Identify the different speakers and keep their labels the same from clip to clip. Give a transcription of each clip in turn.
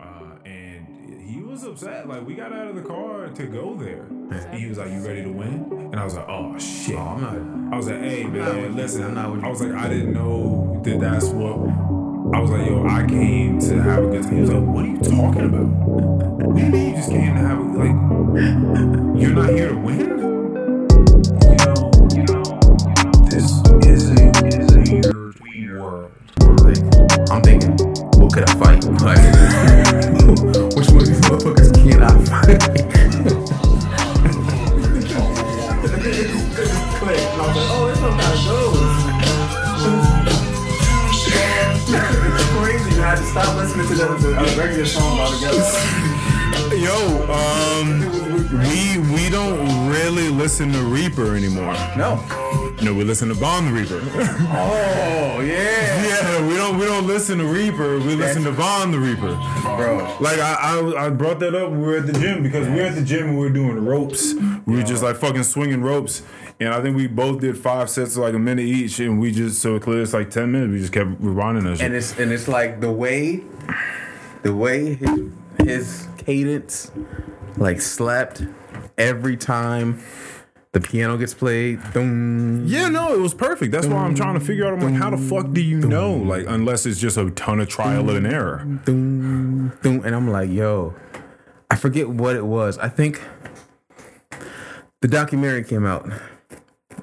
Speaker 1: Uh, and he was upset. Like we got out of the car to go there. And he was like, "You ready to win?" And I was like, "Oh shit!"
Speaker 2: Oh, I'm not.
Speaker 1: I was like, "Hey
Speaker 2: not with
Speaker 1: man,
Speaker 2: you.
Speaker 1: listen."
Speaker 2: I'm not with
Speaker 1: I
Speaker 2: you.
Speaker 1: was like, "I didn't know that that's what." I was like, "Yo, I came to have a good time." He was like, "What are you talking about? What do you mean you just came to have a, like? You're not here to win." You know, you know, this is a is a weird world.
Speaker 2: Like, I'm thinking, what could I fight? Like, which one of these motherfuckers can I fight? oh, it's not how it goes. Crazy, man. I just stopped listening to that a regular song altogether.
Speaker 3: Yo, um, we we don't really listen to Reaper anymore.
Speaker 2: No.
Speaker 3: No, we listen to Von Reaper.
Speaker 2: Oh, yeah.
Speaker 3: yeah, we don't we don't listen to Reaper. We listen to Von the Reaper.
Speaker 2: Bro.
Speaker 3: Like I, I I brought that up. when We were at the gym because we were at the gym and we were doing ropes. We were just like fucking swinging ropes, and I think we both did five sets of like a minute each, and we just so it cleared us like ten minutes. We just kept rewinding us.
Speaker 2: And it's and it's like the way the way his, his cadence like slapped every time the piano gets played. Boom.
Speaker 3: Yeah, no, it was perfect. That's why I'm trying to figure out. I'm like, how the fuck do you know? Like, unless it's just a ton of trial and error.
Speaker 2: Doom, doom, and I'm like, yo, I forget what it was. I think the documentary came out.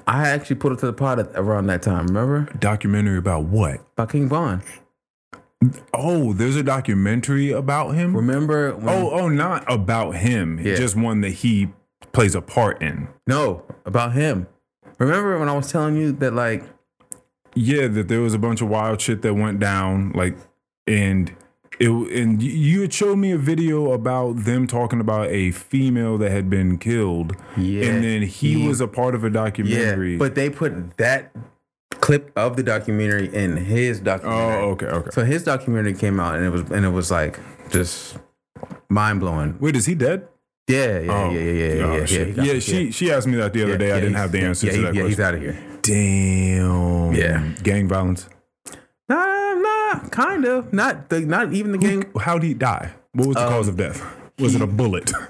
Speaker 2: I actually put it to the pot at, around that time. Remember
Speaker 3: Documentary about what?
Speaker 2: about King Von?
Speaker 3: Oh, there's a documentary about him.
Speaker 2: Remember? When,
Speaker 3: oh, oh, not about him.
Speaker 2: Yeah.
Speaker 3: Just one that he plays a part in.
Speaker 2: no, about him. Remember when I was telling you that like
Speaker 3: Yeah, that there was a bunch of wild shit that went down. Like, and it and y- you had showed me a video about them talking about a female that had been killed.
Speaker 2: Yeah.
Speaker 3: and then he,
Speaker 2: He-
Speaker 3: was a part of a documentary.
Speaker 2: Yeah, but they put that clip of the documentary in his documentary.
Speaker 3: oh, okay, okay.
Speaker 2: So his documentary came out, and it was and it was like just mind blowing.
Speaker 3: Wait, is he dead?
Speaker 2: Yeah, yeah, yeah, yeah,
Speaker 3: Oh,
Speaker 2: yeah, yeah, yeah. he
Speaker 3: shit.
Speaker 2: got-
Speaker 3: Yeah, she she asked me that the other
Speaker 2: yeah,
Speaker 3: day. I
Speaker 2: yeah,
Speaker 3: didn't
Speaker 2: he-
Speaker 3: have the answer
Speaker 2: yeah,
Speaker 3: to
Speaker 2: he-
Speaker 3: that
Speaker 2: Yeah, he's
Speaker 3: question.
Speaker 2: out of here.
Speaker 3: Damn.
Speaker 2: Yeah.
Speaker 3: Gang violence.
Speaker 2: Nah, nah, kind of. Not the, not even the gang.
Speaker 3: How did he die? What was the cause
Speaker 2: Um,
Speaker 3: of death? Was it a bullet?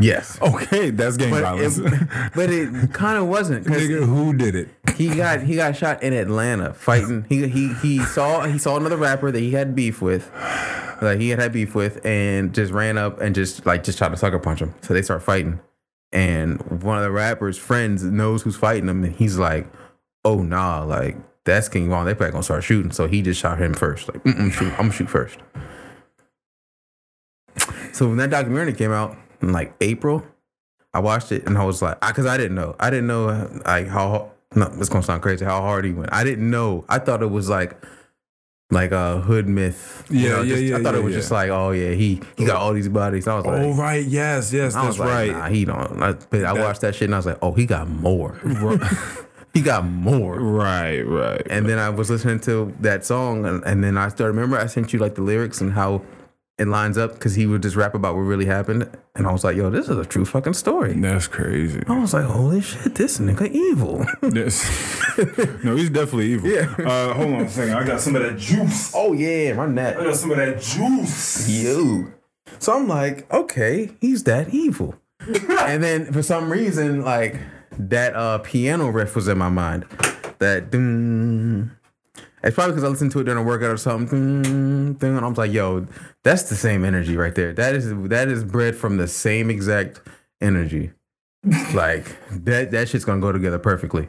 Speaker 2: Yes,
Speaker 3: okay, that's gang
Speaker 2: but
Speaker 3: violence.
Speaker 2: it, but it kind of wasn't. 'cause
Speaker 3: Nigga, who did it?
Speaker 2: he got he got shot in Atlanta fighting. He he he saw he saw another rapper that he had beef with, like he had had beef with, and just ran up and just like just tried to sucker punch him. So they start fighting, and one of the rappers' friends knows who's fighting him, and he's like, "Oh nah, like that's King Von. They probably gonna start shooting." So he just shot him first. Like, Mm-mm, shoot, I'm gonna shoot first. So when that documentary came out in like April, I watched it and I was like, because I, didn't know, I didn't know uh, like how no, it's gonna sound crazy how hard he went. I didn't know. I thought it was like like a hood myth.
Speaker 3: Yeah, yeah,
Speaker 2: just-
Speaker 3: yeah,
Speaker 2: I thought
Speaker 3: yeah,
Speaker 2: it was
Speaker 3: yeah.
Speaker 2: just like, oh yeah, he he got all these bodies. I was like.
Speaker 3: oh right, yes, yes,
Speaker 2: I
Speaker 3: that's
Speaker 2: was like,
Speaker 3: right.
Speaker 2: nah, he don't. I, but I watched that shit and I was like, oh, he got more. he got more.
Speaker 3: Right, right.
Speaker 2: And then I was listening to that song and, and then I started, remember I sent you like the lyrics and how it lines up because he would just rap about what really happened. And I was like, yo, this is a true fucking story.
Speaker 3: That's crazy.
Speaker 2: I was like, holy shit, this nigga evil.
Speaker 3: That's- no, he's definitely evil.
Speaker 2: Yeah.
Speaker 3: Uh, hold on a second. I got some of that juice.
Speaker 2: oh yeah, run that.
Speaker 3: got some of that juice.
Speaker 2: You. So I'm like, okay, he's that evil. and then for some reason, like that uh piano riff was in my mind. That doom. It's probably because I listened to it during a workout or something. Doom, doom, and I was like, yo, that's the same energy right there. That is that is bred from the same exact energy. like that that shit's gonna go together perfectly.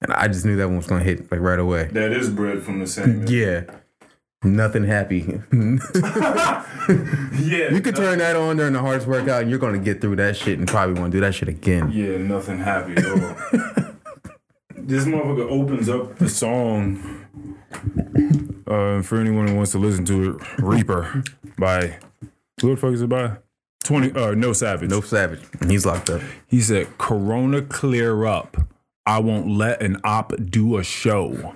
Speaker 2: And I just knew that one was gonna hit like right away.
Speaker 3: That is bread from the same.
Speaker 2: Yeah. Nothing happy.
Speaker 3: yeah.
Speaker 2: you could turn that on during the hardest workout and you're gonna get through that shit and probably wanna do that shit again.
Speaker 3: Yeah, nothing happy at all. this motherfucker opens up the song. Uh, for anyone who wants to listen to it, Reaper by who the fuck is it by? Twenty uh No Savage.
Speaker 2: No savage. And he's locked up.
Speaker 3: He said, Corona clear up. I won't let an op do a show.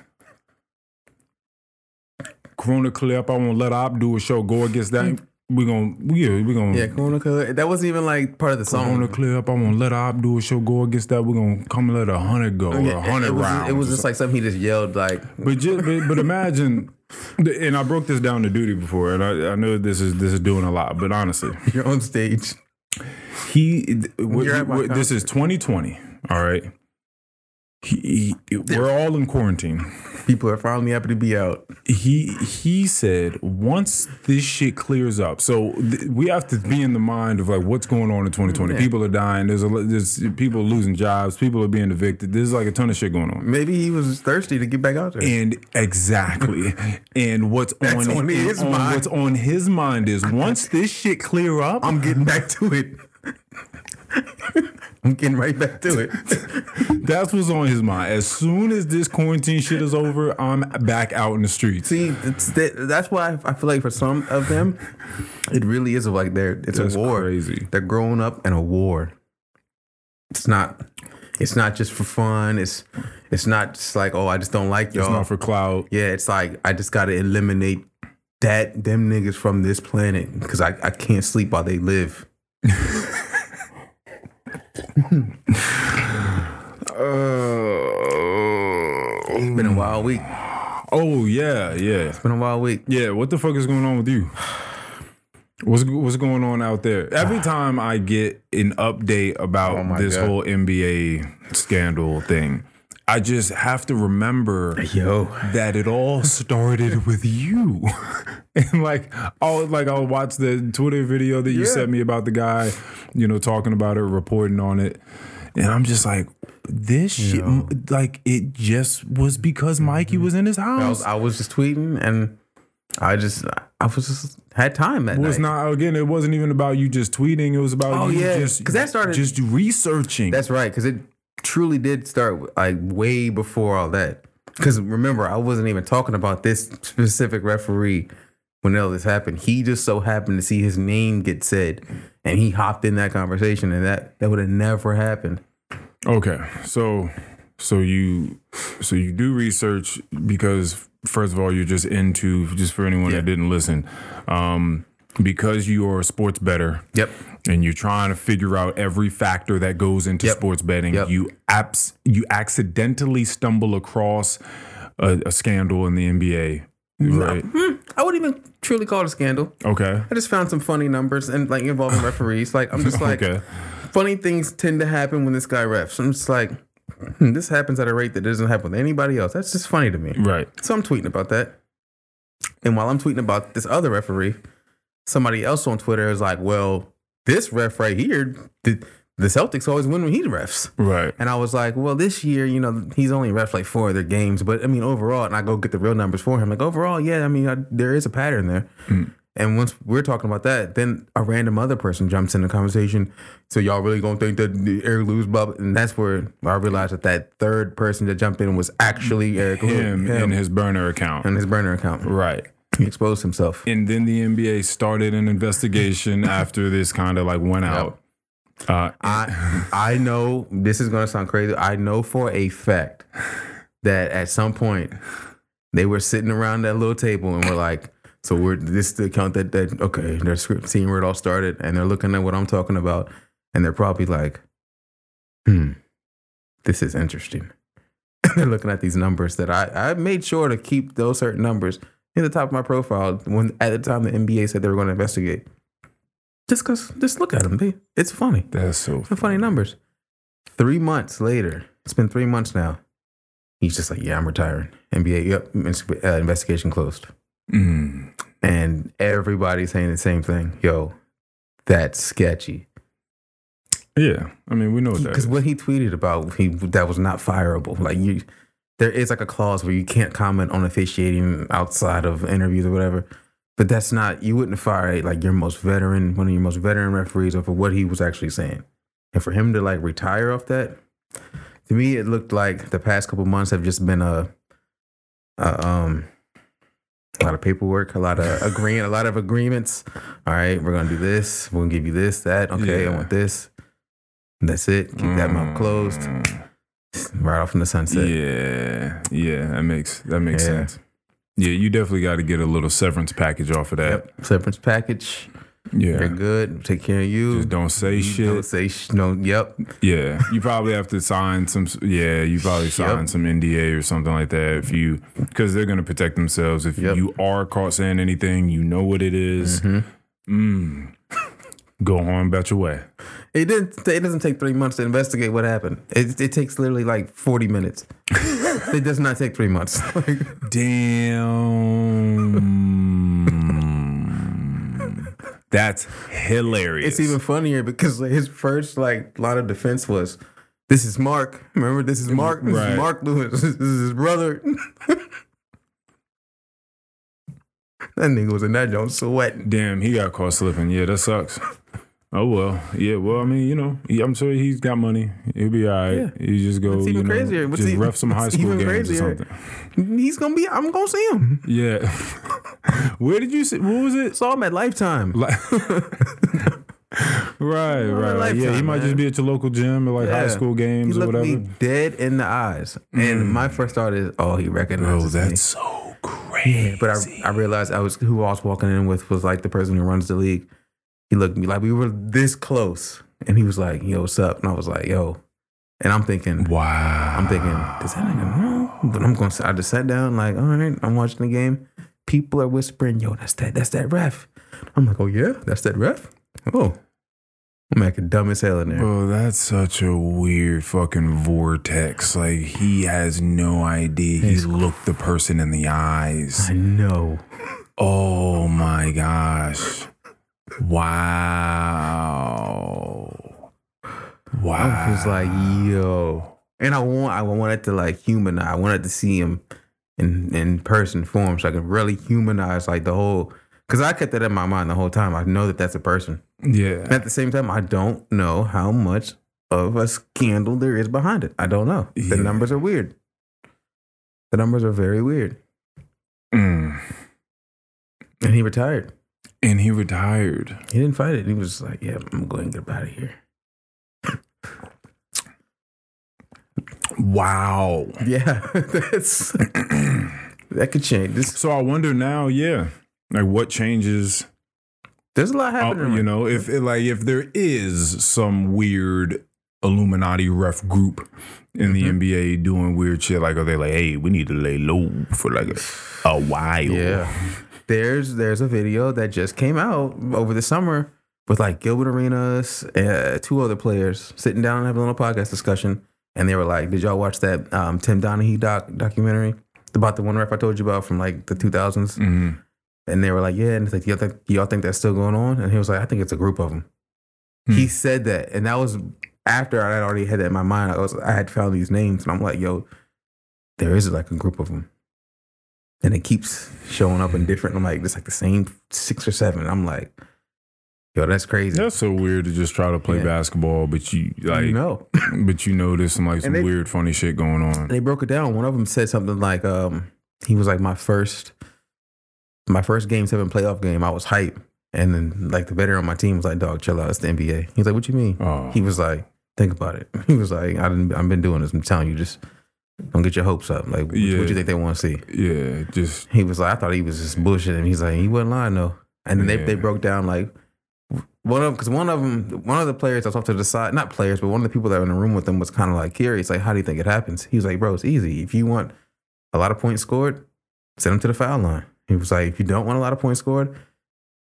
Speaker 3: Corona clear up. I won't let a op do a show. Go against that. we gonna yeah we gonna
Speaker 2: Yeah, Corona Cut. That wasn't even like part of the
Speaker 3: I'm
Speaker 2: song.
Speaker 3: gonna clear up. I'm gonna let our Abdul show go against that. We're gonna come and let a hundred go,
Speaker 2: Yeah,
Speaker 3: or a hundred
Speaker 2: it was,
Speaker 3: rounds.
Speaker 2: It was just like something he just yelled like
Speaker 3: but, just, but but imagine, the- and I broke this down to duty before, and I, I know this is this is doing a lot, but honestly,
Speaker 2: you're on stage.
Speaker 3: he th- what,
Speaker 2: You're at my
Speaker 3: what- this is 2020. All right, he, he- we're all in quarantine.
Speaker 2: People are finally happy to be out.
Speaker 3: he he said once this shit clears up so th- we have to be in the mind of like what's going on in 2020 people are dying there's a lo- there's people losing jobs people are being evicted there's like a ton of shit going on
Speaker 2: Maybe he was thirsty to get back out there.
Speaker 3: and exactly and what's
Speaker 2: That's
Speaker 3: on,
Speaker 2: on his
Speaker 3: on-
Speaker 2: mind.
Speaker 3: what's on his mind is once this shit clear up
Speaker 2: I'm getting back to it. I'm getting right back to it.
Speaker 3: that's what's on his mind as soon as this quarantine shit is over i'm back out in the streets
Speaker 2: See, it's that, that's why I feel like for some of them, it really is like they're it's
Speaker 3: That's
Speaker 2: a war.
Speaker 3: crazy.
Speaker 2: They're growing up in a war. It's not. It's not just for fun. It's. It's not just like oh I just don't like y'all.
Speaker 3: it's not for clout
Speaker 2: yeah, it's like I just gotta eliminate that them niggas from this planet because I, I can't sleep while they live. Uh, It's been a wild week.
Speaker 3: oh yeah yeah
Speaker 2: It's been a wild week.
Speaker 3: Yeah, what the fuck is going on with you? What's what's going on out there? Every time I get an update about
Speaker 2: Oh my
Speaker 3: this
Speaker 2: God.
Speaker 3: whole NBA scandal thing, I just have to remember
Speaker 2: Yo,
Speaker 3: that it all started with you. and like I'll like I'll watch the Twitter video that you
Speaker 2: Yeah.
Speaker 3: sent me about the guy, you know, talking about it, reporting on it. And I'm just like, this shit,
Speaker 2: Yo.
Speaker 3: like it just was because Mikey was in his house.
Speaker 2: I was I was just tweeting and I just I was just had time that
Speaker 3: Well, it's
Speaker 2: night.
Speaker 3: not again. It wasn't even about you just tweeting. It was about
Speaker 2: Oh,
Speaker 3: you
Speaker 2: yeah,
Speaker 3: just
Speaker 2: 'cause that started-
Speaker 3: just researching.
Speaker 2: That's right, because it truly did start like way before all that. Because remember, I wasn't even talking about this specific referee when all this happened. He just so happened to see his name get said, and he hopped in that conversation, and that that would have never happened.
Speaker 3: okay. So, so you, so you do research because first of all, you're just into just for anyone
Speaker 2: Yeah.
Speaker 3: that didn't listen, um, because you are a sports better.
Speaker 2: Yep.
Speaker 3: And you're trying to figure out every factor that goes into
Speaker 2: Yep.
Speaker 3: sports betting.
Speaker 2: Yep.
Speaker 3: You abs- you accidentally stumble across a, a scandal in the NBA, right?
Speaker 2: Hmm, I wouldn't even truly call it a scandal.
Speaker 3: Okay.
Speaker 2: I just found some funny numbers and like involving referees. Like I'm just like
Speaker 3: okay.
Speaker 2: funny things tend to happen when this guy refs. I'm just like, hmm, this happens at a rate that doesn't happen with anybody else. That's just funny to me.
Speaker 3: Right.
Speaker 2: So I'm tweeting about that. And while I'm tweeting about this other referee, somebody else on Twitter is like, well, this ref right here, the, the Celtics always win when he refs.
Speaker 3: Right.
Speaker 2: And I was like, well, this year, you know, he's only ref like four of their games. But I mean, overall, and I go get the real numbers for him. Like, overall, yeah, I mean, I, there is a pattern there. And once we're talking about that, then a random other person jumps in the conversation. So y'all really gonna think that the Eric Lou's bubble? And that's where I realized that that third person that jumped in was actually Eric Lou,
Speaker 3: him, in his burner account.
Speaker 2: and his burner account.
Speaker 3: Right.
Speaker 2: He exposed himself.
Speaker 3: And then the NBA started an investigation after this kind of like went out. Uh,
Speaker 2: I I know this is gonna sound crazy. I know for a fact that at some point they were sitting around that little table and were like, so we're this is the account that that okay, they're script- seeing where it all started and they're looking at what I'm talking about and they're probably like, hmm, this is interesting. they're looking at these numbers that I I made sure to keep those certain numbers in the top of my profile when at the time the NBA said they were going to investigate. Just cause, just look at them. They, it's funny.
Speaker 3: that's so
Speaker 2: Some funny numbers. Three months later, it's been three months now. He's just like, yeah, I'm retiring. NBA, yep, ins- uh, investigation closed.
Speaker 3: Mm.
Speaker 2: And everybody's saying the same thing. Yo, that's sketchy.
Speaker 3: Yeah. I mean, we know what that.
Speaker 2: Because
Speaker 3: Is.
Speaker 2: what he tweeted about, he that was not fireable. Like you, there is like a clause where you can't comment on officiating outside of interviews or whatever. But that's not you wouldn't fire like your most veteran, one of your most veteran referees over what he was actually saying. And for him to like retire off that, to me it looked like the past couple months have just been a, a um a lot of paperwork, a lot of agreeing, a lot of agreements. All right, we're gonna do this. We're gonna give you this, that. Okay, I
Speaker 3: Yeah.
Speaker 2: want this. And That's it. Keep that mouth closed.
Speaker 3: Mm.
Speaker 2: Right off in the sunset.
Speaker 3: Yeah. Yeah. That makes that makes
Speaker 2: Yeah.
Speaker 3: sense. Yeah. You definitely got to get a little severance package off of that.
Speaker 2: Yep. Severance package. They're
Speaker 3: Yeah.
Speaker 2: good. Take care of you.
Speaker 3: Just don't say shit.
Speaker 2: Don't say sh- no. Yep.
Speaker 3: Yeah, you probably have to sign some. Yeah, you probably sign some NDA or something like that if you, because they're gonna protect themselves. If
Speaker 2: Yep. Mm-hmm.
Speaker 3: you are caught saying anything, you know what it is. Mm. Go on about your way.
Speaker 2: It didn't. It doesn't take three months to investigate what happened. It, it takes literally like forty minutes. it does not take three months. Like,
Speaker 3: Damn, that's hilarious.
Speaker 2: it's even funnier because his first like line of defense was, "This is Mark. Remember, this is Mark. This
Speaker 3: Right.
Speaker 2: is Mark Lewis. This is his brother." that nigga was in that joint sweating.
Speaker 3: Damn, he got caught slipping. Yeah, that sucks. Oh well, yeah. Well, I mean, you know, he, I'm sure he's got money. He'll be all right. You just go,
Speaker 2: What's
Speaker 3: you
Speaker 2: even
Speaker 3: know,
Speaker 2: crazier? What's
Speaker 3: just
Speaker 2: e-
Speaker 3: ref some high
Speaker 2: what's
Speaker 3: school
Speaker 2: even
Speaker 3: games or
Speaker 2: crazier?
Speaker 3: something.
Speaker 2: He's gonna be. I'm gonna see him.
Speaker 3: Yeah. Where did you see? What was it?
Speaker 2: Saw him at Lifetime.
Speaker 3: Like, right, right.
Speaker 2: Lifetime,
Speaker 3: yeah, he might
Speaker 2: man.
Speaker 3: just be at your local gym or like high
Speaker 2: Yeah.
Speaker 3: school games
Speaker 2: he
Speaker 3: or
Speaker 2: looked
Speaker 3: whatever. Mm.
Speaker 2: me dead in the eyes, and my first thought is, "Oh, he recognizes
Speaker 3: oh,
Speaker 2: me."
Speaker 3: that's so crazy.
Speaker 2: But I, I realized I was who I was walking in with was like the person who runs the league. He looked at me like we were this close, and he was like, "Yo, what's up?" And I was like, "Yo," and I'm thinking,
Speaker 3: wow.
Speaker 2: I'm thinking, does that nigga know? But I'm going. to I just sat down, like, all right, I'm watching the game. People are whispering, "Yo, that's that, that's that ref." I'm like, "Oh yeah, that's that ref." Oh, I'm acting dumb as hell in there.
Speaker 3: Bro, that's such a weird fucking vortex. Like he has no idea. He looked the person in the eyes.
Speaker 2: I know.
Speaker 3: Oh my gosh. Wow. Wow.
Speaker 2: I was like, yo. And I want I wanted to like humanize. I wanted to see him in in person form so I could really humanize like the whole because I kept that in my mind the whole time. I know that that's a person.
Speaker 3: yeah.
Speaker 2: And at the same time, I don't know how much of a scandal there is behind it. I don't know. The
Speaker 3: Yeah.
Speaker 2: numbers are weird. The numbers are very weird.
Speaker 3: Mm.
Speaker 2: And he retired.
Speaker 3: And he retired.
Speaker 2: He didn't fight it. He was just like, yeah, I'm going to get out of here.
Speaker 3: Wow.
Speaker 2: Yeah, that's that could change. This,
Speaker 3: So I wonder now, yeah, like what changes,
Speaker 2: there's a lot
Speaker 3: uh,
Speaker 2: happening. right
Speaker 3: you know, if it, like if there is some weird Illuminati ref group in
Speaker 2: Mm-hmm.
Speaker 3: the NBA doing weird shit, like are they like, hey, we need to lay low for like a, a while?
Speaker 2: Yeah. There's there's a video that just came out over the summer with like Gilbert Arenas, uh, two other players sitting down and having a little podcast discussion, and they were like, "Did y'all watch that um, Tim Donaghy doc documentary about the one rep I told you about from like the 2000s?"
Speaker 3: Mhm.
Speaker 2: And they were like, "Yeah," and it's like, "Y'all think y'all think that's still going on?" And he was like, "I think it's a group of them."
Speaker 3: Hmm.
Speaker 2: He said that, and that was after I had already had that in my mind. I was I had found these names, and I'm like, "Yo, there is like a group of them," and it keeps showing up in different. I'm like, it's like the same six or seven. I'm like, "Yo, that's crazy."
Speaker 3: That's so weird to just try to play
Speaker 2: Yeah.
Speaker 3: basketball, but you like,
Speaker 2: no,
Speaker 3: but you know, there's some like some
Speaker 2: they-
Speaker 3: weird, funny shit going on.
Speaker 2: they broke it down. One of them said something like, um, he was like, my first, my first game seven playoff game, I was hype. And then like the veteran on my team was like, dog, chill out. It's the NBA. He's like, what you mean?
Speaker 3: Oh,
Speaker 2: He was like, think about it. He was like, I didn't, I've been doing this. I'm telling you, just don't get your hopes up. Like, what,
Speaker 3: Yeah.
Speaker 2: what you think they want to see?
Speaker 3: yeah, just
Speaker 2: He was like, I thought he was just bullshitting. He's like, he wasn't lying though. And then they,
Speaker 3: Yeah.
Speaker 2: they broke down like one of because one of them one of the players I talked to the side not players but one of the people that were in the room with them was kind of like curious like how do you think it happens? He was like, bro, it's easy. If you want a lot of points scored, send them to the foul line. He was like, if you don't want a lot of points scored,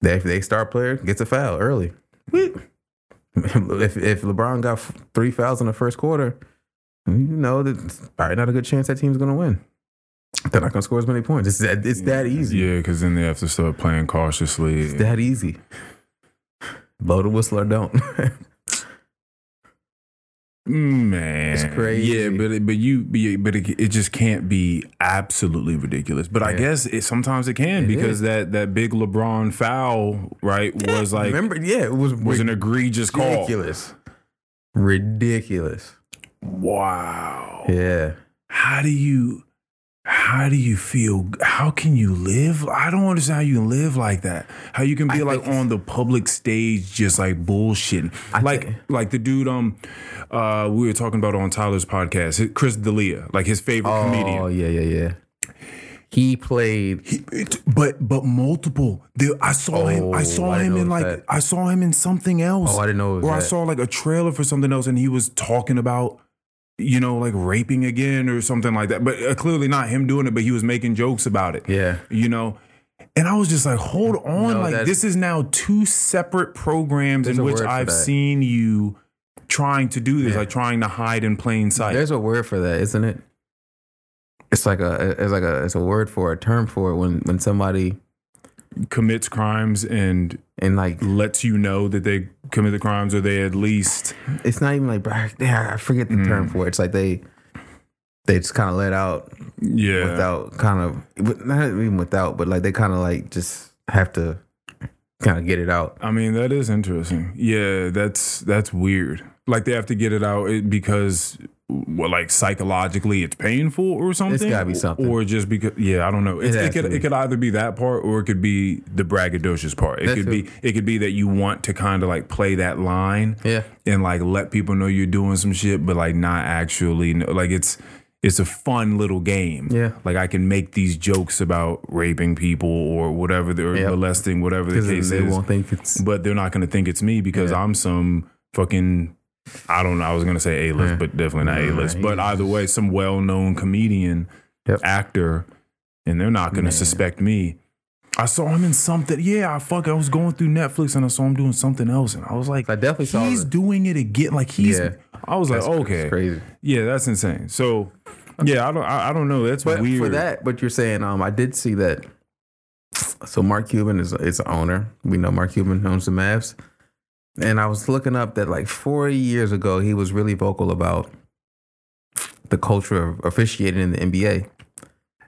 Speaker 2: they if they star player gets a foul early. Whoop. If if LeBron got f- three fouls in the first quarter, you know that's probably not a good chance that team's gonna win. They're not gonna score as many points. It's that it's that easy.
Speaker 3: yeah, because then they have to start playing cautiously.
Speaker 2: It's that easy. Blow the whistle or don't.
Speaker 3: Man,
Speaker 2: It's crazy.
Speaker 3: Yeah, but it, but you but you- but it, it just can't be absolutely ridiculous. But I
Speaker 2: Yeah.
Speaker 3: guess it sometimes it can
Speaker 2: It
Speaker 3: because
Speaker 2: is.
Speaker 3: that that big LeBron foul right was like
Speaker 2: remember? Yeah, it was,
Speaker 3: was an egregious call.
Speaker 2: ridiculous. Ridiculous.
Speaker 3: Wow.
Speaker 2: Yeah.
Speaker 3: How do you how do you feel? How can you live? I don't understand how you can live like that. How you can be
Speaker 2: I
Speaker 3: like
Speaker 2: think-
Speaker 3: on the public stage just like bullshitting.
Speaker 2: I
Speaker 3: like
Speaker 2: think-
Speaker 3: like the dude um uh we were talking about on Tyler's podcast, Chris D'Elia, like his favorite comedian.
Speaker 2: Oh yeah, yeah, yeah. He played.
Speaker 3: He, it, but but multiple. The, I saw him. I
Speaker 2: Oh,
Speaker 3: saw
Speaker 2: I didn't
Speaker 3: him in
Speaker 2: notice
Speaker 3: like
Speaker 2: that.
Speaker 3: I saw him in something else.
Speaker 2: Oh, I didn't know. It was
Speaker 3: or I
Speaker 2: that.
Speaker 3: saw like a trailer for something else, and he was talking about you know like raping again or something like that. But uh, clearly not him doing it, but he was making jokes about it.
Speaker 2: Yeah.
Speaker 3: you know. And I was just like, hold on,
Speaker 2: No,
Speaker 3: like
Speaker 2: that's-
Speaker 3: this is now two separate programs
Speaker 2: There's
Speaker 3: in
Speaker 2: a
Speaker 3: which
Speaker 2: word for
Speaker 3: I've
Speaker 2: that.
Speaker 3: seen you trying to do this,
Speaker 2: Yeah.
Speaker 3: like trying to hide in plain sight.
Speaker 2: There's a word for that, isn't it? It's like a. It's like a. It's a word for a term for it when when somebody
Speaker 3: commits crimes and
Speaker 2: and like
Speaker 3: lets you know that they commit the crimes or they at least
Speaker 2: it's not even like brah, yeah, I forget the
Speaker 3: Mm.
Speaker 2: term for it. It's like they they just kind of let out
Speaker 3: yeah
Speaker 2: without kind of but not even without, but like they kind of like just have to kind of get it out.
Speaker 3: I mean, that is interesting. Yeah, that's that's weird. Like they have to get it out it- because, well, like psychologically, it's painful or something.
Speaker 2: gotta be something.
Speaker 3: or just because. Yeah, I don't know. It's,
Speaker 2: It
Speaker 3: it,
Speaker 2: has
Speaker 3: could
Speaker 2: to be.
Speaker 3: it could either be that part, or it could be the braggadocious part. It
Speaker 2: That
Speaker 3: could
Speaker 2: too.
Speaker 3: be it could be that you want to kind of like play that line
Speaker 2: Yeah,
Speaker 3: and like let people know you're doing some shit, but like not actually. Know. Like it's it's a fun little game.
Speaker 2: Yeah.
Speaker 3: like I can make these jokes about raping people or whatever, the- or
Speaker 2: Yep.
Speaker 3: molesting, whatever the
Speaker 2: because
Speaker 3: case
Speaker 2: they
Speaker 3: is
Speaker 2: won't think it's
Speaker 3: but they're not going to think it's me because I'm some fucking I don't know. I was going to say A list,
Speaker 2: Yeah.
Speaker 3: but definitely not A
Speaker 2: Nah,
Speaker 3: list.
Speaker 2: he
Speaker 3: But either way, some well known comedian,
Speaker 2: Yep.
Speaker 3: actor, and they're not going to
Speaker 2: Man.
Speaker 3: suspect me. I saw him in something. Yeah, I fuck. I was going through Netflix and I saw him doing something else, and I was like,
Speaker 2: I definitely saw
Speaker 3: he's
Speaker 2: the-
Speaker 3: doing it again. Like he's.
Speaker 2: Yeah.
Speaker 3: I was like,
Speaker 2: that's
Speaker 3: okay,
Speaker 2: crazy.
Speaker 3: yeah, that's insane. So, yeah, I don't, I, I don't know. That's
Speaker 2: But
Speaker 3: weird.
Speaker 2: for that, but you're saying um, I did see that. So Mark Cuban is is an owner. We know Mark Cuban owns the Mavs, and I was looking up that like four years ago he was really vocal about the culture of officiating in the NBA.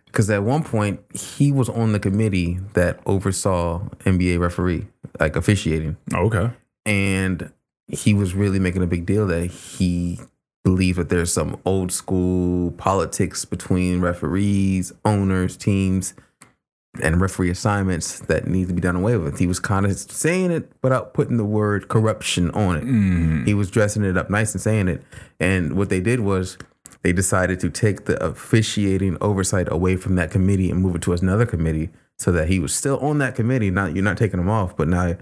Speaker 2: Because at one point he was on the committee that oversaw NBA referee like officiating,
Speaker 3: okay,
Speaker 2: and he was really making a big deal that he believed that there's some old school politics between referees, owners, teams, and referee assignments that need to be done away with. He was kind of saying it without putting the word corruption on it.
Speaker 3: Mm-hmm.
Speaker 2: He was dressing it up nice and saying it. And what they did was they decided to take the officiating oversight away from that committee and move it to another committee so that he was still on that committee. Not you're not taking him off, but now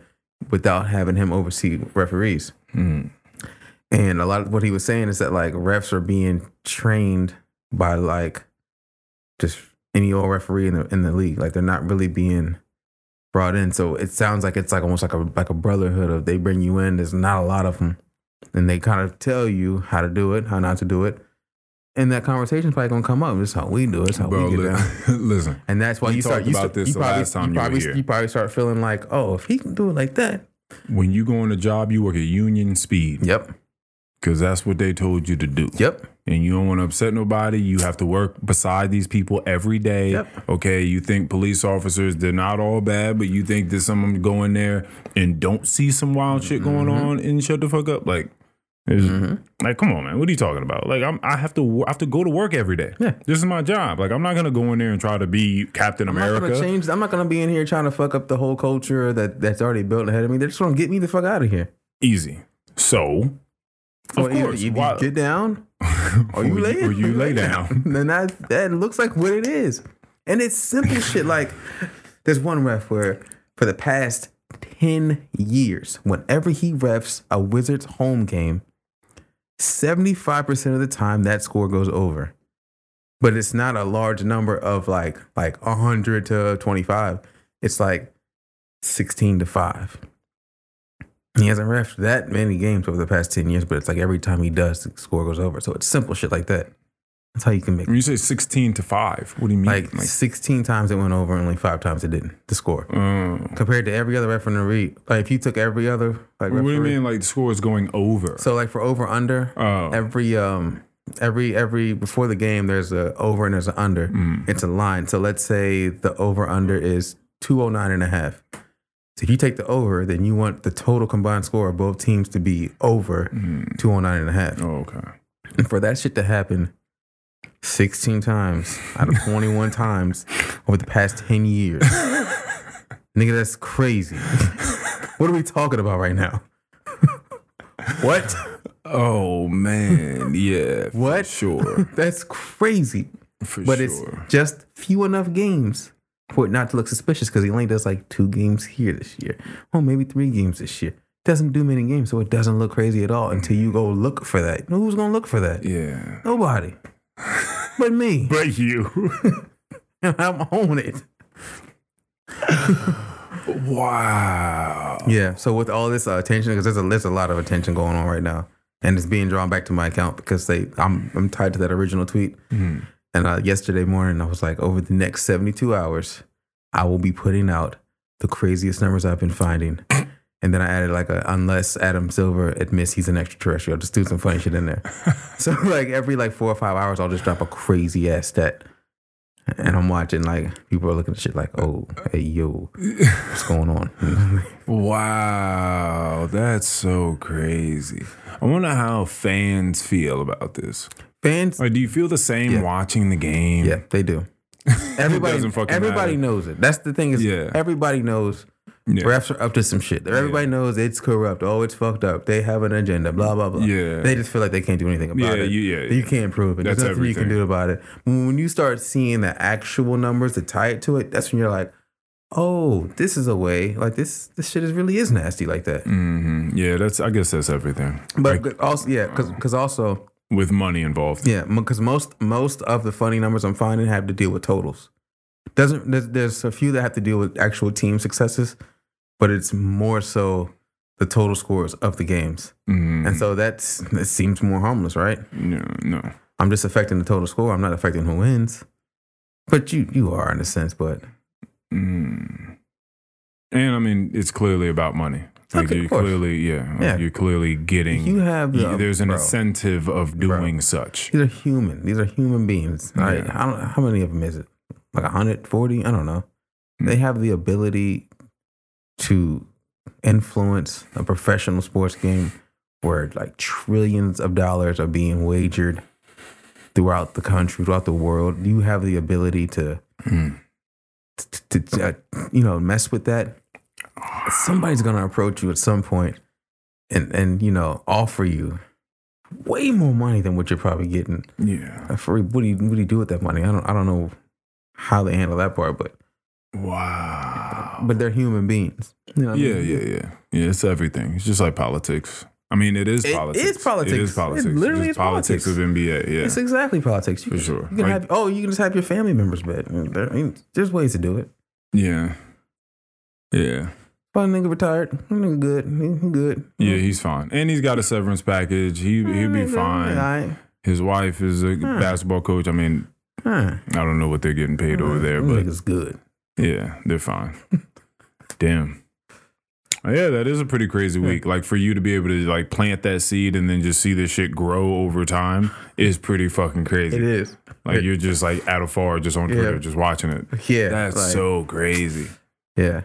Speaker 2: without having him oversee referees.
Speaker 3: Mm-hmm.
Speaker 2: And a lot of what he was saying is that like refs are being trained by like just any old referee in the in the league. Like they're not really being brought in. So it sounds like it's like almost like a like a brotherhood of they bring you in. There's not a lot of them, and they kind of tell you how to do it, how not to do it. And that conversation's probably gonna come up. This is how we do it. This is how
Speaker 3: bro.
Speaker 2: we get
Speaker 3: li-
Speaker 2: down.
Speaker 3: listen,
Speaker 2: And that's why
Speaker 3: We
Speaker 2: you start
Speaker 3: talked
Speaker 2: you
Speaker 3: about
Speaker 2: start-
Speaker 3: this
Speaker 2: you
Speaker 3: the
Speaker 2: probably,
Speaker 3: last time
Speaker 2: you
Speaker 3: you were
Speaker 2: probably,
Speaker 3: here.
Speaker 2: you probably start feeling like, oh, if he can do it like that,
Speaker 3: when you go on a job, you work at union speed.
Speaker 2: yep,
Speaker 3: because that's what they told you to do.
Speaker 2: yep,
Speaker 3: And you don't want to upset nobody. You have to work beside these people every day.
Speaker 2: Yep.
Speaker 3: Okay. You think police officers, they're not all bad, but you think that some of them go in there and don't see some wild shit going
Speaker 2: Mm-hmm.
Speaker 3: on and shut the fuck up. Like, it's- like, come on, man. What are you talking about? Like, I'm, I have to, wo- I have to go to work every day.
Speaker 2: Yeah.
Speaker 3: This is my job. Like, I'm not gonna go in there and try to be Captain
Speaker 2: I'm not gonna
Speaker 3: America.
Speaker 2: change. I'm not gonna be in here trying to fuck up the whole culture that that's already built ahead of me. They're just gonna get me the fuck out of here.
Speaker 3: Easy. So,
Speaker 2: Or
Speaker 3: of
Speaker 2: either
Speaker 3: course,
Speaker 2: you
Speaker 3: why-
Speaker 2: get down, or
Speaker 3: or
Speaker 2: you
Speaker 3: you-
Speaker 2: lay,
Speaker 3: or you lay down.
Speaker 2: and that that looks like what it is. And it's simple shit. Like there's one ref where for the past ten years, whenever he refs a Wizards home game, seventy five percent of the time that score goes over. But it's not a large number of like like hundred to twenty five. It's like 16 to 5. He hasn't refed that many games over the past 10 years, but it's like every time he does, the score goes over. So it's simple shit like that. That's how you can make
Speaker 3: when you say 16 to five, what do you mean?
Speaker 2: like 16 times it went over, only five times it didn't, the score.
Speaker 3: oh.
Speaker 2: Compared to every other referee, like if you took every other like referee,
Speaker 3: What do you mean, like the score is going over?
Speaker 2: so like for over under,
Speaker 3: Oh.
Speaker 2: every um every every before the game there's a over and there's an under it's a line so let's say the over under is 209 and a half so if you take the over then you want the total combined score of both teams to be over 209 and a half
Speaker 3: oh, okay.
Speaker 2: and for that shit to happen 16 times out of 21 times over the past 10 years nigga that's crazy what are we talking about right now what
Speaker 3: Oh man, yeah.
Speaker 2: What?
Speaker 3: Sure.
Speaker 2: That's crazy.
Speaker 3: For
Speaker 2: but
Speaker 3: sure.
Speaker 2: it's just few enough games for it not to look suspicious because he only does like two games here this year. Well, maybe three games this year. Doesn't do many games, so it doesn't look crazy at all until you go look for that. Who's gonna look for that?
Speaker 3: yeah.
Speaker 2: Nobody. But me.
Speaker 3: But you.
Speaker 2: And I'm on it.
Speaker 3: wow.
Speaker 2: Yeah. So with all this uh, attention, because there's a there's a lot of attention going on right now, and it's being drawn back to my account because they I'm I'm tied to that original tweet. And uh, yesterday morning, I was like, over the next 72 hours, I will be putting out the craziest numbers I've been finding. And then I added like a unless Adam Silver admits he's an extraterrestrial, just do some funny shit in there. so like every like four or five hours, I'll just drop a crazy ass stat. And I'm watching like people are looking at shit like, oh, hey yo, what's going on?
Speaker 3: Wow, that's so crazy. I wonder how fans feel about this.
Speaker 2: Fans
Speaker 3: Like, do you feel the same
Speaker 2: Yeah.
Speaker 3: watching the game?
Speaker 2: Yeah, they do. Everybody,
Speaker 3: doesn't fucking
Speaker 2: everybody
Speaker 3: matter.
Speaker 2: knows it. That's the thing is,
Speaker 3: Yeah.
Speaker 2: everybody knows
Speaker 3: Yeah.
Speaker 2: refs are up to some shit. Everybody knows it's corrupt. Oh, it's fucked up. They have an agenda. Blah blah blah.
Speaker 3: Yeah.
Speaker 2: they just feel like they can't do anything about
Speaker 3: Yeah,
Speaker 2: it.
Speaker 3: you- yeah,
Speaker 2: you
Speaker 3: yeah.
Speaker 2: can't prove it. There's
Speaker 3: That's
Speaker 2: nothing you can
Speaker 3: everything.
Speaker 2: do about it. When you start seeing the actual numbers that tie it to it, that's when you're like, oh, this is a way. Like this, this shit is really is nasty like that.
Speaker 3: Mhm. Yeah, that's I guess that's everything.
Speaker 2: But also, yeah, because also,
Speaker 3: With money involved.
Speaker 2: Yeah, because most most of the funny numbers I'm finding have to deal with totals. Doesn't there's, there's a few that have to deal with actual team successes, but it's more so the total scores of the games,
Speaker 3: Mhm.
Speaker 2: and so that's that seems more harmless, right?
Speaker 3: No, no.
Speaker 2: I'm just affecting the total score. I'm not affecting who wins, but you you are in a sense. But
Speaker 3: Mm. And I mean, it's clearly about money. Like
Speaker 2: Okay, of
Speaker 3: you're
Speaker 2: course.
Speaker 3: clearly, yeah, like,
Speaker 2: Yeah.
Speaker 3: you're clearly getting.
Speaker 2: you have the,
Speaker 3: y- there's an
Speaker 2: bro,
Speaker 3: incentive of doing such.
Speaker 2: These are human. These are human beings.
Speaker 3: Yeah.
Speaker 2: Right? I don't, how many of them is it? Like 140? I don't know.
Speaker 3: Mm.
Speaker 2: They have the ability to influence a professional sports game where like trillions of dollars are being wagered throughout the country, throughout the world. You have the ability to,
Speaker 3: Mm.
Speaker 2: to, to, uh, you know, mess with that. Somebody's going to approach you at some point and, and, you know, offer you way more money than what you're probably getting
Speaker 3: Yeah.
Speaker 2: uh, for what do you what do you do with that money? I don't I don't know how they handle that part, but
Speaker 3: Wow.
Speaker 2: but um, they're human beings. You know what I
Speaker 3: Yeah,
Speaker 2: mean?
Speaker 3: yeah, yeah. Yeah, it's everything. It's just like politics. I mean, it is
Speaker 2: It
Speaker 3: politics.
Speaker 2: is politics.
Speaker 3: It is
Speaker 2: It
Speaker 3: politics.
Speaker 2: literally
Speaker 3: It's
Speaker 2: is
Speaker 3: politics.
Speaker 2: politics.
Speaker 3: of NBA. Yeah.
Speaker 2: It's exactly politics. You,
Speaker 3: For
Speaker 2: can-
Speaker 3: sure.
Speaker 2: You can
Speaker 3: Like-
Speaker 2: have oh, you can just have your family members bet. And there- I mean, there's ways to do it.
Speaker 3: yeah. Yeah.
Speaker 2: Fun nigga retired. That nigga good. He- he good.
Speaker 3: Yeah, he's fine. And he's got a severance package. He he'll be
Speaker 2: All
Speaker 3: fine.
Speaker 2: right.
Speaker 3: His wife is a
Speaker 2: Hmm.
Speaker 3: basketball coach. I mean,
Speaker 2: Huh.
Speaker 3: I don't know what they're getting paid over there,
Speaker 2: Them
Speaker 3: but
Speaker 2: nigga's good.
Speaker 3: Yeah, they're fine. Damn. Oh, Yeah, that is a pretty crazy week. Like for you to be able to like plant that seed and then just see this shit grow over time is pretty fucking crazy.
Speaker 2: It is.
Speaker 3: Like you're just like out of far, just on Twitter,
Speaker 2: Yeah.
Speaker 3: just watching it.
Speaker 2: Yeah.
Speaker 3: That's
Speaker 2: like-
Speaker 3: so crazy.
Speaker 2: Yeah.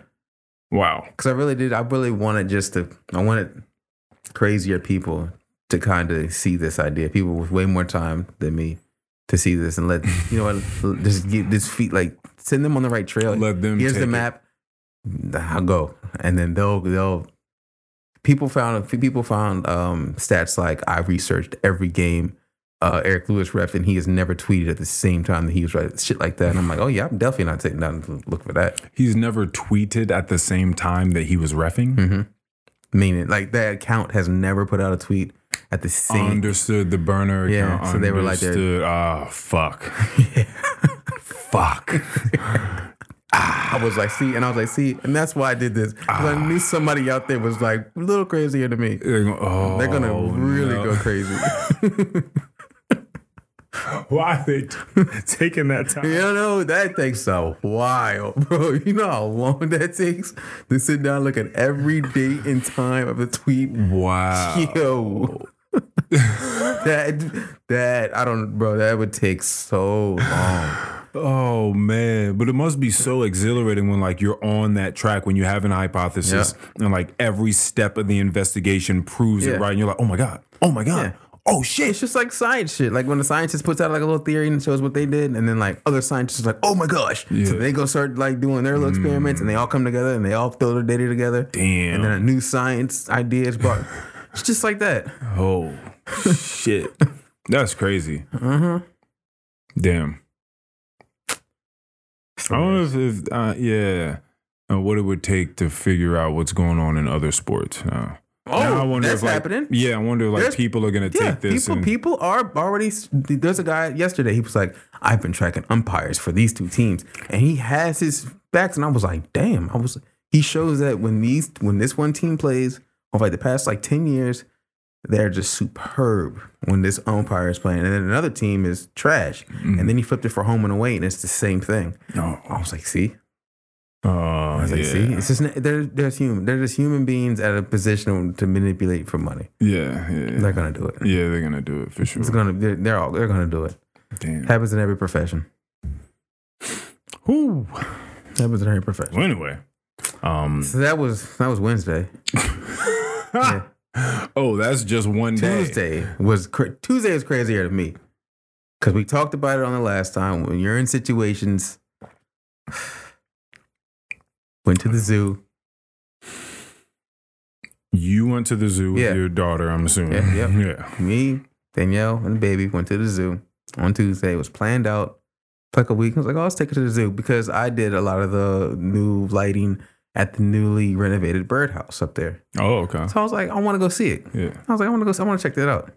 Speaker 3: Wow.
Speaker 2: Because I really did. I really wanted just to. I wanted crazier people to kind of see this idea. People with way more time than me to see this and let you know what. Just get this feet like send them on the right trail.
Speaker 3: Let them
Speaker 2: Here's the
Speaker 3: take it.
Speaker 2: map. I'll go, and then they'll they'll. People found people found um, stats like I researched every game. Uh, Eric Lewis ref and he has never tweeted at the same time that he was right shit like that. And I'm like, oh yeah, I'm definitely not sitting down to look for that.
Speaker 3: He's never tweeted at the same time that he was refing.
Speaker 2: Mm-hmm. Meaning, like that account has never put out a tweet at the
Speaker 3: Um,
Speaker 2: same.
Speaker 3: Understood the burner
Speaker 2: Yeah,
Speaker 3: account.
Speaker 2: so they were like, they're-
Speaker 3: Understood. Ah, fuck. fuck.
Speaker 2: I was like, see, and I was like, see, and that's why I did this 'Cause I
Speaker 3: Ah.
Speaker 2: knew somebody out there was like a little crazier than me.
Speaker 3: They're gonna, oh,
Speaker 2: They're gonna really
Speaker 3: no.
Speaker 2: go crazy.
Speaker 3: Why are they t- taking that time?
Speaker 2: you know that takes a while, bro. You know how long that takes to sit down, look at every date and time of a tweet.
Speaker 3: Wow.
Speaker 2: Yo. that that I don't, bro. That would take so long.
Speaker 3: Oh man, but it must be so exhilarating when like you're on that track when you have an hypothesis and like every step of the investigation proves
Speaker 2: Yeah.
Speaker 3: it right and you're like, "Oh my god. Oh my god. Oh shit."
Speaker 2: It's just like science shit. Like when the scientist puts out like a little theory and shows what they did, and then like other scientists are like, oh my gosh.
Speaker 3: Yeah.
Speaker 2: So they go start like doing their little experiments and they all come together and they all throw their data together.
Speaker 3: Damn.
Speaker 2: And then a new science idea is brought. it's just like that. Uh-huh.
Speaker 3: oh shit. That's crazy. Mhm. Damn. I don't know if, if uh, yeah, uh, what it would take to figure out what's going on in other sports. Uh, Now,
Speaker 2: Oh,
Speaker 3: now I wonder
Speaker 2: that's
Speaker 3: if like,
Speaker 2: happening.
Speaker 3: yeah, I wonder if, like
Speaker 2: There's-
Speaker 3: people are gonna
Speaker 2: Yeah,
Speaker 3: take this
Speaker 2: people
Speaker 3: and
Speaker 2: people are already. There's a guy yesterday. He was like, "I've been tracking umpires for these two teams," and he has his facts. And I was like, "Damn!" I was. He shows that when these when this one team plays over like the past like ten years, they're just superb when this umpire is playing, and then another team is trash.
Speaker 3: Mm-hmm.
Speaker 2: And then he flipped it for home and away, and it's the same thing.
Speaker 3: no,
Speaker 2: I was like, "See."
Speaker 3: oh,
Speaker 2: I was like,
Speaker 3: yeah,
Speaker 2: see, it's just they're they're just human. They're just human beings at a position to manipulate for money.
Speaker 3: yeah, yeah, yeah.
Speaker 2: They're gonna do it.
Speaker 3: yeah, they're gonna do it for sure.
Speaker 2: It's gonna. They're, they're all. They're gonna do it.
Speaker 3: Damn.
Speaker 2: Happens in every profession.
Speaker 3: Whew.
Speaker 2: Happens in every profession.
Speaker 3: Well, anyway, um,
Speaker 2: So that was that was Wednesday. Yeah.
Speaker 3: oh, that's just one day.
Speaker 2: Tuesday was cra- Tuesday was crazier to me because we talked about it on the last time. When you're in situations, went to the zoo.
Speaker 3: You went to the zoo
Speaker 2: Yeah.
Speaker 3: with your daughter, I'm assuming.
Speaker 2: Yeah, yep.
Speaker 3: yeah.
Speaker 2: Me, Danielle, and the baby went to the zoo on Tuesday. It was planned out for like a week. I was like, oh, let's take her to the zoo because I did a lot of the new lighting at the newly renovated birdhouse up there.
Speaker 3: Oh, okay.
Speaker 2: So I was like, I want to go see it.
Speaker 3: Yeah.
Speaker 2: I was like, I want to go. I want to check that out.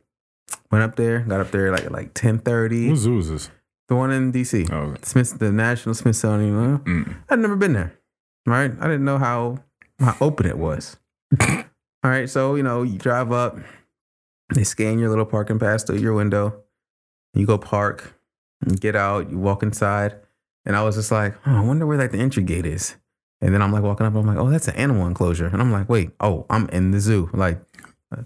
Speaker 2: Went up there, got up there like like ten
Speaker 3: What
Speaker 2: thirty.
Speaker 3: zoo is this?
Speaker 2: The one in D.C.
Speaker 3: Oh, okay.
Speaker 2: Smith, the National Smithsonian. uh,
Speaker 3: Mm.
Speaker 2: I'd never been there. Right? I didn't know how how open it was. All right, so you know, you drive up, they scan your little parking pass through your window. You go park, you get out, you walk inside, and I was just like, oh, I wonder where like the entry gate is. And then I'm like walking up, I'm like, oh, that's an animal enclosure. And I'm like, wait, oh, I'm in the zoo. Like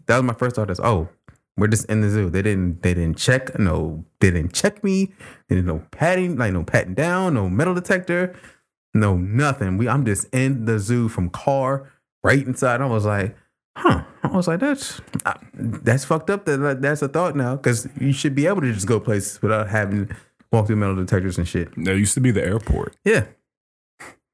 Speaker 2: that was my first thought is, oh, we're just in the zoo. They didn't they didn't check, no, they didn't check me. They didn't no patting, like no patting down, no metal detector. No, nothing. We I'm just in the zoo from car right inside. I was like, huh. I was like, that's I- that's fucked up. That that- that's a thought now because you should be able to just go places without having to walk through metal detectors and shit.
Speaker 3: There used to be the airport,
Speaker 2: Yeah,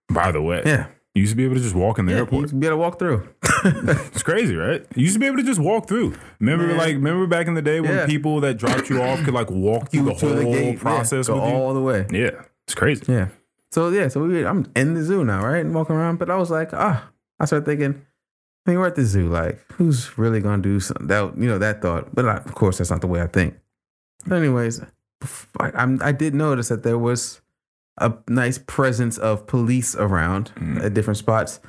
Speaker 3: by the way.
Speaker 2: yeah.
Speaker 3: You used to be able to just walk in the
Speaker 2: yeah
Speaker 3: airport.
Speaker 2: You be able to walk through.
Speaker 3: It's crazy, right? You used to be able to just walk through. Remember,
Speaker 2: Man.
Speaker 3: like, remember back in the day when
Speaker 2: Yeah.
Speaker 3: people that dropped you off could like walk through the whole
Speaker 2: To gate, yeah,
Speaker 3: process
Speaker 2: go
Speaker 3: with you.
Speaker 2: all the way.
Speaker 3: yeah, it's crazy.
Speaker 2: Yeah. So yeah, so we, I'm in the zoo now, right? And walking around. But I was like, ah, I started thinking, I mean, we're at the zoo. Like, who's really gonna do something? That you know, that thought. But I, of course, that's not the way I think. But anyways, I, I'm, I did notice that there was a nice presence of police around
Speaker 3: Mm.
Speaker 2: at different spots,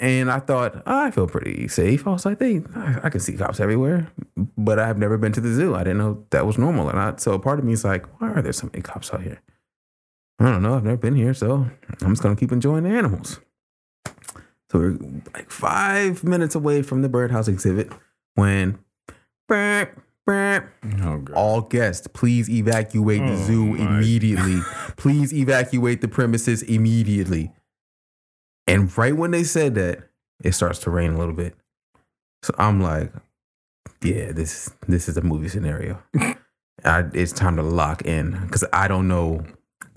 Speaker 2: and I thought "Ah, I feel pretty safe. I was like, they, I, I can see cops everywhere, but I've never been to the zoo. I didn't know that was normal, and I, so part of me is like, why are there so many cops out here? I don't know. I've never been here, so I'm just gonna keep enjoying the animals. So we're like five minutes away from the birdhouse exhibit when burp, burp,
Speaker 3: Oh god.
Speaker 2: all guests, please evacuate the
Speaker 3: Oh,
Speaker 2: zoo
Speaker 3: my.
Speaker 2: immediately. please evacuate the premises immediately. And right when they said that, it starts to rain a little bit. So I'm like, yeah, this this is a movie scenario. I, it's time to lock in because I don't know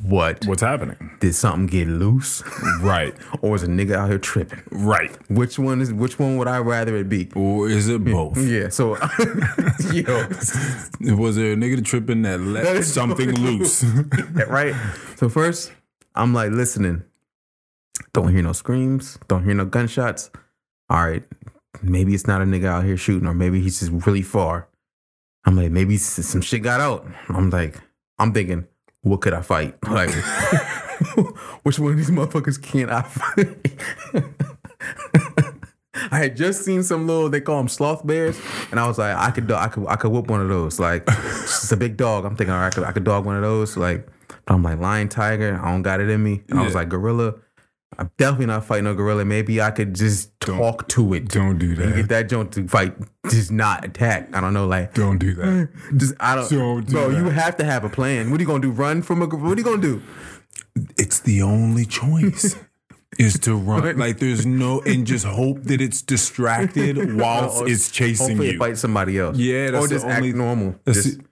Speaker 2: what
Speaker 3: What's happening?
Speaker 2: did something get loose
Speaker 3: right,
Speaker 2: or is a nigga out here tripping?
Speaker 3: right.
Speaker 2: Which one is which one would I rather it be?
Speaker 3: Or is it both?
Speaker 2: Yeah, so yo,
Speaker 3: Was there a nigga tripping that let
Speaker 2: That is-
Speaker 3: something loose?
Speaker 2: Yeah, right? So first, I'm like listening. Don't hear no screams. Don't hear no gunshots. All right, maybe it's not a nigga out here shooting, or maybe he's just really far. I'm like, maybe s- some shit got out. I'm like, I'm thinking, what could I fight? Like, which one of these motherfuckers can I fight? I had just seen some little they call them sloth bears, and I was like, I could do- I could I could whoop one of those. Like it's a big dog. I'm thinking, all right, I could I could dog one of those. Like, but I'm like lion, tiger. I don't got it in me. And I was
Speaker 3: Yeah.
Speaker 2: like gorilla. I'm definitely not fighting no gorilla. Maybe I could just talk to it.
Speaker 3: Don't do
Speaker 2: and get
Speaker 3: that.
Speaker 2: that joint to fight, just not attack. I don't know, like
Speaker 3: Don't do that.
Speaker 2: just I don't.
Speaker 3: Don't do
Speaker 2: bro,
Speaker 3: that.
Speaker 2: you have to have a plan. What are you gonna do? Run from a? gor- What are you gonna do?
Speaker 3: it's the only choice is to run. Like there's no and just hope that it's distracted whilst
Speaker 2: Or-
Speaker 3: it's chasing
Speaker 2: Hopefully, it
Speaker 3: you.
Speaker 2: fight somebody else.
Speaker 3: Yeah, that's
Speaker 2: or just
Speaker 3: the only-
Speaker 2: act normal.
Speaker 3: That's
Speaker 2: Just,
Speaker 3: it.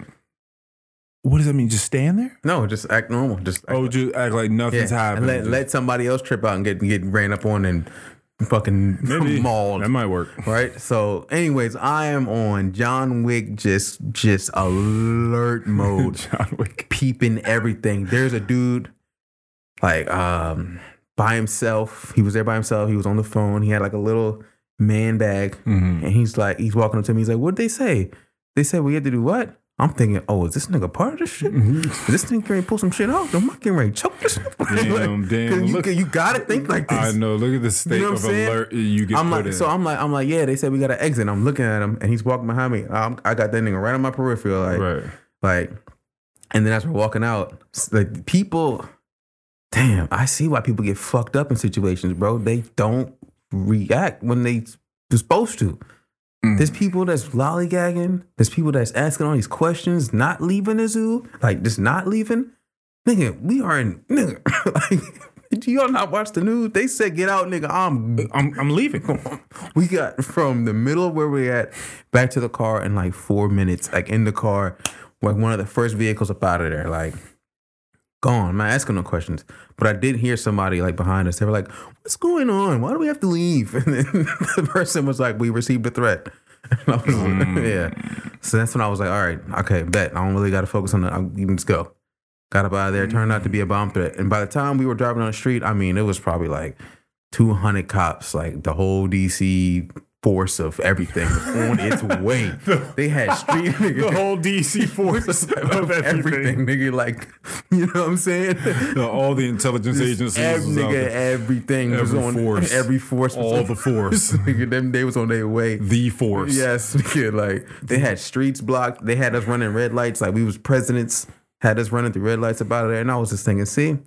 Speaker 3: what does that mean? Just stand there?
Speaker 2: no, just act normal. Just act,
Speaker 3: Oh, just act like
Speaker 2: yeah.
Speaker 3: nothing's
Speaker 2: And
Speaker 3: happening.
Speaker 2: let
Speaker 3: Just-
Speaker 2: let somebody else trip out and get get ran up on and fucking
Speaker 3: Maybe.
Speaker 2: mauled.
Speaker 3: That might work.
Speaker 2: Right. So, anyways, I am on John Wick, just just alert mode.
Speaker 3: John Wick.
Speaker 2: peeping everything. There's a dude like um by himself. He was there by himself. He was on the phone. He had like a little man bag,
Speaker 3: Mhm.
Speaker 2: and he's like, he's walking up to me. He's like, "What'd they say? They said we had to do what?" I'm thinking, "Oh, is this nigga part of this shit?
Speaker 3: Mm-hmm.
Speaker 2: Is this nigga ready to pull some shit off? Am I getting ready to choke this?"
Speaker 3: Damn,
Speaker 2: Like, 'cause
Speaker 3: damn,
Speaker 2: You,
Speaker 3: look-
Speaker 2: you gotta think like this.
Speaker 3: I know. Look at the state
Speaker 2: what I'm
Speaker 3: of
Speaker 2: saying?
Speaker 3: alert you get
Speaker 2: I'm
Speaker 3: put
Speaker 2: like,
Speaker 3: in.
Speaker 2: so I'm like, I'm like, yeah. They said we got to exit. I'm looking at him, and he's walking behind me. I'm, I got that nigga right on my peripheral, like,
Speaker 3: right.
Speaker 2: like. And then as we're walking out, s- like people, damn, I see why people get fucked up in situations, bro. They don't react when they are supposed to.
Speaker 3: Mm.
Speaker 2: There's people that's lollygagging. There's people that's asking all these questions, not leaving the zoo, like just not leaving. Nigga, we are in nigga. like, did y'all not watch the news? They said get out, nigga. I'm
Speaker 3: I'm, I'm leaving.
Speaker 2: we got from the middle of where we at back to the car in like four minutes, like in the car, like one of the first vehicles up out of there, like gone. I'm not asking no questions, but I did hear somebody like behind us. They were like, "What's going on? Why do we have to leave?" And then the person was like, "We received a threat." And I was like, yeah, so that's when I was like, "All right, okay, bet I don't really got to focus on that. I'm- You can just go." Got up out of there. It Turned out to be a bomb threat, and by the time we were driving on the street, I mean, it was probably like 200 cops, like the whole DC force of everything was on its way. They had street
Speaker 3: the
Speaker 2: nigga,
Speaker 3: whole DC force of
Speaker 2: of
Speaker 3: everything.
Speaker 2: everything, nigga. Like, you know what I'm saying?
Speaker 3: The- all the intelligence agencies.
Speaker 2: Every
Speaker 3: was out
Speaker 2: nigga,
Speaker 3: there.
Speaker 2: everything was
Speaker 3: Every
Speaker 2: on
Speaker 3: force.
Speaker 2: every force. was
Speaker 3: all
Speaker 2: on-
Speaker 3: the force.
Speaker 2: nigga, them they was on their way.
Speaker 3: the force.
Speaker 2: Yes, nigga. Like they had streets blocked. They had us running red lights. Like we was presidents. Had us running through red lights about it. And I was just thinking, see,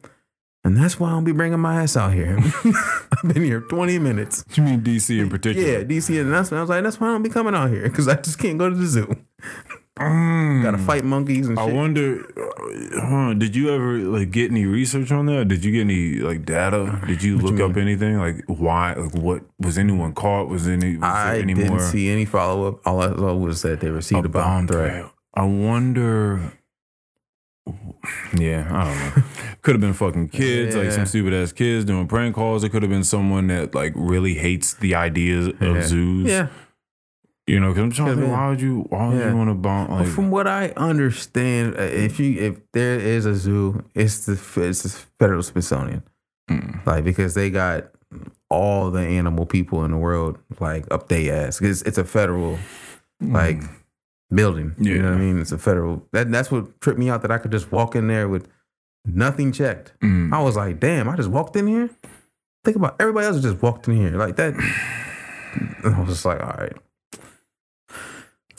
Speaker 2: and that's why I don't be bringing my ass out here. I've been here 20 minutes.
Speaker 3: You mean DC in particular?
Speaker 2: Yeah, DC and that's when I was like, that's why I don't be coming out here because I just can't go to the zoo.
Speaker 3: Mm.
Speaker 2: Got to fight monkeys and
Speaker 3: I
Speaker 2: shit.
Speaker 3: wonder, uh, huh, did you ever like get any research on that? Did you get any like data? Did you look up anything like why? Like what was anyone caught? Was any was
Speaker 2: I
Speaker 3: there any
Speaker 2: didn't
Speaker 3: more
Speaker 2: see any follow up. All I saw was that they received a, bomb threat.
Speaker 3: I wonder. Yeah, I don't know. Could have been fucking kids, like
Speaker 2: Yeah.
Speaker 3: some stupid ass kids doing prank calls. It could have been someone that like really hates the ideas of
Speaker 2: Yeah.
Speaker 3: zoos.
Speaker 2: Yeah.
Speaker 3: you know. Because I'm trying
Speaker 2: Could've
Speaker 3: to think,
Speaker 2: been.
Speaker 3: why would you? Why would
Speaker 2: Yeah.
Speaker 3: you want to bomb? Like,
Speaker 2: From what I understand, uh, if you if there is a zoo, it's the f- it's the federal Smithsonian,
Speaker 3: Mm.
Speaker 2: like because they got all the animal people in the world like up they ass. It's, it's a federal
Speaker 3: mm.
Speaker 2: like building. You know what I
Speaker 3: Hmm. Yeah.
Speaker 2: mean? It's a federal. That that's what tripped me out that I could just walk in there with nothing checked.
Speaker 3: Mm.
Speaker 2: I was like, damn, I just walked in here. Think about everybody else just walked in here like that. And I was just like, all right.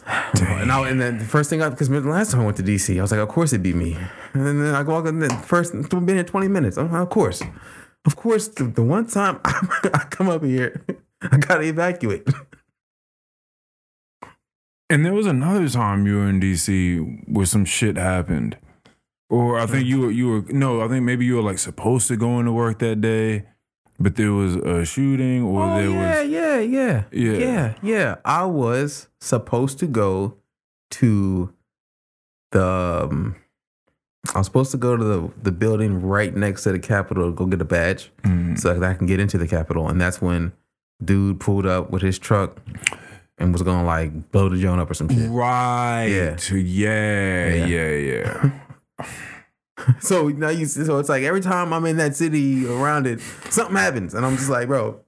Speaker 2: And, I, and then the first thing I, because the last time I went to DC, I was like, of course it'd be me. And then, I walk in the first, it's been here 20 minutes. I'm like, of course. Of course, the, the one time I, come up here, I got to evacuate.
Speaker 3: And there was another time you were in DC where some shit happened. Or I think you were you were no, I think maybe you were like supposed to go into work that day, but there was a shooting or
Speaker 2: oh,
Speaker 3: there
Speaker 2: yeah,
Speaker 3: was
Speaker 2: yeah, yeah,
Speaker 3: Yeah.
Speaker 2: yeah, yeah. I was supposed to go to the. Um, I was supposed to go to the, the building right next to the Capitol to go get a badge
Speaker 3: Mm.
Speaker 2: so that I can get into the Capitol. And that's when dude pulled up with his truck and was gonna like blow the joint up or some
Speaker 3: Mm-hmm.
Speaker 2: shit.
Speaker 3: Right.
Speaker 2: Yeah.
Speaker 3: Yeah. Yeah. Yeah. Yeah.
Speaker 2: So now you so it's like every time I'm in that city around it, something happens, and I'm just like, bro,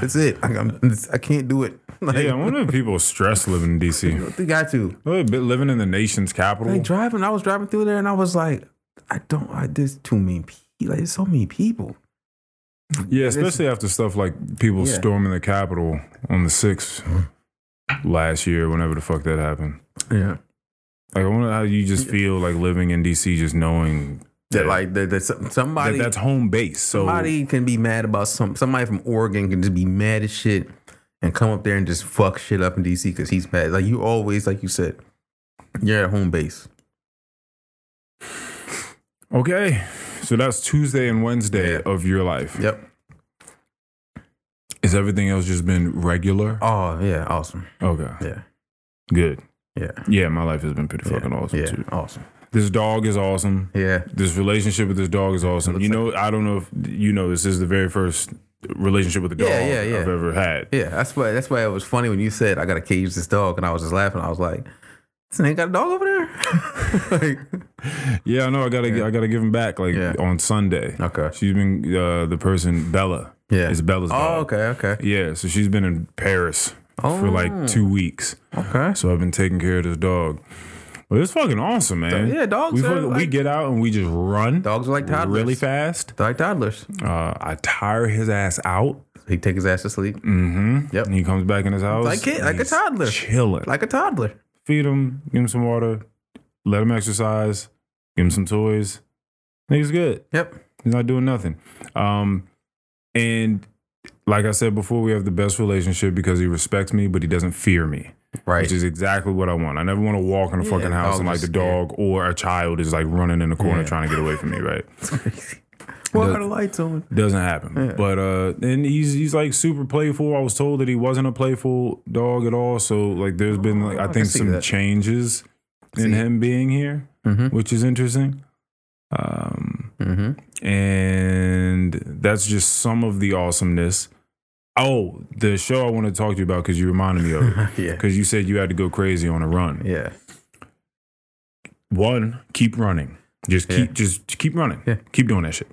Speaker 2: that's it. Like, I'm, I can't do it. Like,
Speaker 3: I wonder if people stress living in DC.
Speaker 2: they got to.
Speaker 3: Oh, but living in the nation's capital.
Speaker 2: Like driving, I was driving through there, and I was like, I don't. I, there's too many people. Like, there's so many people.
Speaker 3: Yeah, especially after stuff like people
Speaker 2: Yeah.
Speaker 3: storming the Capitol on the sixth last year, whenever the fuck that happened.
Speaker 2: Yeah.
Speaker 3: Like I wonder how you just feel like living in DC, just knowing
Speaker 2: That like that, that some- somebody
Speaker 3: that that's home base. So
Speaker 2: somebody can be mad about some somebody from Oregon can just be mad as shit and come up there and just fuck shit up in DC because he's mad. Like you always, like you said, you're at home base.
Speaker 3: okay, so that's Tuesday and Wednesday
Speaker 2: Yeah.
Speaker 3: of your life.
Speaker 2: Yep.
Speaker 3: Is everything else just been regular?
Speaker 2: Oh yeah, awesome.
Speaker 3: Okay,
Speaker 2: Yeah,
Speaker 3: good.
Speaker 2: yeah,
Speaker 3: Yeah, my life has been pretty fucking awesome
Speaker 2: yeah,
Speaker 3: too.
Speaker 2: awesome.
Speaker 3: This dog is awesome.
Speaker 2: Yeah,
Speaker 3: This relationship with this dog is awesome.
Speaker 2: looks
Speaker 3: You know, I don't know if you know this is the very first relationship with a dog
Speaker 2: Yeah, yeah, yeah.
Speaker 3: I've ever had.
Speaker 2: yeah. That's why that's why it was funny when you said I gotta cage this dog, and I was just laughing. I was like, This nigga got a dog over there. like,
Speaker 3: Yeah, I know. I gotta, I gotta give him back. Like
Speaker 2: Yeah.
Speaker 3: on Sunday.
Speaker 2: Okay.
Speaker 3: She's been uh, the person Bella.
Speaker 2: Yeah.
Speaker 3: It's Bella's.
Speaker 2: oh,
Speaker 3: dog.
Speaker 2: okay, okay,
Speaker 3: Yeah. So she's been in Paris for
Speaker 2: Oh.
Speaker 3: like two weeks.
Speaker 2: okay.
Speaker 3: So I've been taking care of this dog. But it's fucking awesome, man.
Speaker 2: Yeah,
Speaker 3: We,
Speaker 2: dogs are
Speaker 3: fucking- we
Speaker 2: like-
Speaker 3: get out and we just run.
Speaker 2: Dogs are like toddlers.
Speaker 3: Really fast.
Speaker 2: They're like toddlers.
Speaker 3: Uh, I tire his ass out.
Speaker 2: He take his ass to sleep
Speaker 3: And he comes back in his house.
Speaker 2: Like it-
Speaker 3: and
Speaker 2: like a
Speaker 3: he's
Speaker 2: toddler.
Speaker 3: Chilling.
Speaker 2: like a toddler.
Speaker 3: feed him, give him some water, let him exercise, give him some toys. Nigga's good.
Speaker 2: Yep.
Speaker 3: He's not doing nothing. Um, and like I said before, we have the best relationship because he respects me, but he doesn't fear me,
Speaker 2: Right.
Speaker 3: which is exactly what I want. I never want to walk in a
Speaker 2: Yeah,
Speaker 3: fucking house
Speaker 2: dog
Speaker 3: and like the
Speaker 2: is-
Speaker 3: dog or a child is like running in the corner
Speaker 2: Yeah.
Speaker 3: trying to get away from me, right?
Speaker 2: Why are the lights on?
Speaker 3: Doesn't happen. But uh and he's he's like super playful. I was told that he wasn't a playful dog at all. So like there's been like I,
Speaker 2: Oh, I
Speaker 3: think
Speaker 2: see
Speaker 3: some
Speaker 2: that.
Speaker 3: changes in him being here,
Speaker 2: Mm-hmm.
Speaker 3: which is interesting. Um
Speaker 2: Mm-hmm.
Speaker 3: and that's just some of the awesomeness. Oh, the show I want to talk to you about because you reminded me of it.
Speaker 2: yeah.
Speaker 3: Because you said you had to go crazy on a run.
Speaker 2: Yeah.
Speaker 3: One, keep running. Just keep,
Speaker 2: Yeah.
Speaker 3: just keep running.
Speaker 2: Yeah.
Speaker 3: Keep doing that shit.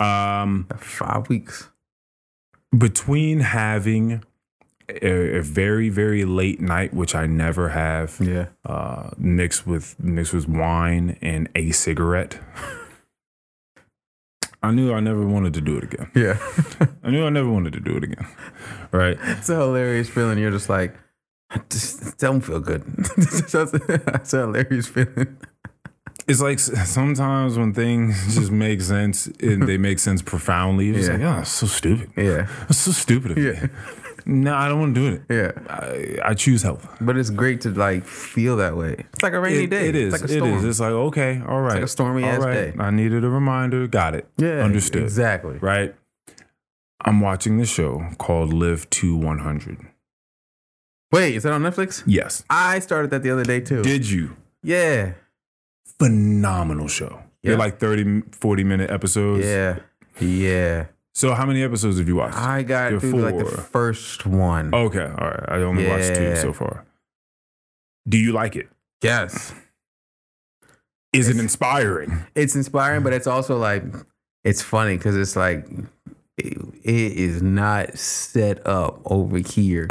Speaker 3: Um,
Speaker 2: Five weeks.
Speaker 3: between having a, a very very late night, which I never have,
Speaker 2: Yeah.
Speaker 3: uh, mixed with mixed with wine and a cigarette. I knew I never wanted to do it again.
Speaker 2: Yeah.
Speaker 3: I knew I never wanted to do it again. Right.
Speaker 2: it's a hilarious feeling. You're just like, I just don't feel good. It's a hilarious feeling.
Speaker 3: It's like s- sometimes when things just make sense and they make sense profoundly, it's just
Speaker 2: Yeah.
Speaker 3: like, oh, it's so stupid.
Speaker 2: Yeah.
Speaker 3: It's so stupid of me.
Speaker 2: Yeah.
Speaker 3: No, I don't want to do it.
Speaker 2: Yeah.
Speaker 3: I, I choose health.
Speaker 2: But it's great to like feel that way. It's like a rainy
Speaker 3: It-
Speaker 2: day.
Speaker 3: It is.
Speaker 2: It's like a
Speaker 3: it
Speaker 2: storm.
Speaker 3: is. It's like, okay, all right.
Speaker 2: like a stormy
Speaker 3: all
Speaker 2: ass
Speaker 3: right.
Speaker 2: day.
Speaker 3: I needed a reminder. Got it.
Speaker 2: yeah.
Speaker 3: Understood.
Speaker 2: Exactly.
Speaker 3: Right. I'm watching this show called Live to 100.
Speaker 2: Wait, is that on Netflix?
Speaker 3: Yes.
Speaker 2: I started that the other day too.
Speaker 3: Did you?
Speaker 2: yeah.
Speaker 3: Phenomenal show. They're
Speaker 2: Yeah.
Speaker 3: like 30, 40 minute episodes.
Speaker 2: Yeah. Yeah.
Speaker 3: So, how many episodes have you watched?
Speaker 2: I got
Speaker 3: You're
Speaker 2: through like the
Speaker 3: four. Oh.
Speaker 2: first one.
Speaker 3: Okay, all right. I only watched two
Speaker 2: Yeah.
Speaker 3: so far. Do you like it?
Speaker 2: Yes.
Speaker 3: Is it
Speaker 2: It's-
Speaker 3: inspiring?
Speaker 2: It's inspiring, but it's also like it's funny because it's like it- it is not set up over here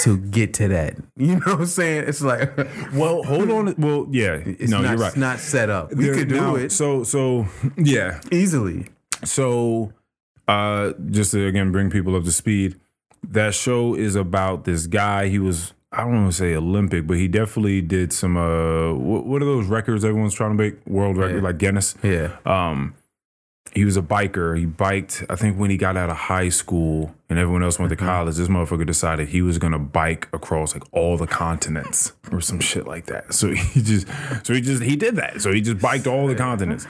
Speaker 2: to get to that. You know what I'm saying? It's like
Speaker 3: Well, hold on. Well, yeah.
Speaker 2: it's
Speaker 3: no,
Speaker 2: not,
Speaker 3: you're right.
Speaker 2: it's not set up. We
Speaker 3: There-
Speaker 2: could do
Speaker 3: now-
Speaker 2: it
Speaker 3: So, so yeah.
Speaker 2: easily.
Speaker 3: So, uh, just to again bring people up to speed, that show is about this guy. He was I don't want to say Olympic, but he definitely did some. Uh, what, what are those records everyone's trying to make? World record
Speaker 2: Yeah.
Speaker 3: like Guinness.
Speaker 2: Yeah.
Speaker 3: um he was a biker. He biked, I think when he got out of high school and everyone else went
Speaker 2: Mm-hmm.
Speaker 3: to college, this motherfucker decided he was gonna bike across like all the continents or some shit like that. So he just so he just he did that. So he just biked all the continents.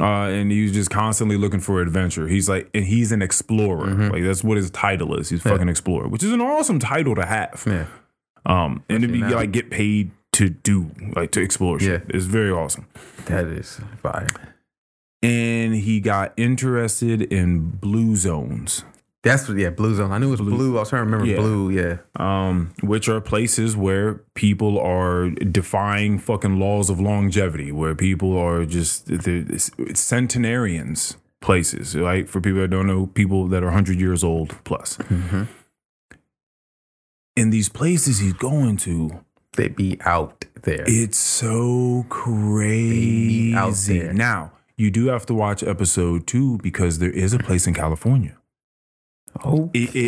Speaker 3: Uh and he was just constantly looking for adventure. He's like and he's an explorer.
Speaker 2: Mm-hmm.
Speaker 3: Like that's what his title is. He's fucking explorer, which is an awesome title to have.
Speaker 2: Yeah.
Speaker 3: Um and to be like get paid to do like to explore shit.
Speaker 2: Yeah.
Speaker 3: It's very awesome
Speaker 2: That is fire.
Speaker 3: and he got interested in blue zones,
Speaker 2: That's what, yeah, blue zone. I knew it was blue. I was trying to remember
Speaker 3: Yeah.
Speaker 2: blue. Yeah.
Speaker 3: um, which are places where people are defying fucking laws of longevity, where people are just they're- it's it's centenarians places, right? For people that don't know, people that are 100 years old plus. And these places he's going to,
Speaker 2: They be out there.
Speaker 3: It's so crazy.
Speaker 2: be out there.
Speaker 3: Now, you do have to watch episode two because there is a place in California.
Speaker 2: Okay.
Speaker 3: It, it,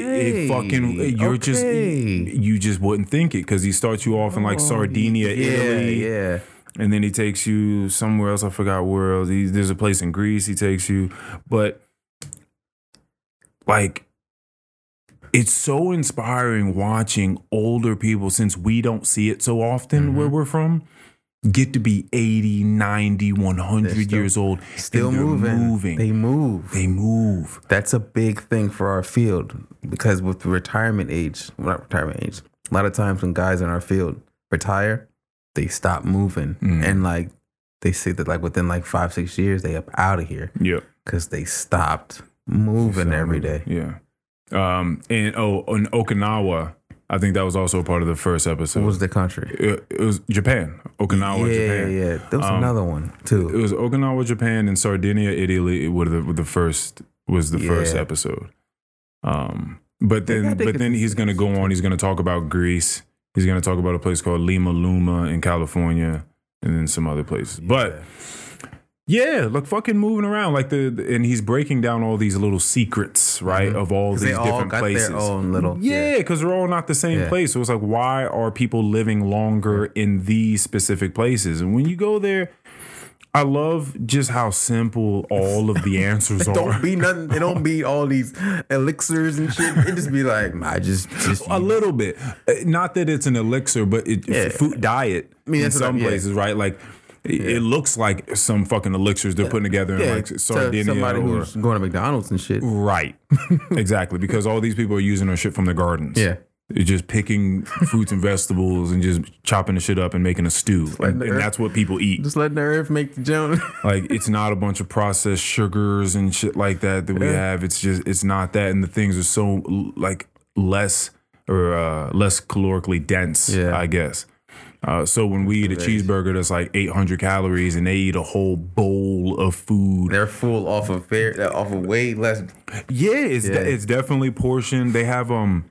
Speaker 3: it fucking, you're just,
Speaker 2: Okay. Oh,
Speaker 3: you just wouldn't think it because he starts you off in like Sardinia,
Speaker 2: yeah,
Speaker 3: Italy,
Speaker 2: Yeah.
Speaker 3: and then he takes you somewhere else. I forgot where else. He, there's a place in Greece he takes you, but like, it's so inspiring watching older people since we don't see it so often
Speaker 2: Mm-hmm.
Speaker 3: where we're from get to be 80 90 100
Speaker 2: They're still-
Speaker 3: years old and
Speaker 2: Still
Speaker 3: they're
Speaker 2: moving.
Speaker 3: moving.
Speaker 2: They
Speaker 3: They,
Speaker 2: move.
Speaker 3: move
Speaker 2: That's a big thing for our field because with retirement age, well, not retirement age, a lot of times when guys in our field retire, they stop moving.
Speaker 3: Mm.
Speaker 2: And like they say that like within like five, six years, they up out of here
Speaker 3: yeah
Speaker 2: because they stopped moving every day.
Speaker 3: yeah um and oh in okinawa I think that was also part of the first episode.
Speaker 2: What was the country?
Speaker 3: it, it was Japan, Okinawa,
Speaker 2: yeah,
Speaker 3: Japan. Um,
Speaker 2: yeah. There was another one too.
Speaker 3: It was Okinawa, Japan, and Sardinia, Italy. Were the were the first was the first
Speaker 2: Yeah.
Speaker 3: episode. Um, but
Speaker 2: gotta
Speaker 3: then
Speaker 2: take
Speaker 3: but
Speaker 2: it
Speaker 3: then he's gonna go on. He's gonna talk about Greece. He's gonna talk about a place called Lima Luma in California, and then some other places. But yeah, like fucking moving around, like the, the- and he's breaking down all these little secrets, right, of all
Speaker 2: 'Cause
Speaker 3: these
Speaker 2: Mm-hmm. they all
Speaker 3: different
Speaker 2: got
Speaker 3: places.
Speaker 2: their own little.
Speaker 3: Yeah, because they're all not the same
Speaker 2: Yeah.
Speaker 3: place. So it's like, why are people living longer in these specific places? And when you go there, I love just how simple all of the answers
Speaker 2: Don't
Speaker 3: are.
Speaker 2: be nothing. It don't be all these elixirs and shit. It just be like I just just.
Speaker 3: A little bit. Uh, Not that it's an elixir, but it,
Speaker 2: Yeah.
Speaker 3: food diet
Speaker 2: mean,
Speaker 3: in
Speaker 2: that's what
Speaker 3: some
Speaker 2: I'm- yeah.
Speaker 3: places, right? Like, it, it looks like some fucking elixirs they're putting together in
Speaker 2: yeah,
Speaker 3: like
Speaker 2: to
Speaker 3: Sardinia
Speaker 2: somebody
Speaker 3: or
Speaker 2: who's going to McDonald's and shit.
Speaker 3: Right. exactly. Because all these people are using our shit from the gardens.
Speaker 2: Yeah.
Speaker 3: They're just picking fruits and vegetables and just chopping the shit up and making a stew.
Speaker 2: letting
Speaker 3: And,
Speaker 2: the
Speaker 3: and
Speaker 2: earth-
Speaker 3: that's what people eat.
Speaker 2: Just letting the earth make the joke.
Speaker 3: Like it's not a bunch of processed sugars and shit like that that we have. It's just it's not that and the things are so l- like less or uh, less calorically dense,
Speaker 2: Yeah.
Speaker 3: I guess. Uh, so when we eat a cheeseburger that's like 800 calories and they eat a whole bowl of food
Speaker 2: They're full off of fair, off of way less.
Speaker 3: Yeah, it's de-
Speaker 2: Yeah.
Speaker 3: it's definitely portioned. They have um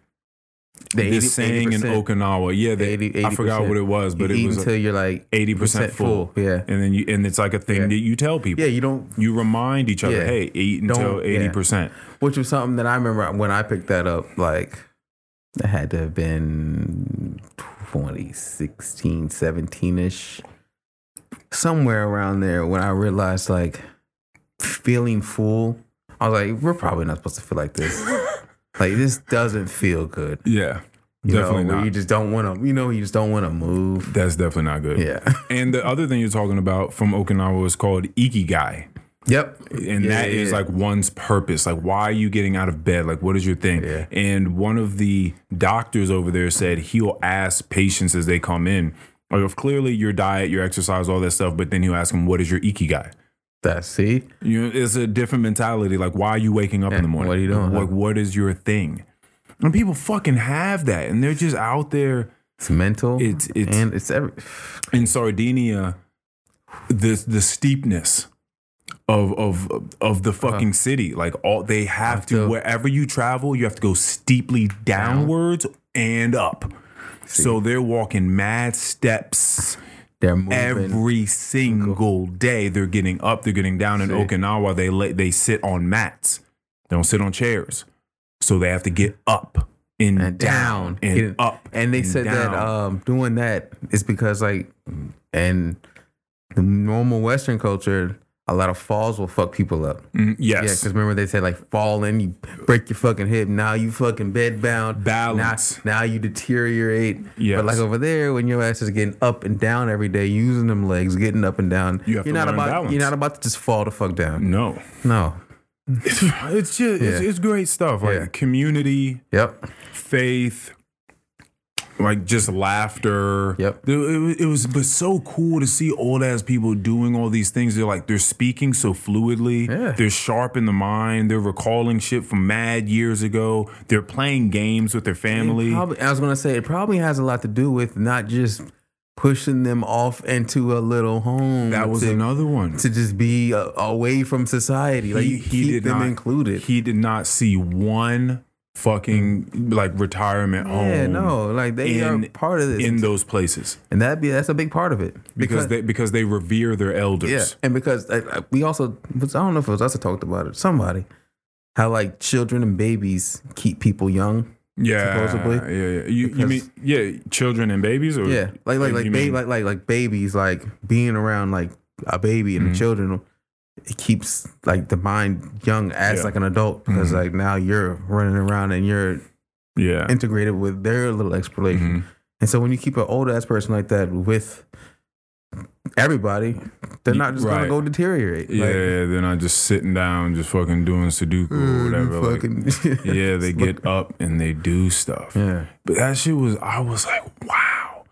Speaker 2: The
Speaker 3: this
Speaker 2: 80
Speaker 3: saying in
Speaker 2: 80%.
Speaker 3: Okinawa. Yeah, they,
Speaker 2: 80,
Speaker 3: I forgot
Speaker 2: 80%.
Speaker 3: what it was, but
Speaker 2: you eat
Speaker 3: it was
Speaker 2: until you're like
Speaker 3: eighty percent
Speaker 2: 80% full.
Speaker 3: full.
Speaker 2: Yeah.
Speaker 3: and then you and it's like a thing
Speaker 2: Yeah.
Speaker 3: that you tell people.
Speaker 2: Yeah, you don't.
Speaker 3: You remind each other,
Speaker 2: Yeah.
Speaker 3: hey, eat until
Speaker 2: Don't- yeah.
Speaker 3: eighty percent.
Speaker 2: Which was something that I remember when I picked that up. Like, it had to have been 2016, 17 ish, somewhere around there. When I realized like feeling full, I was like, we're probably not supposed to feel like this. like this doesn't feel good.
Speaker 3: Yeah,
Speaker 2: You
Speaker 3: definitely
Speaker 2: know, where
Speaker 3: not.
Speaker 2: You just don't want to. You know, you just don't want to move.
Speaker 3: That's definitely not good.
Speaker 2: Yeah.
Speaker 3: And the other thing you're talking about from Okinawa is called ikigai.
Speaker 2: Yep.
Speaker 3: and
Speaker 2: Yeah,
Speaker 3: that is
Speaker 2: yeah, yeah.
Speaker 3: like one's purpose. Like, why are you getting out of bed? Like, what is your thing?
Speaker 2: Yeah.
Speaker 3: And one of the doctors over there said he'll ask patients as they come in, like, if clearly your diet, your exercise, all that stuff, but then he'll ask them, what is your ikigai?
Speaker 2: that. See,
Speaker 3: You know, it's a different mentality. Like, why are you waking up in the morning?
Speaker 2: what are you doing?
Speaker 3: Like, what is your thing? And people fucking have that, and they're just out there
Speaker 2: it's mental.
Speaker 3: It's- it's-
Speaker 2: and it's every.
Speaker 3: in Sardinia, the the steepness of of of the fucking city, like all they Uh-huh. have to,
Speaker 2: to-
Speaker 3: wherever you travel, you have to go steeply downwards and up. So they're walking mad steps
Speaker 2: They're moving.
Speaker 3: every single day. They're getting up, they're getting down. In
Speaker 2: See.
Speaker 3: Okinawa, they let they sit on mats. They don't sit on chairs, so they have to get up and,
Speaker 2: and
Speaker 3: down,
Speaker 2: down
Speaker 3: and
Speaker 2: Get it.
Speaker 3: up.
Speaker 2: And they
Speaker 3: and
Speaker 2: said that
Speaker 3: down.
Speaker 2: um, doing that is because like, and the normal Western culture, a lot of falls will fuck people up.
Speaker 3: Mm, yes,
Speaker 2: Yeah, because remember they said like falling, you break your fucking hip. Now you fucking bed bound.
Speaker 3: Balance.
Speaker 2: Now, now you deteriorate.
Speaker 3: Yes.
Speaker 2: But like over there, when your ass is getting up and down every day, using them legs, getting up and down,
Speaker 3: You have
Speaker 2: are
Speaker 3: to
Speaker 2: not
Speaker 3: learn
Speaker 2: about
Speaker 3: balance.
Speaker 2: you're not about to just fall the fuck down.
Speaker 3: no.
Speaker 2: No.
Speaker 3: it's just it's,
Speaker 2: Yeah.
Speaker 3: it's great stuff like
Speaker 2: Yeah.
Speaker 3: community
Speaker 2: Yep.
Speaker 3: faith like just laughter
Speaker 2: Yep.
Speaker 3: Dude, it, wa- it was but so cool to see old ass people doing all these things they're like they're speaking so fluidly
Speaker 2: Yeah.
Speaker 3: they're sharp in the mind they're recalling shit from mad years ago they're playing games with their family
Speaker 2: It probably- I was gonna say it probably has a lot to do with not just pushing them off into a little home.
Speaker 3: that was
Speaker 2: to,
Speaker 3: another one
Speaker 2: to just be uh, away from society. Like you keep them included.
Speaker 3: he did not see one fucking like retirement
Speaker 2: yeah,
Speaker 3: home
Speaker 2: no, like they are
Speaker 3: in-
Speaker 2: part of this,
Speaker 3: in those places
Speaker 2: and that be that's a big part of it
Speaker 3: because they because they revere their elders.
Speaker 2: Yeah, and because I, I- we also, I don't know if it was us that talked about it, somebody, how like children and babies keep people young.
Speaker 3: yeah,
Speaker 2: supposedly.
Speaker 3: Yeah, yeah. You, you
Speaker 2: Because-
Speaker 3: mean yeah, children and babies, or
Speaker 2: Yeah, like like like
Speaker 3: you
Speaker 2: ba-
Speaker 3: mean-
Speaker 2: like like like babies, like being around like a baby and
Speaker 3: Mm-hmm.
Speaker 2: children, it keeps like the mind young as
Speaker 3: Yeah. Mm-hmm.
Speaker 2: like an adult because like now you're running around and you're
Speaker 3: yeah,
Speaker 2: integrated with their little
Speaker 3: Mhm.
Speaker 2: exploration. And so when you keep an old ass person like that with everybody, they're
Speaker 3: Y-
Speaker 2: not just
Speaker 3: right.
Speaker 2: gonna go deteriorate.
Speaker 3: yeah, They're not just sitting down, just fucking doing Sudoku
Speaker 2: Mm,
Speaker 3: or whatever. like, yeah, they get up and they do stuff.
Speaker 2: yeah.
Speaker 3: But that shit was, I was like, wow.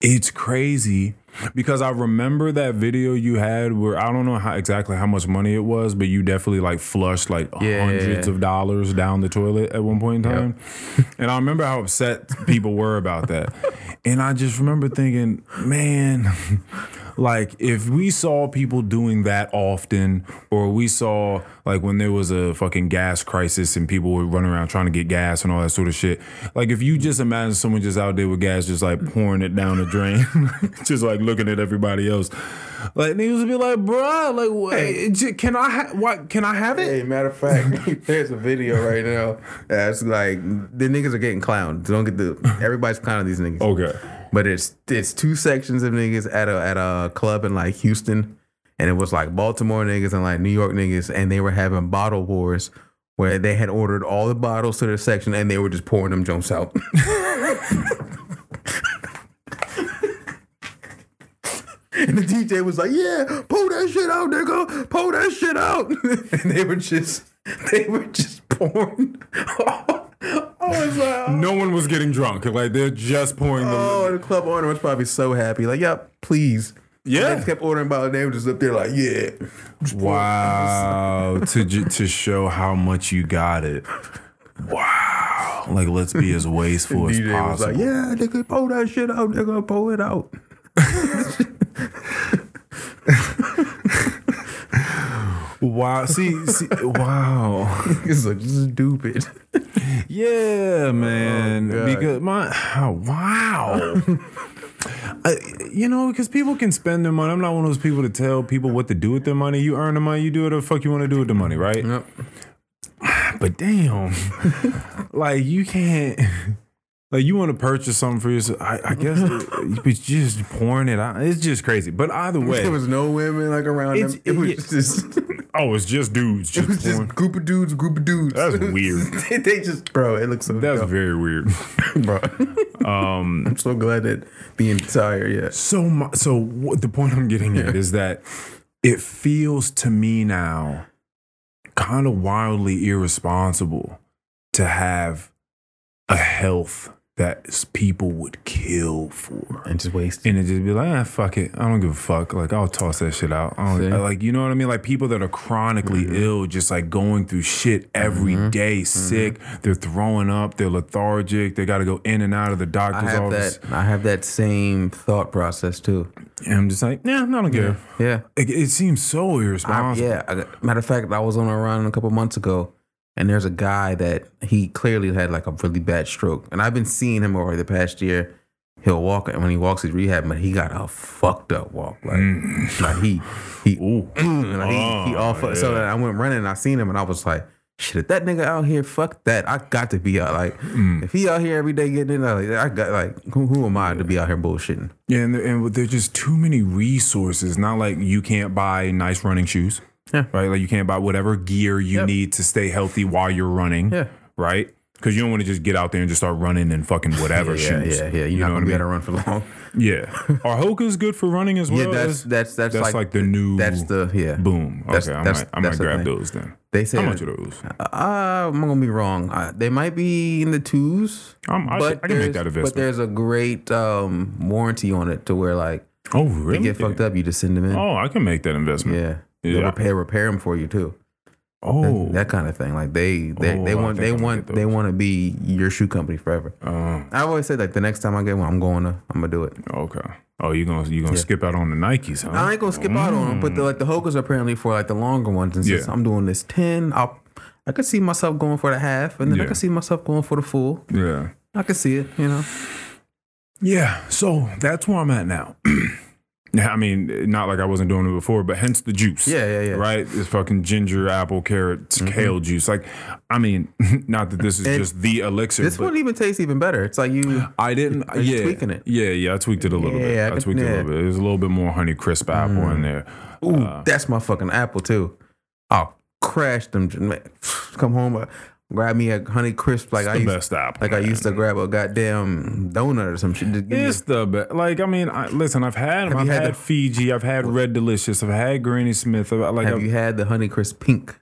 Speaker 3: It's crazy because I remember that video you had where I don't know how exactly how much money it was, but you definitely like flushed like
Speaker 2: Yeah.
Speaker 3: hundreds of dollars down the toilet at one point in time. And I remember how upset people were about that. And I just remember thinking, man, like if we saw people doing that often, or we saw like when there was a fucking gas crisis and people were running around trying to get gas and all that sort of shit. Like if you just imagine someone just out there with gas, just like pouring it down the drain, just like looking at everybody else. Like niggas would be like, bruh, like, what, can I ha- what? Can I have it?
Speaker 2: Hey, matter of fact, there's a video right now that's like the niggas are getting clowned. Don't get the everybody's clowning these niggas.
Speaker 3: Okay.
Speaker 2: But it's it's two sections of niggas at a at a club in like Houston, and it was like Baltimore niggas and like New York niggas, and they were having bottle wars where they had ordered all the bottles to their section and they were just pouring them jumps out. And the DJ was like, "Yeah, pull that shit out, nigga. Pull that shit out." and they were just, they were just pouring. oh, it's like,
Speaker 3: No one was getting drunk. Like they're just pouring the
Speaker 2: Oh, the club owner was probably so happy. Like, yep, please.
Speaker 3: Yeah.
Speaker 2: They just kept ordering bottles. They were just up there like, yeah.
Speaker 3: Wow, to ju- to show how much you got it. Wow, like let's be as wasteful as
Speaker 2: DJ was
Speaker 3: possible.
Speaker 2: like, yeah, nigga, pull that shit out. Nigga, pull it out.
Speaker 3: Wow, see, see, wow,
Speaker 2: It's like stupid.
Speaker 3: yeah, man.
Speaker 2: Oh, God.
Speaker 3: because my wow, I, you know, because people can spend their money. I'm not one of those people to tell people what to do with their money. You earn the money, you do whatever the fuck you want to do with the money, right?
Speaker 2: Yep.
Speaker 3: But damn, like you can't. Like you want to purchase something for yourself, I, I guess. But you just pouring it out, it's just crazy. But either way,
Speaker 2: There was no women like around
Speaker 3: It's-
Speaker 2: them. It was
Speaker 3: it-
Speaker 2: just,
Speaker 3: oh, it's just dudes.
Speaker 2: it was
Speaker 3: Just
Speaker 2: just
Speaker 3: pouring.
Speaker 2: group of dudes, group of dudes.
Speaker 3: That's weird.
Speaker 2: they, they just, bro, it looks so
Speaker 3: That's
Speaker 2: dumb,
Speaker 3: very weird. Um,
Speaker 2: bro. I'm so glad that the entire, yeah.
Speaker 3: So, mu so what the point I'm getting at is that it feels to me now kind of wildly irresponsible to have a health that s- people would kill for.
Speaker 2: And just waste.
Speaker 3: and it just be like, ah, fuck it. I don't give a fuck. Like, I'll toss that shit out. I
Speaker 2: See? Mm-hmm.
Speaker 3: don't, I- like, you know what I mean? Like, people that are chronically ill, just like going through shit every day, sick. They're throwing up. They're lethargic. They got to go in and out of the
Speaker 2: I
Speaker 3: doctor's
Speaker 2: have
Speaker 3: office.
Speaker 2: that. I have that same thought process too.
Speaker 3: And I'm just like, nah, I don't care.
Speaker 2: Yeah.
Speaker 3: It, it seems so
Speaker 2: I,
Speaker 3: irresponsible.
Speaker 2: yeah. I- matter of fact, I was on a run a couple months ago, and there's a guy that he clearly had like a really bad stroke, and I've been seeing him over the past year. He'll walk, and when he walks his rehab, but he got a fucked up walk. Like,
Speaker 3: Mm.
Speaker 2: like he he
Speaker 3: Ooh.
Speaker 2: like he, he all fuck. So
Speaker 3: Oh,
Speaker 2: then I went running, and I seen him, and I was like. Shit, if that nigga out here, fuck that. I got to be out. Like,
Speaker 3: Mm.
Speaker 2: if he out here every day getting in, like, I got like, who, who am I to be out here bullshitting?
Speaker 3: Yeah, and, there- and there's just too many resources. Not like you can't buy nice running shoes,
Speaker 2: Yeah.
Speaker 3: right? Like you can't buy whatever gear you need to stay healthy while you're running,
Speaker 2: Yeah.
Speaker 3: right? Because you don't want to just get out there and just start running and fucking whatever
Speaker 2: Yeah,
Speaker 3: shoes.
Speaker 2: yeah, yeah. You're
Speaker 3: You
Speaker 2: not
Speaker 3: know
Speaker 2: gonna be
Speaker 3: what I
Speaker 2: able to run for long.
Speaker 3: Yeah, are Hoka's good for running as well?
Speaker 2: Yeah, that's that's that's,
Speaker 3: that's like, the new.
Speaker 2: that's the yeah.
Speaker 3: boom.
Speaker 2: That's-
Speaker 3: okay, I
Speaker 2: that's-
Speaker 3: might, I might
Speaker 2: that's the
Speaker 3: grab
Speaker 2: thing.
Speaker 3: those then.
Speaker 2: They say
Speaker 3: How much are those?
Speaker 2: Uh, I'm gonna be wrong. Uh, they might be in the twos,
Speaker 3: Um, I, should, I can
Speaker 2: there's-
Speaker 3: make that
Speaker 2: But
Speaker 3: investment.
Speaker 2: there's a great um, warranty on it to where like
Speaker 3: oh, really?
Speaker 2: they get fucked up, you just send them in.
Speaker 3: Oh, I can make that investment.
Speaker 2: Yeah,
Speaker 3: Yeah.
Speaker 2: they'll repair repair them for you too.
Speaker 3: Oh,
Speaker 2: That kind of thing. Like they they,
Speaker 3: Oh, I
Speaker 2: they
Speaker 3: think
Speaker 2: want they
Speaker 3: I'm gonna
Speaker 2: want
Speaker 3: get
Speaker 2: they want to be your shoe company forever.
Speaker 3: uh,
Speaker 2: I always say like the next time I get one, I'm going to I'm gonna do it.
Speaker 3: okay. Oh, you gonna you gonna skip out on the Nikes, huh?
Speaker 2: I ain't gonna skip out on them, but the, like the Hokas are apparently for like the longer ones. And since
Speaker 3: Mm. Yeah.
Speaker 2: I'm doing this ten, I I could see myself going for the half, and then I
Speaker 3: Yeah.
Speaker 2: could see myself going for the full.
Speaker 3: Yeah.
Speaker 2: I could see it, you know.
Speaker 3: Yeah. So that's where I'm at now. I mean, not like I wasn't doing it before, but hence the juice.
Speaker 2: Yeah, yeah, Mm-hmm. yeah.
Speaker 3: Right? It's fucking ginger, apple, carrot, kale juice. Like, I mean, not that this is just the elixir,
Speaker 2: This
Speaker 3: but
Speaker 2: one even tastes even better. It's like you.
Speaker 3: I didn't.
Speaker 2: Are you
Speaker 3: yeah,
Speaker 2: tweaking it?
Speaker 3: Yeah, yeah. I tweaked it a little
Speaker 2: Yeah, I
Speaker 3: bit. I,
Speaker 2: could-
Speaker 3: tweaked it a
Speaker 2: yeah. Mm.
Speaker 3: little bit. There's a little bit more honey crisp apple in there.
Speaker 2: Ooh,
Speaker 3: uh,
Speaker 2: that's my fucking apple too. I'll crash them. man. Come home, uh, grab me a honey crisp like I
Speaker 3: The
Speaker 2: used,
Speaker 3: best apple.
Speaker 2: like I
Speaker 3: man.
Speaker 2: used to grab a goddamn donut or some shit. Just give me a-
Speaker 3: It's the best. Like I mean, I, listen. I've had. 'em.
Speaker 2: Have
Speaker 3: I've
Speaker 2: you
Speaker 3: had,
Speaker 2: had the-
Speaker 3: Fiji. I've had Red Delicious. I've had Granny Smith. I've, like
Speaker 2: have
Speaker 3: I've,
Speaker 2: you had the honey crisp pink?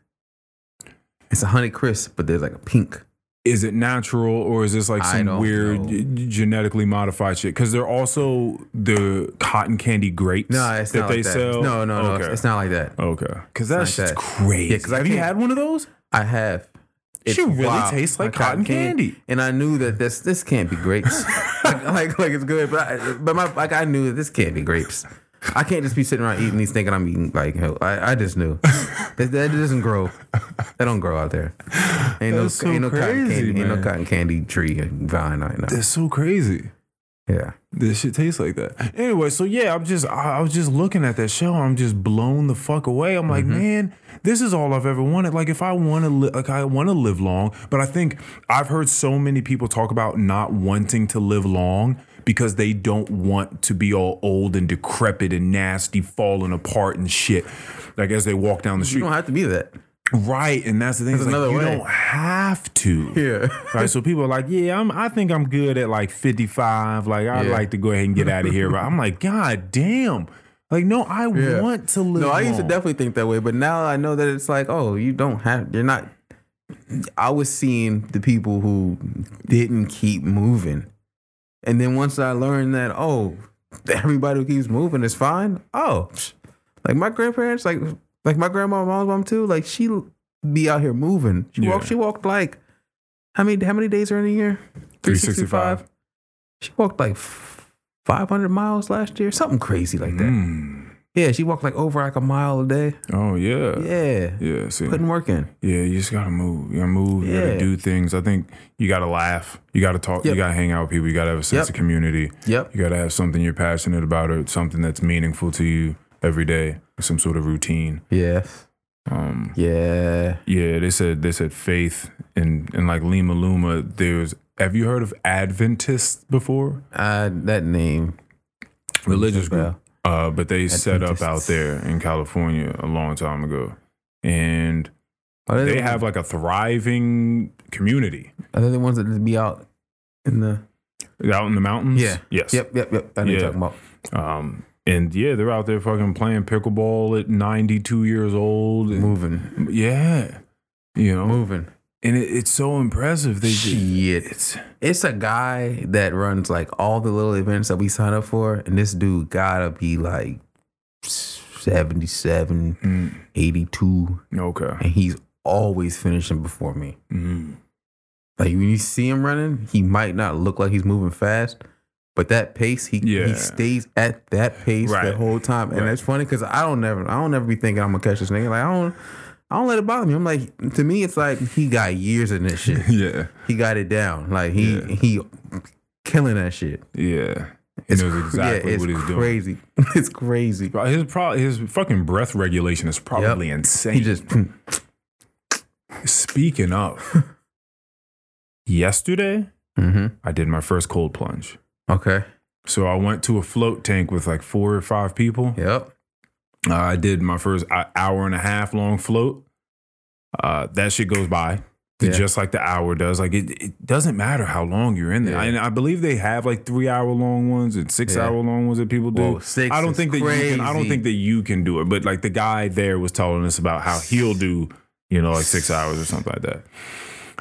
Speaker 2: It's a honey crisp, but there's like a pink.
Speaker 3: is it natural or is this like
Speaker 2: I
Speaker 3: some
Speaker 2: don't
Speaker 3: weird
Speaker 2: know.
Speaker 3: g- genetically modified shit? Because they're also the cotton candy grapes
Speaker 2: No, it's
Speaker 3: that
Speaker 2: not
Speaker 3: they
Speaker 2: like that.
Speaker 3: sell.
Speaker 2: No, no, no.
Speaker 3: Okay.
Speaker 2: It's not like that.
Speaker 3: Okay, because that's
Speaker 2: like
Speaker 3: just
Speaker 2: that.
Speaker 3: crazy.
Speaker 2: Yeah, 'cause I
Speaker 3: have you
Speaker 2: can't-
Speaker 3: had one of those?
Speaker 2: I have.
Speaker 3: She really tastes like cotton candy.
Speaker 2: and I knew that this this can't be grapes. like, like like it's good, but I, but my like I knew that this can't be grapes. I can't just be sitting around eating these thinking I'm eating like hell. I, I just knew that, that doesn't grow. That don't grow out there. Ain't no
Speaker 3: That's so
Speaker 2: ain't no cotton
Speaker 3: crazy,
Speaker 2: candy ain't no
Speaker 3: man.
Speaker 2: cotton candy tree and vine right now.
Speaker 3: That's so crazy.
Speaker 2: Yeah,
Speaker 3: This shit tastes like that. Anyway, so yeah, I'm just I, I was just looking at that show. I'm just blown the fuck away. I'm like, man, this is all I've ever wanted. Like, if I want to, li- like, I want to live long. But I think I've heard so many people talk about not wanting to live long because they don't want to be all old and decrepit and nasty, falling apart and shit. Like as they walk down the
Speaker 2: you
Speaker 3: street,
Speaker 2: don't have to be that.
Speaker 3: right? And that's the thing. It's like,
Speaker 2: another
Speaker 3: you
Speaker 2: way.
Speaker 3: don't have to.
Speaker 2: Yeah,
Speaker 3: Right, so people are like, yeah, I'm, I think I'm good at like 55. Like, I'd
Speaker 2: Yeah.
Speaker 3: like to go ahead and get out of here. But I'm like, God damn. Like, no, I
Speaker 2: yeah.
Speaker 3: want to live.
Speaker 2: No, I used to
Speaker 3: long.
Speaker 2: definitely think that way, but now I know that it's like, oh, you don't have, you're not. I was seeing the people who didn't keep moving, and then once I learned that, oh, everybody who keeps moving is fine. Oh, like my grandparents, like like my grandma, and mom's mom too. Like she be out here moving. She walked.
Speaker 3: Yeah.
Speaker 2: She walked like how many how many days are in a year?
Speaker 3: 365.
Speaker 2: She walked like. 500 miles last year, something crazy like that.
Speaker 3: Mm.
Speaker 2: Yeah, she walked like over like a mile a day.
Speaker 3: Oh, yeah. Yeah.
Speaker 2: Yeah.
Speaker 3: see.
Speaker 2: Putting work in.
Speaker 3: yeah, you just got to move. You got to move. You got
Speaker 2: Yeah.
Speaker 3: to do things. I think you got to laugh. You got to talk.
Speaker 2: Yep.
Speaker 3: You got to hang out with people. You got to have a sense
Speaker 2: Yep.
Speaker 3: of community.
Speaker 2: Yep.
Speaker 3: You got to have something you're passionate about or something that's meaningful to you every day, some sort of routine.
Speaker 2: Yes.
Speaker 3: Um,
Speaker 2: Yeah.
Speaker 3: Yeah, they said they said faith and and like Lima Luma. There's have you heard of Adventists before?
Speaker 2: Uh, that name.
Speaker 3: Religious group.
Speaker 2: Well,
Speaker 3: Uh, but they set up out
Speaker 2: Adventists.
Speaker 3: there in California a long time ago, and
Speaker 2: Are they,
Speaker 3: they
Speaker 2: the,
Speaker 3: have like a thriving community
Speaker 2: are they the ones that just be out in the?
Speaker 3: out in the mountains. Yes.
Speaker 2: Yep. Yep. Yep. I
Speaker 3: Yeah.
Speaker 2: know you're talking about.
Speaker 3: Um. And yeah, they're out there fucking playing pickleball at 92 years old. and-
Speaker 2: Moving.
Speaker 3: yeah. You know,
Speaker 2: Moving.
Speaker 3: and it, it's so impressive. They just,
Speaker 2: Shit.
Speaker 3: it's
Speaker 2: It's a guy that runs like all the little events that we sign up for, and this dude gotta be like 77,
Speaker 3: mm,
Speaker 2: 82,
Speaker 3: okay.
Speaker 2: and he's always finishing before me.
Speaker 3: Mm.
Speaker 2: Like when you see him running, he might not look like he's moving fast, but that pace, he
Speaker 3: Yeah.
Speaker 2: he stays at that pace
Speaker 3: Right.
Speaker 2: the whole time, and
Speaker 3: Right.
Speaker 2: it's funny because I don't never, I don't ever be thinking I'm gonna catch this nigga. Like I don't, I don't let it bother me. I'm like, to me, it's like he got years in this shit.
Speaker 3: Yeah,
Speaker 2: he got it down. Like he
Speaker 3: Yeah.
Speaker 2: he killing that shit.
Speaker 3: yeah. He
Speaker 2: It's
Speaker 3: knows
Speaker 2: cr- yeah,
Speaker 3: exactly
Speaker 2: it's
Speaker 3: what he's doing.
Speaker 2: crazy. it's crazy.
Speaker 3: Bro, His pro- his fucking breath regulation is probably insane.
Speaker 2: He just mm,
Speaker 3: Speaking of, yesterday
Speaker 2: hmm
Speaker 3: I did my first cold plunge.
Speaker 2: okay.
Speaker 3: So I went to a float tank with like four or five people.
Speaker 2: Yep.
Speaker 3: Uh, I did my first uh, hour and a half long float. Uh, that shit goes by.
Speaker 2: Yeah.
Speaker 3: Just like the hour does, like it, it doesn't matter how long you're in there.
Speaker 2: Yeah.
Speaker 3: And I believe they have like three hour long ones and six
Speaker 2: Yeah.
Speaker 3: hour long ones that people do.
Speaker 2: Whoa, six
Speaker 3: I don't
Speaker 2: is
Speaker 3: think that you can, I don't
Speaker 2: crazy.
Speaker 3: think that you can do it. But like the guy there was telling us about how he'll do, you know, like six hours or something like that.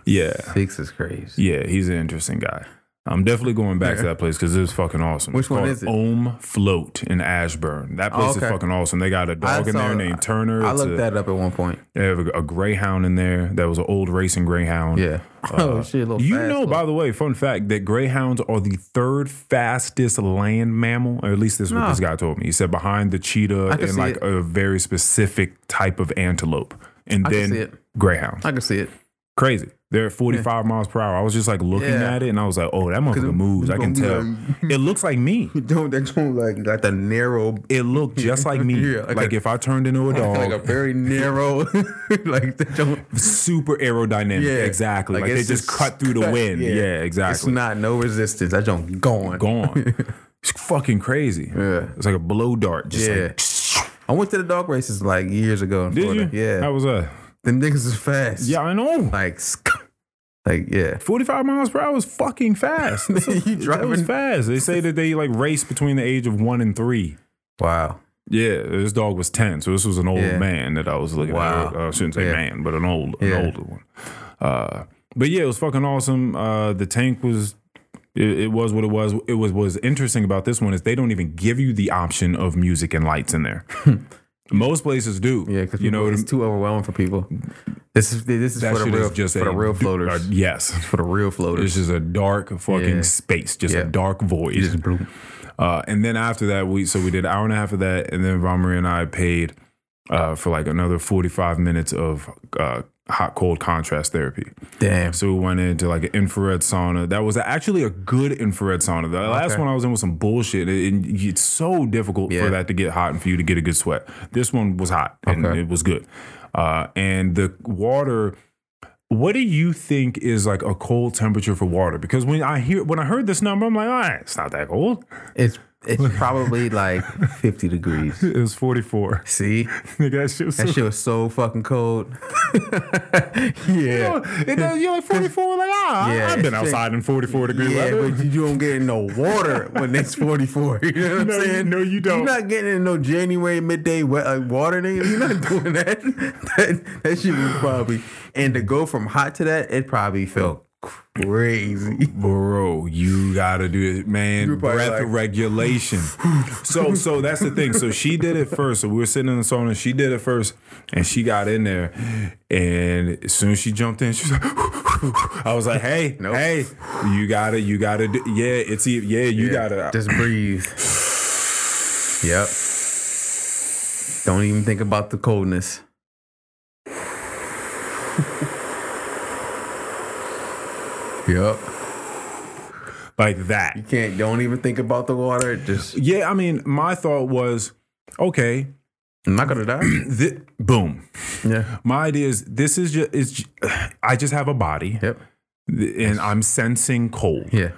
Speaker 3: Yeah,
Speaker 2: Six is crazy.
Speaker 3: yeah, he's an interesting guy. I'm definitely going back to that place because it was fucking awesome.
Speaker 2: Which
Speaker 3: It's
Speaker 2: one
Speaker 3: called
Speaker 2: is it? Oh,
Speaker 3: Ohm Float in Ashburn. That place
Speaker 2: okay.
Speaker 3: is fucking awesome. They got a dog in
Speaker 2: saw-
Speaker 3: there named Turner.
Speaker 2: I
Speaker 3: It's
Speaker 2: looked
Speaker 3: a-
Speaker 2: that up at one point.
Speaker 3: They have a, a greyhound in there. That was an old racing greyhound.
Speaker 2: Yeah. oh shit. a little
Speaker 3: You
Speaker 2: fast,
Speaker 3: know,
Speaker 2: little-
Speaker 3: by the way, fun fact that greyhounds are the third fastest land mammal, or at least this is what
Speaker 2: Nah.
Speaker 3: this guy told me. He said behind the cheetah
Speaker 2: I can
Speaker 3: and
Speaker 2: see
Speaker 3: like
Speaker 2: it.
Speaker 3: a very specific type of antelope, and
Speaker 2: I can see
Speaker 3: then
Speaker 2: it.
Speaker 3: greyhounds.
Speaker 2: I can see it.
Speaker 3: Crazy. They're at 45 miles per hour. I was just like looking
Speaker 2: Yeah.
Speaker 3: at it, and I was like, "Oh, that motherfucker moves. I can
Speaker 2: gonna be
Speaker 3: tell. it looks like me.
Speaker 2: Don't they don't like got the narrow,
Speaker 3: It looked just like me.
Speaker 2: Yeah,
Speaker 3: like
Speaker 2: like a-
Speaker 3: if I turned into a dog,
Speaker 2: like a very narrow, like they don't.
Speaker 3: super aerodynamic.
Speaker 2: Yeah.
Speaker 3: exactly. Like,
Speaker 2: Like,
Speaker 3: they
Speaker 2: it's
Speaker 3: just
Speaker 2: just
Speaker 3: cut through the
Speaker 2: cut-
Speaker 3: wind. Yeah,
Speaker 2: yeah. It's
Speaker 3: exactly.
Speaker 2: not no resistance. I don't gone.
Speaker 3: Gone. it's fucking crazy.
Speaker 2: Yeah.
Speaker 3: It's like a blow dart. Just
Speaker 2: Yeah.
Speaker 3: like,
Speaker 2: I went to the dog races like years ago in
Speaker 3: did
Speaker 2: Florida.
Speaker 3: you?
Speaker 2: Yeah,
Speaker 3: How was that?
Speaker 2: them niggas is fast.
Speaker 3: Yeah, I know.
Speaker 2: like sk- like yeah.
Speaker 3: 45 miles per hour is fucking fast. That's a-
Speaker 2: You
Speaker 3: that was
Speaker 2: driving-
Speaker 3: fast. They say that they like race between the age of one and three.
Speaker 2: Wow.
Speaker 3: Yeah, this dog was 10. So this was an old
Speaker 2: Yeah.
Speaker 3: man that I was looking
Speaker 2: Wow.
Speaker 3: at. Uh, I shouldn't say
Speaker 2: Yeah.
Speaker 3: man, but an old,
Speaker 2: Yeah.
Speaker 3: an older one. Uh, But yeah, it was fucking awesome. Uh, the tank was. It, it was what it was. It was what was interesting about this one is they don't even give you the option of music and lights in there. Most places do.
Speaker 2: Hmm. Yeah, because
Speaker 3: you know what I
Speaker 2: it's
Speaker 3: mean?
Speaker 2: too overwhelming for people. This is this is
Speaker 3: That
Speaker 2: for the
Speaker 3: shit is
Speaker 2: real
Speaker 3: just
Speaker 2: for the
Speaker 3: a-
Speaker 2: real floaters.
Speaker 3: uh, yes,
Speaker 2: for the real floaters.
Speaker 3: It's just a dark fucking
Speaker 2: Yeah.
Speaker 3: space, just
Speaker 2: Yeah.
Speaker 3: a dark void. Uh, and then after that, we so we did an hour and a half of that, and then Von Marie and I paid uh, for like another forty five minutes of uh, hot cold contrast therapy.
Speaker 2: Damn.
Speaker 3: So we went into like an infrared sauna. That was actually a good infrared sauna. The last
Speaker 2: Okay.
Speaker 3: one I was in was some bullshit. It, it- it's so difficult
Speaker 2: Yeah.
Speaker 3: for that to get hot and for you to get a good sweat. This one was hot and
Speaker 2: Okay.
Speaker 3: it was good. Uh, and the water. What do you think is like a cold temperature for water? Because when I hear when I heard this number, I'm like, all right, it's not that cold.
Speaker 2: It's it's probably like fifty degrees.
Speaker 3: It was 44.
Speaker 2: See,
Speaker 3: Nigga, that shit was
Speaker 2: that
Speaker 3: so
Speaker 2: shit was so fucking cold. yeah,
Speaker 3: It does, you're like 44, like, ah,
Speaker 2: Yeah,
Speaker 3: I've been
Speaker 2: it's-
Speaker 3: outside in 44 degree
Speaker 2: yeah,
Speaker 3: weather.
Speaker 2: but you don't get in no water when it's forty four. You know what I'm
Speaker 3: No, you-
Speaker 2: saying?
Speaker 3: no, you don't.
Speaker 2: You're not getting in no January midday we- uh, water, nigga. You're not doing that. that. That shit was probably and to go from hot to that, it probably felt crazy.
Speaker 3: Bro, you gotta do it, man.
Speaker 2: You're probably
Speaker 3: Breath
Speaker 2: like-
Speaker 3: regulation. so, so that's the thing. So she did it first. So we were sitting in the sauna. She did it first, and she got in there. And as soon as she jumped in, she was like, I was like, hey,
Speaker 2: Nope.
Speaker 3: hey, you gotta, you gotta, do, yeah, it's, e- yeah, you gotta.
Speaker 2: just breathe. Yep. Don't even think about the coldness. yep.
Speaker 3: like that.
Speaker 2: Can't. Don't even think about the water. Just.
Speaker 3: Yeah, I mean, my thought was, okay,
Speaker 2: I'm not gonna die.
Speaker 3: thi- boom.
Speaker 2: yeah.
Speaker 3: My idea is this is just it's ju- I just have a body
Speaker 2: Yep.
Speaker 3: and I'm sensing cold,
Speaker 2: Yeah.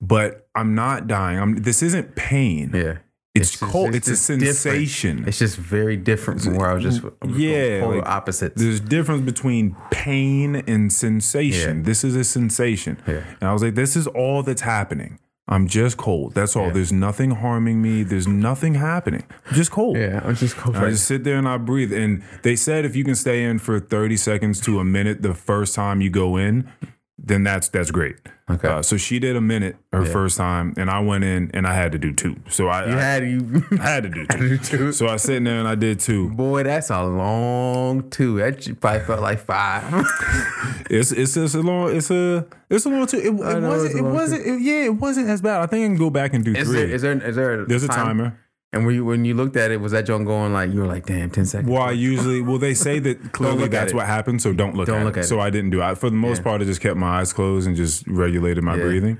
Speaker 3: but I'm not dying. I'm this isn't pain.
Speaker 2: Yeah.
Speaker 3: It's,
Speaker 2: just-
Speaker 3: cold. It's, a
Speaker 2: just different.
Speaker 3: sensation.
Speaker 2: It's just very different from where I was just. I'm just
Speaker 3: Yeah,
Speaker 2: Polar
Speaker 3: like-
Speaker 2: opposites.
Speaker 3: There's difference between pain and sensation.
Speaker 2: Yeah.
Speaker 3: This is a sensation.
Speaker 2: Yeah.
Speaker 3: And I was like, this is all that's happening. I'm just cold. That's all. There's nothing harming me. There's nothing happening. I'm just cold.
Speaker 2: yeah. I'm just cold.
Speaker 3: I just sit there and I breathe. And they said if you can stay in for 30 seconds to a minute the first time you go in, then that's that's great.
Speaker 2: Okay.
Speaker 3: Uh, so she did a minute her first time, and I went in and I had to do two. So I,
Speaker 2: you
Speaker 3: I,
Speaker 2: had you.
Speaker 3: I had to do two.
Speaker 2: do two.
Speaker 3: So I sat in there and I did two.
Speaker 2: Boy, that's a long two. That shit probably felt like five.
Speaker 3: It's it's it's a long it's a it's a long two. It, it
Speaker 2: know,
Speaker 3: wasn't
Speaker 2: it's a
Speaker 3: it
Speaker 2: long
Speaker 3: wasn't it, yeah it wasn't as bad. I think I can go back and do
Speaker 2: Is
Speaker 3: three.
Speaker 2: there is there is there a
Speaker 3: There's a
Speaker 2: time-
Speaker 3: timer.
Speaker 2: And when you, when you looked at it, was that John going like you were like, damn, ten seconds?
Speaker 3: Well, I usually well they say that clearly
Speaker 2: look at
Speaker 3: that's
Speaker 2: it.
Speaker 3: what happened, so don't look
Speaker 2: Don't
Speaker 3: at
Speaker 2: look
Speaker 3: it.
Speaker 2: at
Speaker 3: so I didn't do it. I, for the most part, I just kept my eyes closed and just regulated my breathing.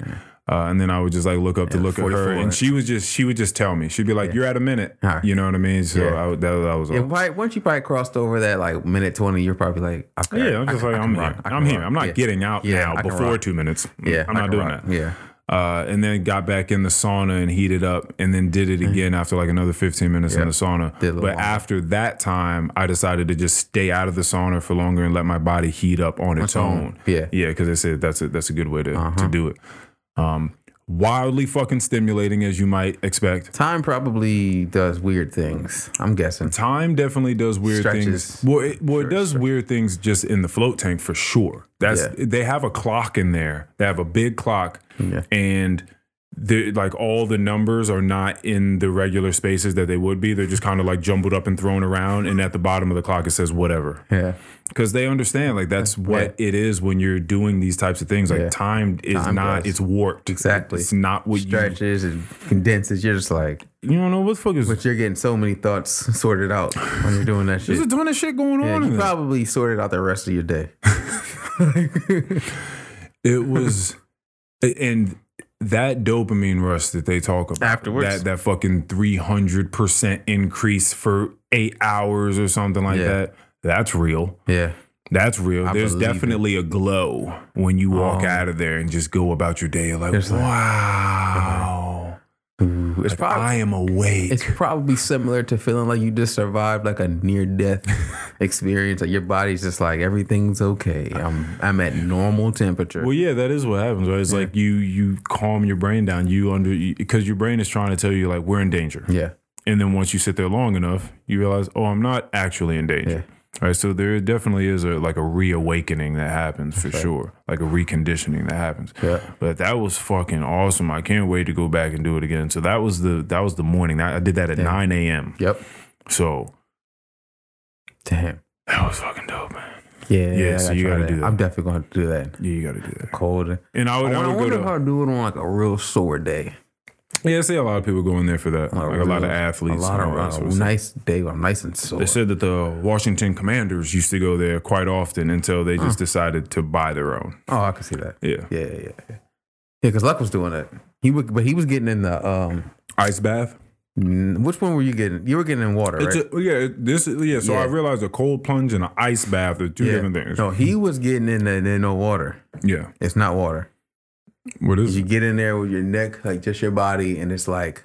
Speaker 3: Uh, and then I would just like look up to look at her,
Speaker 2: 44.
Speaker 3: and she was just she would just tell me. She'd be like, "You're at a minute,"
Speaker 2: All right.
Speaker 3: you know what I mean? So
Speaker 2: Yeah.
Speaker 3: I would that, that was all.
Speaker 2: Yeah, why, once you probably crossed over that like minute twenty, you're probably like, okay,
Speaker 3: Yeah, I'm
Speaker 2: I
Speaker 3: just
Speaker 2: can-
Speaker 3: like
Speaker 2: I
Speaker 3: I'm
Speaker 2: can
Speaker 3: here.
Speaker 2: rock. I can
Speaker 3: I'm here.
Speaker 2: rock.
Speaker 3: I'm not
Speaker 2: Yeah.
Speaker 3: getting out
Speaker 2: Yeah, I
Speaker 3: now
Speaker 2: can
Speaker 3: before
Speaker 2: rock.
Speaker 3: two minutes.
Speaker 2: Yeah,
Speaker 3: I'm
Speaker 2: I
Speaker 3: not
Speaker 2: can
Speaker 3: doing
Speaker 2: rock.
Speaker 3: that.
Speaker 2: Yeah,
Speaker 3: uh, and then got back in the sauna and heated up, and then did it again after like another 15 minutes in the sauna.
Speaker 2: Mm-hmm. Did a
Speaker 3: But
Speaker 2: little longer.
Speaker 3: after that time, I decided to just stay out of the sauna for longer and let my body heat up on its own.
Speaker 2: Yeah. Uh-huh.
Speaker 3: yeah, because they said that's a that's a good way to to do it. Um, wildly fucking stimulating as you might expect.
Speaker 2: time probably does weird things. I'm guessing.
Speaker 3: Time definitely does weird
Speaker 2: Stretches.
Speaker 3: things. Well, it, well, it does weird things just in the float tank for sure. That's
Speaker 2: Yeah.
Speaker 3: they have a clock in there. They have a big clock,
Speaker 2: Yeah.
Speaker 3: and the like all the numbers are not in the regular spaces that they would be. They're just kind of like jumbled up and thrown around. And at the bottom of the clock, it says whatever
Speaker 2: Yeah,
Speaker 3: because they understand like that's what it is when you're doing these types of things. Like
Speaker 2: Yeah.
Speaker 3: time is
Speaker 2: Time
Speaker 3: not.
Speaker 2: does.
Speaker 3: It's warped.
Speaker 2: Exactly.
Speaker 3: It's not what
Speaker 2: stretches and condenses. You're just like,
Speaker 3: you. You don't know what the fuck is.
Speaker 2: but you're getting so many thoughts sorted out when you're doing that
Speaker 3: There's a
Speaker 2: shit.
Speaker 3: ton of shit going
Speaker 2: Yeah,
Speaker 3: on. in
Speaker 2: you
Speaker 3: there.
Speaker 2: probably sorted out the rest of your day.
Speaker 3: It was, and that dopamine rush that they talk about
Speaker 2: Afterwards.
Speaker 3: that that fucking three hundred percent increase for eight hours or something like
Speaker 2: Yeah.
Speaker 3: that. That's real.
Speaker 2: Yeah,
Speaker 3: That's real.
Speaker 2: I
Speaker 3: There's
Speaker 2: believe it.
Speaker 3: definitely a glow when you walk
Speaker 2: Um,
Speaker 3: out of there and just go about your day. You're like,
Speaker 2: there's like-
Speaker 3: wow,
Speaker 2: it's probably
Speaker 3: I am awake.
Speaker 2: It's probably similar to feeling like you just survived like a near death experience. Like your body's just like everything's okay. I'm I'm at normal temperature.
Speaker 3: Well, yeah, that is what happens, right? It's like you you calm your brain down. You under because your brain is trying to tell you like we're in danger.
Speaker 2: yeah,
Speaker 3: And then once you sit there long enough, you realize, oh, I'm not actually in danger. All right, so there definitely is a like a reawakening that happens for sure, like a reconditioning that happens.
Speaker 2: Yeah.
Speaker 3: But that was fucking awesome. I can't wait to go back and do it again. So that was the that was the morning. I I did that at nine a.m.
Speaker 2: Yep.
Speaker 3: So
Speaker 2: Damn.
Speaker 3: that was fucking dope, man.
Speaker 2: Yeah.
Speaker 3: Yeah, so
Speaker 2: I
Speaker 3: you
Speaker 2: try
Speaker 3: gotta do that.
Speaker 2: I'm definitely gonna have to do that.
Speaker 3: Yeah, you got to do that.
Speaker 2: Cold.
Speaker 3: And I
Speaker 2: I
Speaker 3: would,
Speaker 2: wonder,
Speaker 3: I
Speaker 2: I
Speaker 3: would
Speaker 2: wonder
Speaker 3: go
Speaker 2: if
Speaker 3: to.
Speaker 2: I'd do it on like a real sore day.
Speaker 3: Yeah, I see a lot of people going there for that.
Speaker 2: On
Speaker 3: Like Oh, a lot of
Speaker 2: real-
Speaker 3: athletes.
Speaker 2: A lot
Speaker 3: and
Speaker 2: of
Speaker 3: all that sort
Speaker 2: uh,
Speaker 3: of stuff.
Speaker 2: nice day. where I'm nice and sore.
Speaker 3: They said that the Washington Commanders used to go there quite often until they just decided to buy their own.
Speaker 2: oh, I can see that.
Speaker 3: Yeah.
Speaker 2: Yeah, yeah, yeah. Yeah, because Luck was doing it. He would, but he was getting in the um.
Speaker 3: Ice bath.
Speaker 2: n- Which one were you getting? You were getting in water,
Speaker 3: It's
Speaker 2: right?
Speaker 3: a, yeah, this is- yeah. So
Speaker 2: Yeah.
Speaker 3: I realized a cold plunge and an ice bath are two
Speaker 2: yeah.
Speaker 3: different things.
Speaker 2: No, he was getting in the, in no water.
Speaker 3: Yeah.
Speaker 2: It's not water.
Speaker 3: What is
Speaker 2: You
Speaker 3: it?
Speaker 2: get in there with your neck, like just your body, and it's like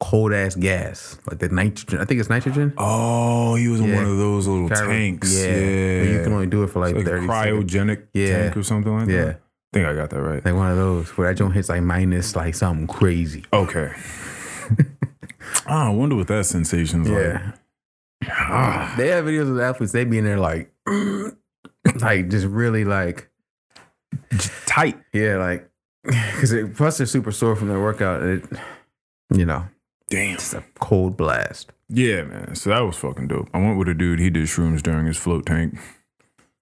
Speaker 2: cold ass gas, like the nitrogen. I think it's nitrogen.
Speaker 3: Oh, he was in
Speaker 2: Yeah.
Speaker 3: one of those little
Speaker 2: Cryo-
Speaker 3: Oh, tanks. Yeah.
Speaker 2: But you can only do it for like,
Speaker 3: like a
Speaker 2: thirty. seconds.
Speaker 3: cryogenic
Speaker 2: Yeah.
Speaker 3: tank or something like
Speaker 2: Yeah.
Speaker 3: that. I think I got that right.
Speaker 2: Like one of those where that joint hits like minus like something crazy.
Speaker 3: Okay. Ah, I wonder what that sensation's like. Ah,
Speaker 2: They have videos of athletes, they be in there like like just really like
Speaker 3: tight.
Speaker 2: yeah, like because it plus they're super sore from their workout. It you know,
Speaker 3: Damn.
Speaker 2: it's a cold blast.
Speaker 3: Yeah, man. So that was fucking dope. I went with a dude. He did shrooms during his float tank.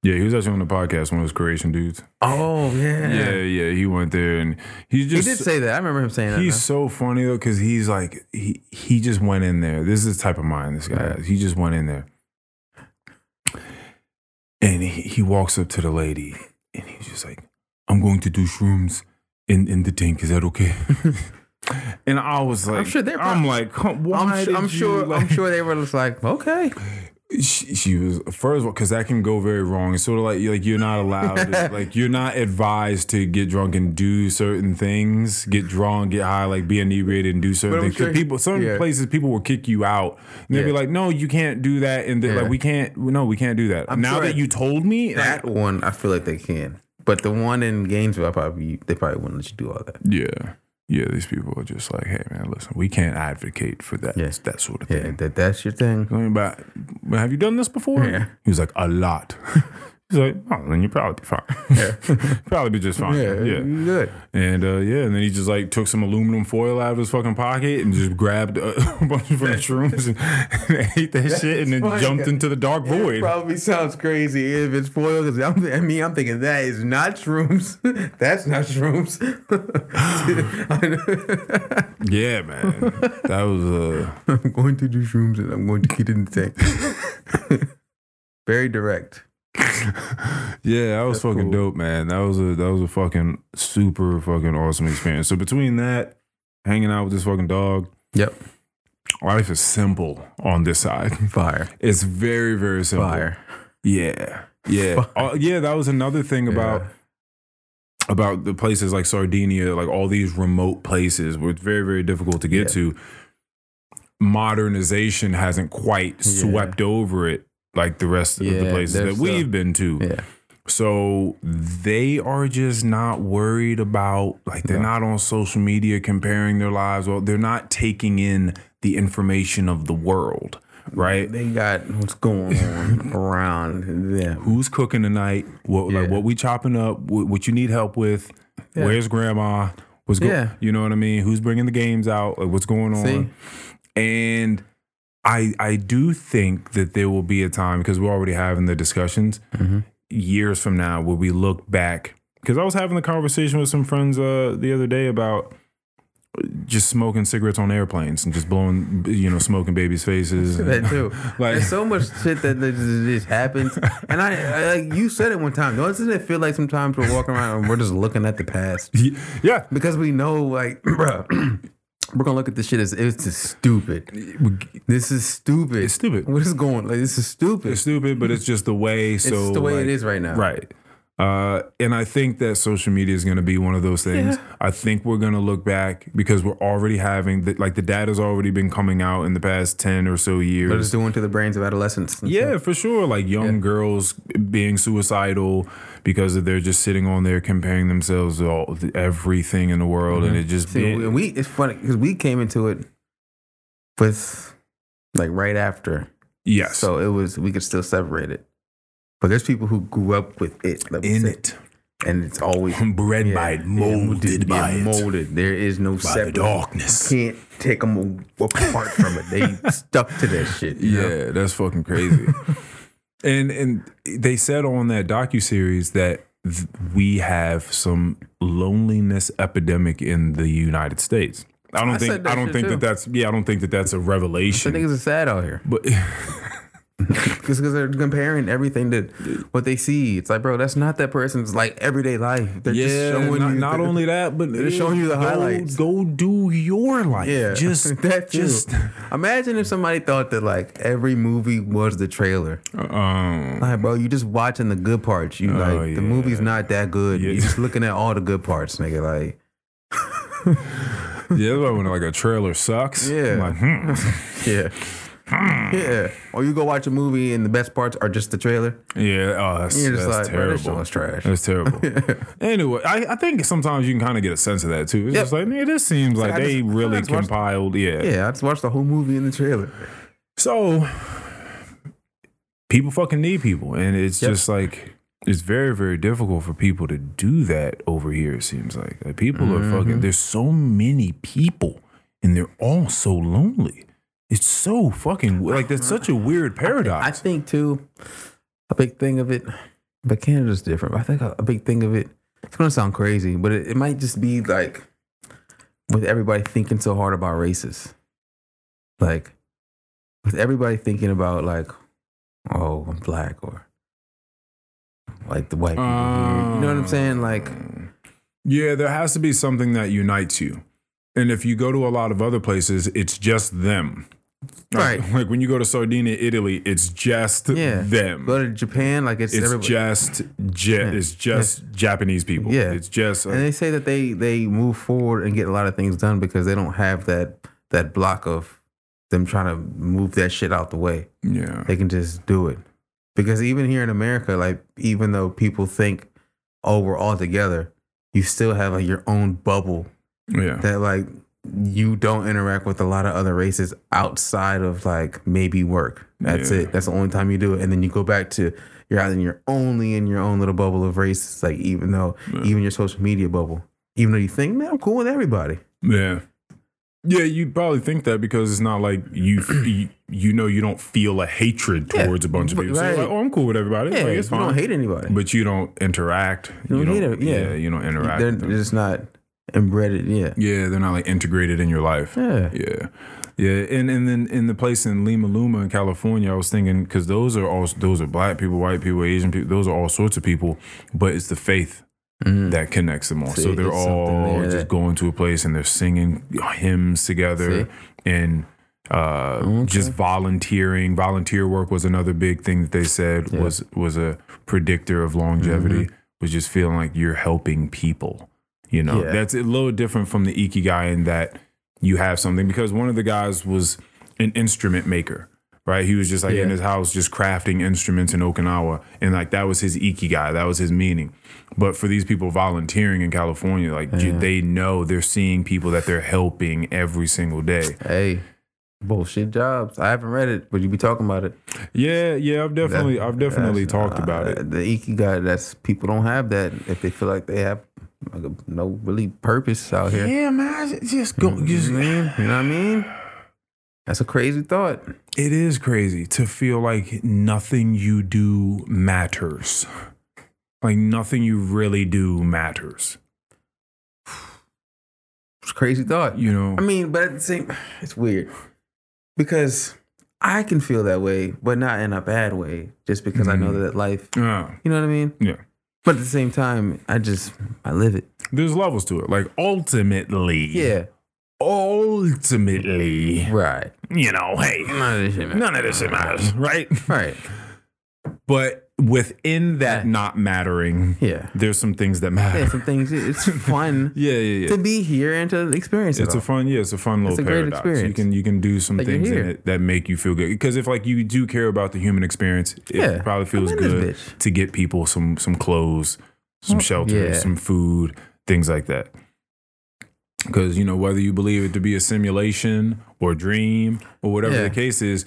Speaker 3: Yeah, he was actually on the podcast, one of his creation dudes.
Speaker 2: Oh yeah.
Speaker 3: Yeah, yeah. He went there and he's
Speaker 2: He
Speaker 3: just
Speaker 2: did say that. I remember him saying that.
Speaker 3: He's
Speaker 2: huh?
Speaker 3: so funny though, because he's like he he just went in there. This is the type of mind this guy has. He just went in there, and he, he walks up to the lady, and he's just like, "I'm going to do shrooms in in the tank. Is that okay?" and I was like,
Speaker 2: I'm sure they're
Speaker 3: I'm
Speaker 2: prob-
Speaker 3: like, "Come- why
Speaker 2: I'm, su-
Speaker 3: did
Speaker 2: I'm
Speaker 3: you,
Speaker 2: sure. I'm
Speaker 3: like-"
Speaker 2: sure they were just like, okay,
Speaker 3: She, she was first of all because that can go very wrong. It's sort of like you're, like you're not allowed, to, like you're not advised to get drunk and do certain things, get drunk, get high, like be inebriated and do certain
Speaker 2: But I'm
Speaker 3: things. 'Cause
Speaker 2: sure-
Speaker 3: people, some
Speaker 2: yeah.
Speaker 3: places, people will kick you out. And they'll be
Speaker 2: Yeah.
Speaker 3: like, "No, you can't do that," and they're
Speaker 2: Yeah.
Speaker 3: like, "We can't. No, we can't do that."
Speaker 2: I'm
Speaker 3: now
Speaker 2: sure
Speaker 3: that you told me
Speaker 2: that one. I feel like they can, but the one in Gainesville, I probably they probably wouldn't let you do all that.
Speaker 3: yeah, yeah, these people are just like, "Hey, man, listen, we can't advocate for that.
Speaker 2: Yeah.
Speaker 3: That sort of
Speaker 2: Yeah,
Speaker 3: thing."
Speaker 2: that that's your thing.
Speaker 3: I mean, But but have you done this before?
Speaker 2: Yeah.
Speaker 3: He was like, "A lot." He's like, "Oh, then you probably be fine." Probably be just fine.
Speaker 2: yeah,
Speaker 3: Yeah.
Speaker 2: you good.
Speaker 3: And uh, yeah, and then he just like took some aluminum foil out of his fucking pocket and just grabbed a, a bunch of fucking shrooms and, ate that shit and then
Speaker 2: funny.
Speaker 3: jumped into the dark void.
Speaker 2: Probably sounds crazy if it's foil. Because I'm, I mean, I'm thinking that is not shrooms. That's not shrooms.
Speaker 3: yeah, man. That was uh
Speaker 2: I'm going to do shrooms and I'm going to get in the tank. Very direct.
Speaker 3: yeah, that was fucking dope, man. That was a that was a fucking super fucking awesome experience. So between that, hanging out with this fucking dog,
Speaker 2: Yep.
Speaker 3: life is simple on this side.
Speaker 2: Fire.
Speaker 3: It's very, very simple.
Speaker 2: Fire.
Speaker 3: Yeah. Yeah. Uh, yeah, that was another thing about
Speaker 2: Yeah.
Speaker 3: about the places like Sardinia, like all these remote places where it's very, very difficult to get to. Modernization hasn't quite swept over it like the rest of the
Speaker 2: Yeah,
Speaker 3: places
Speaker 2: they're
Speaker 3: that
Speaker 2: still-
Speaker 3: we've been to.
Speaker 2: Yeah.
Speaker 3: So they are just not worried about like they're
Speaker 2: No.
Speaker 3: not on social media comparing their lives. Well, they're not taking in the information of the world, right?
Speaker 2: They got what's going on around them.
Speaker 3: who's cooking tonight, what
Speaker 2: Yeah.
Speaker 3: like what we chopping up, what, what you need help with,
Speaker 2: Yeah.
Speaker 3: where's grandma, what's going,
Speaker 2: Yeah.
Speaker 3: you know what I mean? Who's bringing the games out, like what's going on?
Speaker 2: See?
Speaker 3: And I I do think that there will be a time because we're already having the discussions
Speaker 2: Mm-hmm.
Speaker 3: years from now where we look back because I was having the conversation with some friends uh, the other day about just smoking cigarettes on airplanes and just blowing you know smoking babies faces and-
Speaker 2: That too.
Speaker 3: Like-
Speaker 2: There's so much shit that that just just happens, and I, I like you said it one time. Doesn't it feel like sometimes we're walking around and we're just looking at the past
Speaker 3: yeah
Speaker 2: because we know, like, bruh, we're gonna look at this shit as it's just stupid. This is stupid.
Speaker 3: It's stupid.
Speaker 2: What is going? Like, this is stupid.
Speaker 3: it's
Speaker 2: It's,
Speaker 3: stupid but it's just the way so
Speaker 2: the way
Speaker 3: like,
Speaker 2: it is right now.
Speaker 3: Right. Uh, and I think that social media is going to be one of those things. I think we're going to look back because we're already having the, like the data's already been coming out in the past ten or so
Speaker 2: What it's
Speaker 3: years.
Speaker 2: doing to the brains of adolescents. and
Speaker 3: Yeah,
Speaker 2: stuff.
Speaker 3: for sure. Like young girls being suicidal because they're just sitting on there comparing themselves to all, to everything in the world, and it just
Speaker 2: See,
Speaker 3: be-
Speaker 2: Mm-hmm. and we it's funny because we came into it with like right after
Speaker 3: Yes.
Speaker 2: So it was we could still separate it. But there's people who grew up with it. let me
Speaker 3: in
Speaker 2: say.
Speaker 3: it,
Speaker 2: And it's always
Speaker 3: bred by
Speaker 2: yeah,
Speaker 3: it, molded
Speaker 2: yeah,
Speaker 3: by it,
Speaker 2: Molded. There is no
Speaker 3: by the
Speaker 2: separate.
Speaker 3: darkness.
Speaker 2: Can't take them apart from it. They stuck to that shit. you know?
Speaker 3: Yeah, that's fucking crazy. and and they said on that docu series that th- we have some loneliness epidemic in the United States. I don't
Speaker 2: I
Speaker 3: think
Speaker 2: said that
Speaker 3: I don't
Speaker 2: shit
Speaker 3: think
Speaker 2: too.
Speaker 3: that that's yeah I don't think that that's a
Speaker 2: The
Speaker 3: revelation.
Speaker 2: niggas are sad out here.
Speaker 3: But
Speaker 2: Because they're comparing everything to what they see. It's like, bro, that's not that person's like everyday life. They're
Speaker 3: yeah,
Speaker 2: just showing
Speaker 3: not,
Speaker 2: you
Speaker 3: not
Speaker 2: the-
Speaker 3: only that, but
Speaker 2: they're showing you the
Speaker 3: go-
Speaker 2: highlights.
Speaker 3: Go do your life.
Speaker 2: Yeah,
Speaker 3: just
Speaker 2: that too.
Speaker 3: just
Speaker 2: Imagine if somebody thought that like every movie was the trailer.
Speaker 3: um.
Speaker 2: Like, bro, you just watching the good parts. You like
Speaker 3: Oh, yeah.
Speaker 2: the movie's not that good.
Speaker 3: Yeah.
Speaker 2: you just looking at all the good parts, nigga. Like,
Speaker 3: Yeah, that's why when like a trailer sucks.
Speaker 2: Yeah.
Speaker 3: I'm like, hmm.
Speaker 2: yeah, yeah. Or you go watch a movie and the best parts are just the trailer.
Speaker 3: Yeah, oh, that's,
Speaker 2: You're just
Speaker 3: that's
Speaker 2: like, bro, this
Speaker 3: terrible.
Speaker 2: show's trash.
Speaker 3: That's terrible. anyway, I, I think sometimes you can kind of get a sense of that too. It's
Speaker 2: Yep.
Speaker 3: just like, man, this seems like,
Speaker 2: like, I
Speaker 3: they
Speaker 2: just- I
Speaker 3: really
Speaker 2: just watched-
Speaker 3: compiled. Yeah.
Speaker 2: Yeah, I just watched the whole movie in the trailer.
Speaker 3: So people fucking need people, and it's
Speaker 2: Yep.
Speaker 3: just like it's very very difficult for people to do that over here. It seems like like people are
Speaker 2: Mm-hmm.
Speaker 3: fucking. There's so many people, and they're all so lonely. It's so fucking like that's such a weird
Speaker 2: I
Speaker 3: paradox.
Speaker 2: think too, a big thing of it, but Canada's different. But I think a, a big thing of it. It's gonna sound crazy, but it, it might just be like with everybody thinking so hard about races, like with everybody thinking about like, oh, I'm black or like the white people. here. You know what
Speaker 3: Oh.
Speaker 2: I'm saying? Like,
Speaker 3: Yeah, there has to be something that unites you. And if you go to a lot of other places, it's just them. Like-
Speaker 2: Right.
Speaker 3: Like when you go to Sardinia, Italy, it's just
Speaker 2: yeah,
Speaker 3: them.
Speaker 2: Go to Japan, like it's,
Speaker 3: it's
Speaker 2: everybody.
Speaker 3: just ja- it's just Japanese people.
Speaker 2: Yeah.
Speaker 3: It's just
Speaker 2: and they say that they they move forward and get a lot of things done because they don't have that that block of them trying to move that shit out the way.
Speaker 3: yeah.
Speaker 2: They can just do it because even here in America, like even though people think, oh, we're all together, you still have like your own bubble
Speaker 3: Yeah.
Speaker 2: that like you don't interact with a lot of other races outside of like maybe work. That's
Speaker 3: Yeah.
Speaker 2: it. That's the only time you do it. And then you go back to you're out and you're only in your own little bubble of races. Like even though
Speaker 3: Yeah.
Speaker 2: even your social media bubble, even though you think, man, I'm cool with everybody.
Speaker 3: Yeah. Yeah, you probably think that because it's not like you you, you know you don't feel a hatred
Speaker 2: Yeah,
Speaker 3: towards a bunch of
Speaker 2: but-
Speaker 3: people. So you're
Speaker 2: right.
Speaker 3: like, oh, I'm cool with everybody.
Speaker 2: Yeah,
Speaker 3: Like,
Speaker 2: you
Speaker 3: it's fine.
Speaker 2: don't hate anybody.
Speaker 3: but you don't interact.
Speaker 2: You don't hate it, yeah.
Speaker 3: you don't interact.
Speaker 2: they're
Speaker 3: with them.
Speaker 2: just not embedded. Yeah,
Speaker 3: yeah, they're not like integrated in your life.
Speaker 2: yeah,
Speaker 3: Yeah. Yeah, and and then in the place in Lima Luma in California, I was thinking because those are all those are black people, white people, Asian people, those are all sorts of people, but it's the faith
Speaker 2: Mhm.
Speaker 3: that connects them all.
Speaker 2: See,
Speaker 3: so they're
Speaker 2: it's something
Speaker 3: all
Speaker 2: there
Speaker 3: just
Speaker 2: that-
Speaker 3: going to a place and they're singing hymns together
Speaker 2: See?
Speaker 3: and uh, just volunteering. Volunteer work was another big thing that they said was was a predictor of longevity.
Speaker 2: Mm-hmm.
Speaker 3: Was just feeling like you're helping people. You know,
Speaker 2: Yeah.
Speaker 3: that's a little different from the ikigai in that you have something because one of the guys was an instrument maker, right? He was just like in
Speaker 2: Yeah.
Speaker 3: his house just crafting instruments in Okinawa and like that was his ikigai, that was his meaning. But for these people volunteering in California, like j- they know they're seeing people that they're helping every single day.
Speaker 2: Hey, bullshit jobs. I haven't read it, but you be talking about it.
Speaker 3: Yeah, yeah, I've definitely I've definitely
Speaker 2: That's-
Speaker 3: talked about
Speaker 2: uh,
Speaker 3: it.
Speaker 2: The ikigai, that's people don't have that if they feel like they have like, a- no really purpose out here.
Speaker 3: Yeah, man, it's just go
Speaker 2: You know what I mean? You know what I mean? That's a crazy thought.
Speaker 3: It is crazy to feel like nothing you do matters. Like nothing you really do matters.
Speaker 2: It's a crazy thought.
Speaker 3: You know?
Speaker 2: I mean, but at the same, it's weird because I can feel that way, but not in a bad way, just because I
Speaker 3: Mm-hmm.
Speaker 2: know that life.
Speaker 3: Yeah.
Speaker 2: You know what I mean?
Speaker 3: Uh, Yeah.
Speaker 2: But at the same time, I just I live it.
Speaker 3: There's levels to it. Like ultimately.
Speaker 2: Yeah.
Speaker 3: Ultimately.
Speaker 2: Right.
Speaker 3: You know, hey,
Speaker 2: None of this shit. man.
Speaker 3: none of this shit matters, right?
Speaker 2: Right.
Speaker 3: But within that not mattering,
Speaker 2: Yeah.
Speaker 3: there's some things that
Speaker 2: Yeah.
Speaker 3: matter.
Speaker 2: Some things. It's fun
Speaker 3: Yeah, yeah, yeah.
Speaker 2: to be here and to experience it.
Speaker 3: It's a
Speaker 2: all.
Speaker 3: fun, yeah. It's a fun little
Speaker 2: a great
Speaker 3: paradox. You
Speaker 2: experience.
Speaker 3: can you can do some
Speaker 2: Like, you're
Speaker 3: things in
Speaker 2: here.
Speaker 3: it that make you feel good. Because if like you do care about the human experience, it
Speaker 2: Yeah.
Speaker 3: probably feels
Speaker 2: in this
Speaker 3: good
Speaker 2: bitch.
Speaker 3: to get people some some clothes, some shelter,
Speaker 2: Oh, yeah.
Speaker 3: some food, things like that. Because, you know, whether you believe it to be a simulation or dream or whatever
Speaker 2: Yeah.
Speaker 3: the case is,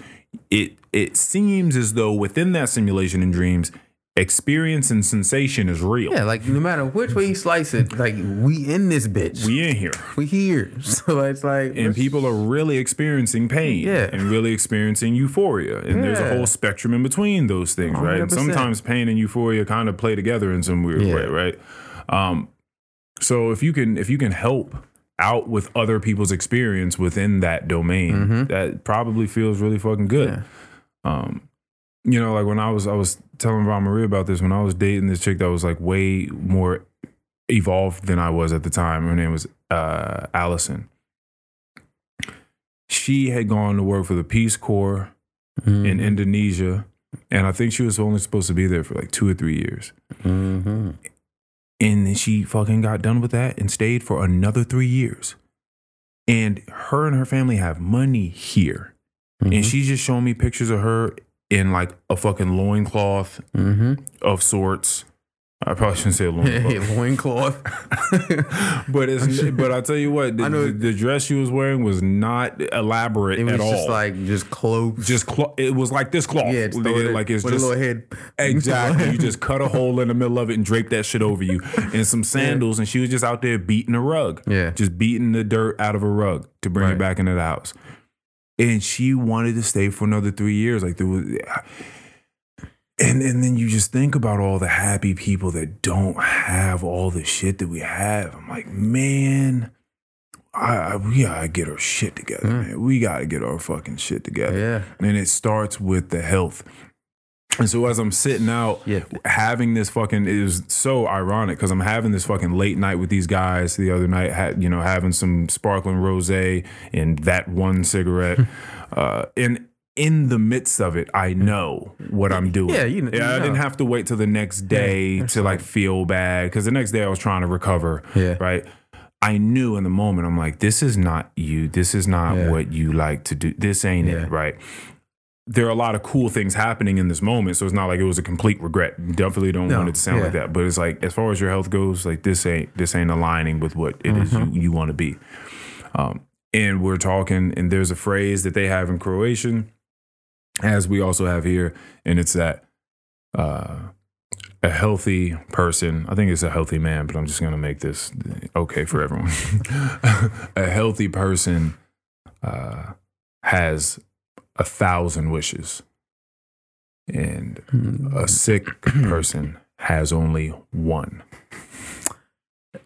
Speaker 3: it it seems as though within that simulation and dreams, experience and sensation is real.
Speaker 2: Yeah, like no matter which way you slice it, like we in this bitch. We,
Speaker 3: We in here.
Speaker 2: here. So it's like
Speaker 3: and people are really experiencing pain
Speaker 2: Yeah.
Speaker 3: and really experiencing euphoria and there's a
Speaker 2: Yeah.
Speaker 3: whole spectrum in between those things right and
Speaker 2: 100%.
Speaker 3: sometimes pain and euphoria kind of play together in some weird
Speaker 2: Yeah.
Speaker 3: way right um so if you can if you can help out with other people's experience within that domain that probably feels really fucking good
Speaker 2: Mm-hmm. Yeah.
Speaker 3: um you know like when i was i was telling Ron maria about this when i was dating this chick that was like way more evolved than i was at the time her name was uh allison she had gone to work for the peace corps in indonesia and i think she was only supposed to be there for like two or three years
Speaker 2: hmm
Speaker 3: and then she fucking got done with that and stayed for another three years and her and her family have money here
Speaker 2: Mm-hmm.
Speaker 3: and she's just showing me pictures of her in like a fucking loincloth
Speaker 2: hmm
Speaker 3: of sorts. I probably shouldn't say a
Speaker 2: Hey,
Speaker 3: loincloth.
Speaker 2: loincloth.
Speaker 3: but it's but I tell you what, the,
Speaker 2: I know-
Speaker 3: the, the dress she was wearing was not elaborate
Speaker 2: It was
Speaker 3: at all.
Speaker 2: just like just clothes.
Speaker 3: just clo- it was like this cloth.
Speaker 2: yeah, just
Speaker 3: They
Speaker 2: throw
Speaker 3: did
Speaker 2: it
Speaker 3: it like it's
Speaker 2: with
Speaker 3: just
Speaker 2: a little head.
Speaker 3: Exactly. you just cut a hole in the middle of it and drape that shit over you and some sandals. And she was just out there beating a rug.
Speaker 2: Yeah.
Speaker 3: Just beating the dirt out of a rug to bring
Speaker 2: Right.
Speaker 3: it back into the house. And she wanted to stay for another three years. Like there was and and then you just think about all the happy people that don't have all the shit that we have. I'm like, man, I, I we gotta get our shit together,
Speaker 2: Mm.
Speaker 3: man. We gotta get our fucking shit together
Speaker 2: yeah.
Speaker 3: and it starts with the health. And so as I'm sitting out,
Speaker 2: Yeah.
Speaker 3: having this fucking it was so ironic because I'm having this fucking late night with these guys the other night, had you know, having some sparkling rosé and that one cigarette, uh, and in the midst of it, I know what I'm doing.
Speaker 2: Yeah, you kn-
Speaker 3: yeah.
Speaker 2: you
Speaker 3: I didn't
Speaker 2: know.
Speaker 3: have to wait till the next day to like feel bad because the next day I was trying to recover.
Speaker 2: Yeah.
Speaker 3: right. I knew in the moment I'm like, this is not you. This is not
Speaker 2: Yeah.
Speaker 3: what you like to do. This ain't
Speaker 2: Yeah.
Speaker 3: it, right? there are a lot of cool things happening in this moment. So it's not like it was a complete regret. Definitely don't
Speaker 2: No,
Speaker 3: want it to sound like
Speaker 2: yeah.
Speaker 3: that. But it's like as far as your health goes, like this ain't this ain't aligning with what it is you, you want to be. Um, and we're talking, and there's a phrase that they have in Croatian, as we also have here, and it's that uh, a healthy person. I think it's a healthy man, but I'm just gonna make this okay for everyone. a healthy person uh, has a thousand wishes, and
Speaker 2: Mm-hmm.
Speaker 3: a sick person has only one.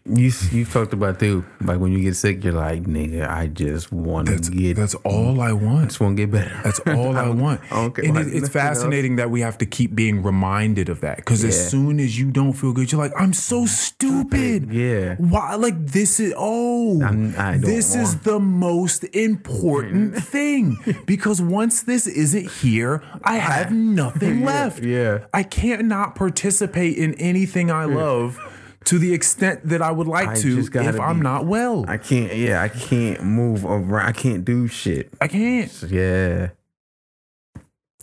Speaker 2: You you talked about too. Like when you get sick, you're like, nigga, I just want to get.
Speaker 3: That's all I want.
Speaker 2: just want to get better.
Speaker 3: That's all I want.
Speaker 2: okay,
Speaker 3: and
Speaker 2: like,
Speaker 3: it, it's
Speaker 2: nothing else.
Speaker 3: fascinating that we have to keep being reminded of that because
Speaker 2: Yeah.
Speaker 3: as soon as you don't feel good, you're like, I'm so stupid.
Speaker 2: Yeah.
Speaker 3: Why? Like this is oh,
Speaker 2: I'm- I don't
Speaker 3: this is
Speaker 2: want- Mm.
Speaker 3: the most important thing because once this isn't here, I have nothing left.
Speaker 2: yeah.
Speaker 3: I can't not participate in anything I love to the extent that I would like
Speaker 2: Mm. I
Speaker 3: to
Speaker 2: just gotta
Speaker 3: if I'm
Speaker 2: be-
Speaker 3: not well.
Speaker 2: I can't. Yeah, I can't move around. I can't do shit.
Speaker 3: I can't.
Speaker 2: Yeah.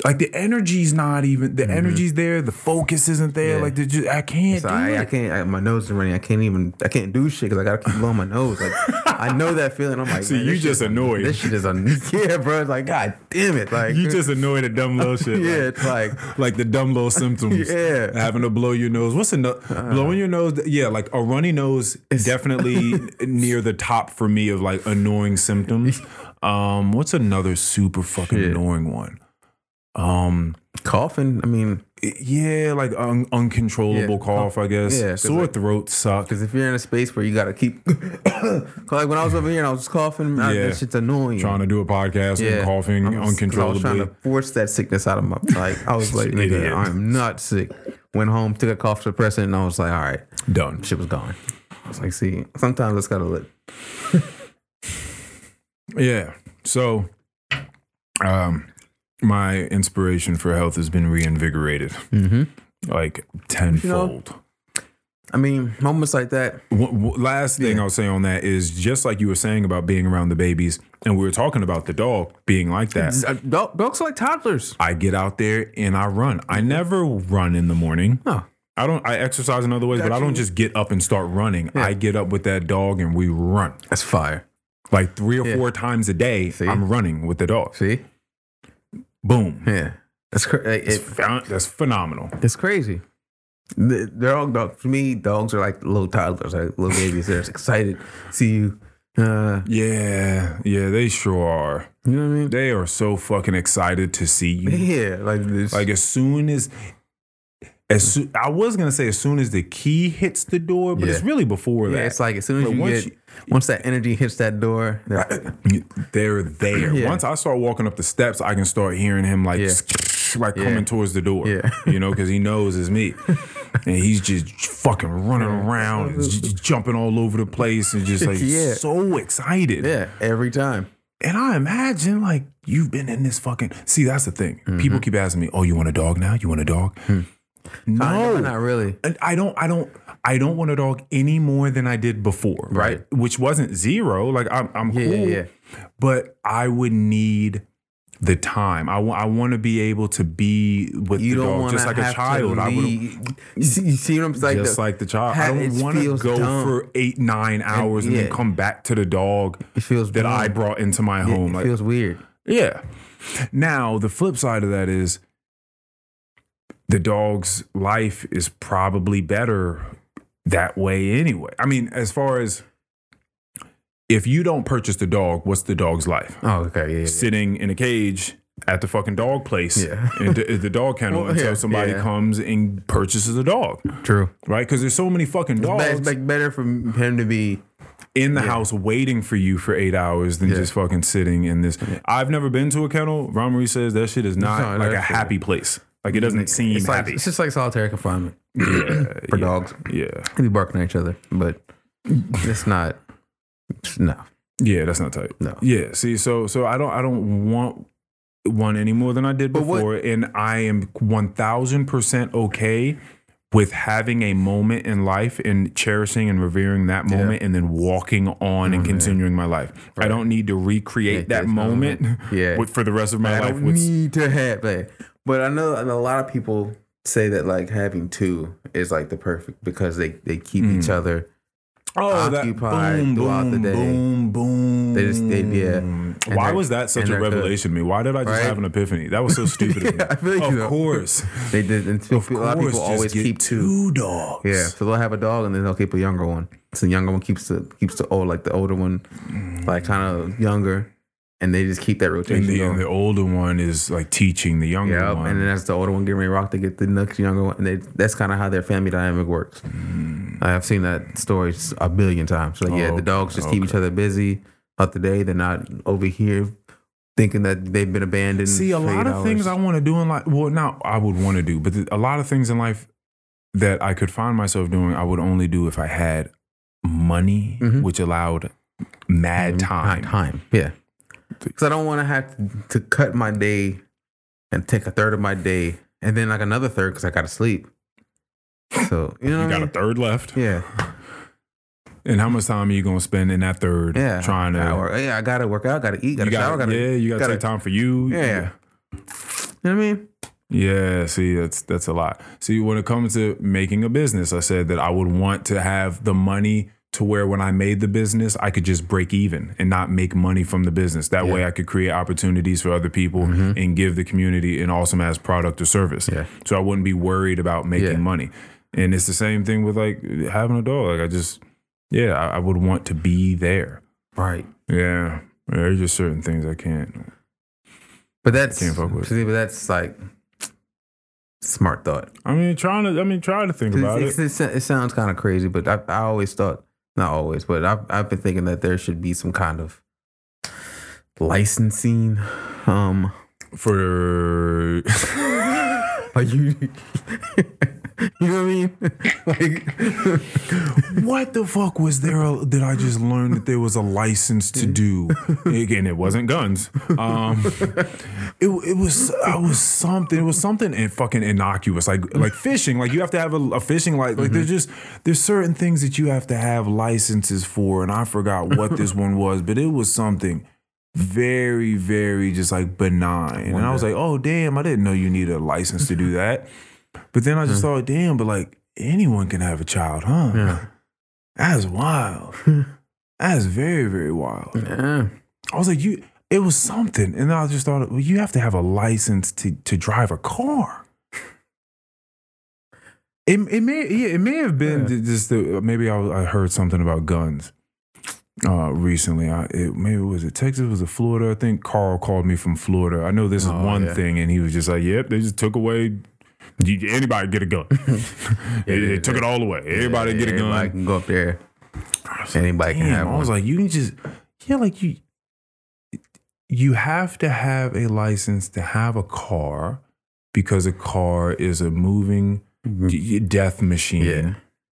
Speaker 3: like the energy's not even the energy's there the focus isn't there
Speaker 2: Mm-hmm. Yeah.
Speaker 3: like the, ju- i can't
Speaker 2: So
Speaker 3: do
Speaker 2: I, I
Speaker 3: it.
Speaker 2: can't. I, my nose is running. I can't even. I can't do shit because I gotta keep blowing my nose. Like I know that feeling. I'm like,
Speaker 3: See,
Speaker 2: man,
Speaker 3: you
Speaker 2: this
Speaker 3: just
Speaker 2: shit-
Speaker 3: annoyed.
Speaker 2: This shit is a yeah, bro. It's like, god damn it. Like
Speaker 3: you just annoyed at dumb little shit
Speaker 2: yeah.
Speaker 3: like,
Speaker 2: It's like
Speaker 3: like the dumb little symptoms
Speaker 2: Yeah. Uh-uh.
Speaker 3: having to blow your nose what's another blowing your nose yeah like a runny nose definitely near the top for me of like annoying symptoms um what's another super fucking
Speaker 2: Shit.
Speaker 3: annoying one um
Speaker 2: coughing. I mean,
Speaker 3: yeah like un- uncontrollable
Speaker 2: Yeah.
Speaker 3: cough i guess
Speaker 2: Yeah, 'cause
Speaker 3: sore
Speaker 2: like-
Speaker 3: throat sucks
Speaker 2: because if you're in a space where you gotta keep, 'Cause, like when I was over here and I was coughing, I,
Speaker 3: Yeah.
Speaker 2: that shit's annoying.
Speaker 3: trying to do a podcast and coughing
Speaker 2: I'm just- 'cause I was
Speaker 3: uncontrollably
Speaker 2: trying to force that sickness out of my like. I was like,
Speaker 3: Idiot.
Speaker 2: nigga, I'm not sick. Went home, took a cough suppressant, and I was like, all right,
Speaker 3: done
Speaker 2: shit was gone. I was like, see, sometimes it's gotta let.
Speaker 3: Yeah. So, um, my inspiration for health has been reinvigorated,
Speaker 2: Mm-hmm.
Speaker 3: like tenfold.
Speaker 2: I mean, moments like that.
Speaker 3: One- one- last thing I'll say on that is just like you were saying about being around the babies, and we were talking about the dog being like that.
Speaker 2: Uh, Dog, dogs are like toddlers. Mm-hmm.
Speaker 3: I get out there and I run. I never run in the morning.
Speaker 2: No.
Speaker 3: I don't. I exercise in other ways, but I don't just get up and start running. I get up with that dog and we run
Speaker 2: That's fire.
Speaker 3: like three or
Speaker 2: Yeah.
Speaker 3: four times a day.
Speaker 2: See?
Speaker 3: I'm running with the dog.
Speaker 2: See?
Speaker 3: Boom.
Speaker 2: Yeah. That's cra- like,
Speaker 3: It's
Speaker 2: it,
Speaker 3: phen- that's phenomenal.
Speaker 2: it's crazy. The- They're all dogs. For me, dogs are like little toddlers, like little babies. They're just excited to see you. Uh,
Speaker 3: Yeah, yeah, they sure are.
Speaker 2: you know what I mean?
Speaker 3: They are so fucking excited to see you.
Speaker 2: Yeah, like this.
Speaker 3: Like as soon as, as soo- I was gonna say as soon as the key hits the door, but it's
Speaker 2: Yeah.
Speaker 3: really before
Speaker 2: yeah,
Speaker 3: that.
Speaker 2: it's like as soon as
Speaker 3: But
Speaker 2: you
Speaker 3: once
Speaker 2: get once that energy hits that door, they're like,
Speaker 3: they're there.
Speaker 2: Yeah.
Speaker 3: Once I start walking up the steps, I can start hearing him like like coming towards the door.
Speaker 2: Yeah.
Speaker 3: You know, because he knows it's me. and he's just fucking running around and j- j- jumping all over the place and just like
Speaker 2: Yeah.
Speaker 3: so excited.
Speaker 2: yeah, every time.
Speaker 3: And I imagine like you've been in this fucking see, that's the thing.
Speaker 2: Mm-hmm.
Speaker 3: People keep asking me, Oh, you want a dog now? You want a dog?
Speaker 2: Kinda,
Speaker 3: No.
Speaker 2: but Hmm. not really.
Speaker 3: And I don't, I don't, I don't want a dog any more than I did before, right?
Speaker 2: Right.
Speaker 3: Which wasn't zero. Like I'm, I'm
Speaker 2: Yeah,
Speaker 3: cool,
Speaker 2: yeah, yeah.
Speaker 3: but I would need the time. I want to be able to be with
Speaker 2: You
Speaker 3: the
Speaker 2: don't
Speaker 3: dog,
Speaker 2: want
Speaker 3: just like a child. I would.
Speaker 2: You see, you see what I'm saying?
Speaker 3: just
Speaker 2: The-
Speaker 3: like the child,
Speaker 2: how
Speaker 3: I
Speaker 2: it
Speaker 3: don't want to
Speaker 2: feels
Speaker 3: go
Speaker 2: dumb.
Speaker 3: for eight, nine hours and,
Speaker 2: yeah.
Speaker 3: then come back to the dog
Speaker 2: it feels
Speaker 3: that I
Speaker 2: dumb.
Speaker 3: brought into my
Speaker 2: It-
Speaker 3: home.
Speaker 2: It,
Speaker 3: like,
Speaker 2: feels weird.
Speaker 3: yeah. Now, the flip side of that is the dog's life is probably better that way anyway. I mean, as far as if you don't purchase the dog, what's the dog's life?
Speaker 2: Oh, okay, yeah, yeah, yeah.
Speaker 3: Sitting in a cage at the fucking dog place,
Speaker 2: Yeah.
Speaker 3: in the, in the dog kennel
Speaker 2: Well,
Speaker 3: until
Speaker 2: yeah,
Speaker 3: somebody
Speaker 2: yeah.
Speaker 3: comes and purchases a dog,
Speaker 2: true.
Speaker 3: right? Because there's so many fucking
Speaker 2: It's,
Speaker 3: dogs
Speaker 2: be- it's like better for him to be.
Speaker 3: in the house waiting for you for eight hours than
Speaker 2: Yeah.
Speaker 3: just fucking sitting in this. I've never been to a kennel. Ron Marie says that shit is not
Speaker 2: not
Speaker 3: like a
Speaker 2: actually-
Speaker 3: happy place. Like it doesn't seem
Speaker 2: It's like
Speaker 3: happy.
Speaker 2: it's just like solitary confinement
Speaker 3: yeah,
Speaker 2: for
Speaker 3: yeah,
Speaker 2: dogs.
Speaker 3: Yeah,
Speaker 2: They be barking at each other, but it's not. it's- No,
Speaker 3: yeah, that's not tight.
Speaker 2: No.
Speaker 3: Yeah. See, so so I don't I don't want one any more than I did
Speaker 2: what-
Speaker 3: before, and I am one thousand percent okay with having a moment in life and cherishing and revering that moment and then walking on and continuing my life. I don't need to recreate
Speaker 2: Yeah,
Speaker 3: that
Speaker 2: Mm-hmm. this moment.
Speaker 3: moment,
Speaker 2: Yeah.
Speaker 3: with, for the rest of my
Speaker 2: I
Speaker 3: life
Speaker 2: don't
Speaker 3: with
Speaker 2: need to have that. But I know, I know a lot of people say that like having two is like the perfect because they they keep each
Speaker 3: Mm.
Speaker 2: other.
Speaker 3: oh, that
Speaker 2: occupied throughout the day.
Speaker 3: Boom, boom.
Speaker 2: They just- they- yeah. And
Speaker 3: Why
Speaker 2: they're-
Speaker 3: was that such
Speaker 2: and
Speaker 3: a
Speaker 2: they're good.
Speaker 3: revelation to me? Why did I just
Speaker 2: Right?
Speaker 3: have an epiphany? That was so stupid. of me.
Speaker 2: Yeah, I feel like
Speaker 3: of
Speaker 2: you know.
Speaker 3: course,
Speaker 2: They did, and so
Speaker 3: of
Speaker 2: a lot of
Speaker 3: course,
Speaker 2: people
Speaker 3: just
Speaker 2: always
Speaker 3: get
Speaker 2: keep two.
Speaker 3: two dogs.
Speaker 2: Yeah, so they'll have a dog and then they'll keep a younger one. So the younger one keeps the keeps the old like the older one, like kind of younger, and they just keep that rotation
Speaker 3: Mm. and the,
Speaker 2: going.
Speaker 3: and the older one is like teaching the younger
Speaker 2: yeah,
Speaker 3: one.
Speaker 2: and then as the older one getting ready to rock, they get the next younger one, and they, that's kind of how their family dynamic works. I've seen that story s- a billion times. Like, yeah,
Speaker 3: Mm. Oh,
Speaker 2: the dogs just keep each other busy throughout the day. They're not over here thinking that they've been abandoned.
Speaker 3: See, a
Speaker 2: for
Speaker 3: lot
Speaker 2: eight
Speaker 3: of things I
Speaker 2: hours.
Speaker 3: want to do in life. Well, not I would want to do, but th- a lot of things in life that I could find myself doing, I would only do if I had money,
Speaker 2: Mhm.
Speaker 3: which allowed mad
Speaker 2: Ah,
Speaker 3: time.
Speaker 2: time. Yeah, because I don't want to have to cut my day and take a third of my day, and then like another third because I got to sleep. So you know,
Speaker 3: You
Speaker 2: what I
Speaker 3: got a
Speaker 2: mean?
Speaker 3: third left.
Speaker 2: yeah,
Speaker 3: And how much time are you gonna spend in that third?
Speaker 2: yeah,
Speaker 3: trying to
Speaker 2: Hour. Yeah, I got to work out. Got to eat. Got
Speaker 3: you
Speaker 2: to shower.
Speaker 3: got
Speaker 2: Got to
Speaker 3: yeah, you gotta,
Speaker 2: gotta-
Speaker 3: take time for you.
Speaker 2: Yeah. You know what I mean?
Speaker 3: yeah. See, that's that's a lot. See, when it comes to making a business, I said that I would want to have the money to where when I made the business, I could just break even and not make money from the business. That way, I could create opportunities for other people and give the community an awesome ass product or service.
Speaker 2: Mm-hmm. Yeah.
Speaker 3: So I wouldn't be worried about making
Speaker 2: Yeah.
Speaker 3: money. And it's the same thing with like having a dog. Like I just, yeah, I, I would want to be there.
Speaker 2: Right.
Speaker 3: Yeah. There's just certain things I can't.
Speaker 2: But that's
Speaker 3: Can't fuck with.
Speaker 2: see, but that's like smart thought.
Speaker 3: I mean, trying to. I mean, trying to think
Speaker 2: 'Cause
Speaker 3: about
Speaker 2: it's-
Speaker 3: it.
Speaker 2: it's- it sounds kind of crazy, but I, I always thought not always, but I've I've been thinking that there should be some kind of licensing. Um,
Speaker 3: For
Speaker 2: like you, you know what I mean? Like,
Speaker 3: what the fuck was there? A, did I just learn that there was a license to do? Again, it wasn't guns. Um, it it was I was something. It was something in fucking innocuous, like like fishing. Like you have to have a, a fishing license. Like there's just there's certain things that you have to have licenses for, and I forgot what this one was, but it was something. very, very just like benign. And I was like, oh, damn, I didn't know you needed a license to do that. But then I just thought, damn, but like anyone can have a child, huh?
Speaker 2: Yeah.
Speaker 3: That's wild. That's very, very wild.
Speaker 2: Yeah.
Speaker 3: I was like, you. It was something, and I just thought, well, you have to have a license to to drive a car. It it may yeah, it may have been
Speaker 2: Yeah.
Speaker 3: just the, maybe I, was- I heard something about guns uh recently i it maybe was it texas was it florida i think carl called me from florida i know this is
Speaker 2: Oh,
Speaker 3: one
Speaker 2: yeah.
Speaker 3: thing and he was just like yep they just took away you, anybody get a gun they, they took it all away everybody get a gun
Speaker 2: Everybody can go up there.
Speaker 3: I was
Speaker 2: Anybody can
Speaker 3: damn,
Speaker 2: have
Speaker 3: I was like, you can just yeah, like you you have to have a license to have a car because a car is a moving d- death machine,
Speaker 2: Mm.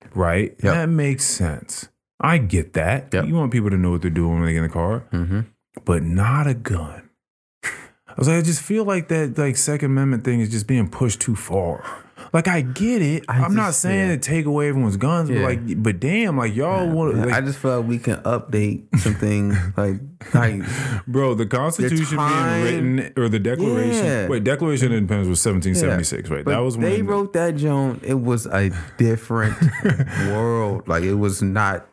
Speaker 2: Yeah.
Speaker 3: right?
Speaker 2: Yep.
Speaker 3: That makes sense. I get that.
Speaker 2: Yep.
Speaker 3: You want people to know what they're doing when they get in the car,
Speaker 2: Mm-hmm.
Speaker 3: but not a gun. I was like, I just feel like that like Second Amendment thing is just being pushed too far. Like I get it.
Speaker 2: I
Speaker 3: I am not
Speaker 2: just-
Speaker 3: saying
Speaker 2: yeah.
Speaker 3: to take away everyone's guns,
Speaker 2: Yeah.
Speaker 3: but like, but damn, like y'all want like,
Speaker 2: I just feel like we can update something like like
Speaker 3: Bro, the Constitution
Speaker 2: time-
Speaker 3: being written or the Declaration.
Speaker 2: Yeah.
Speaker 3: Wait, Declaration of Independence was 1776, right?
Speaker 2: but
Speaker 3: That was when
Speaker 2: they wrote that Joan. It was a different world. Like it was not.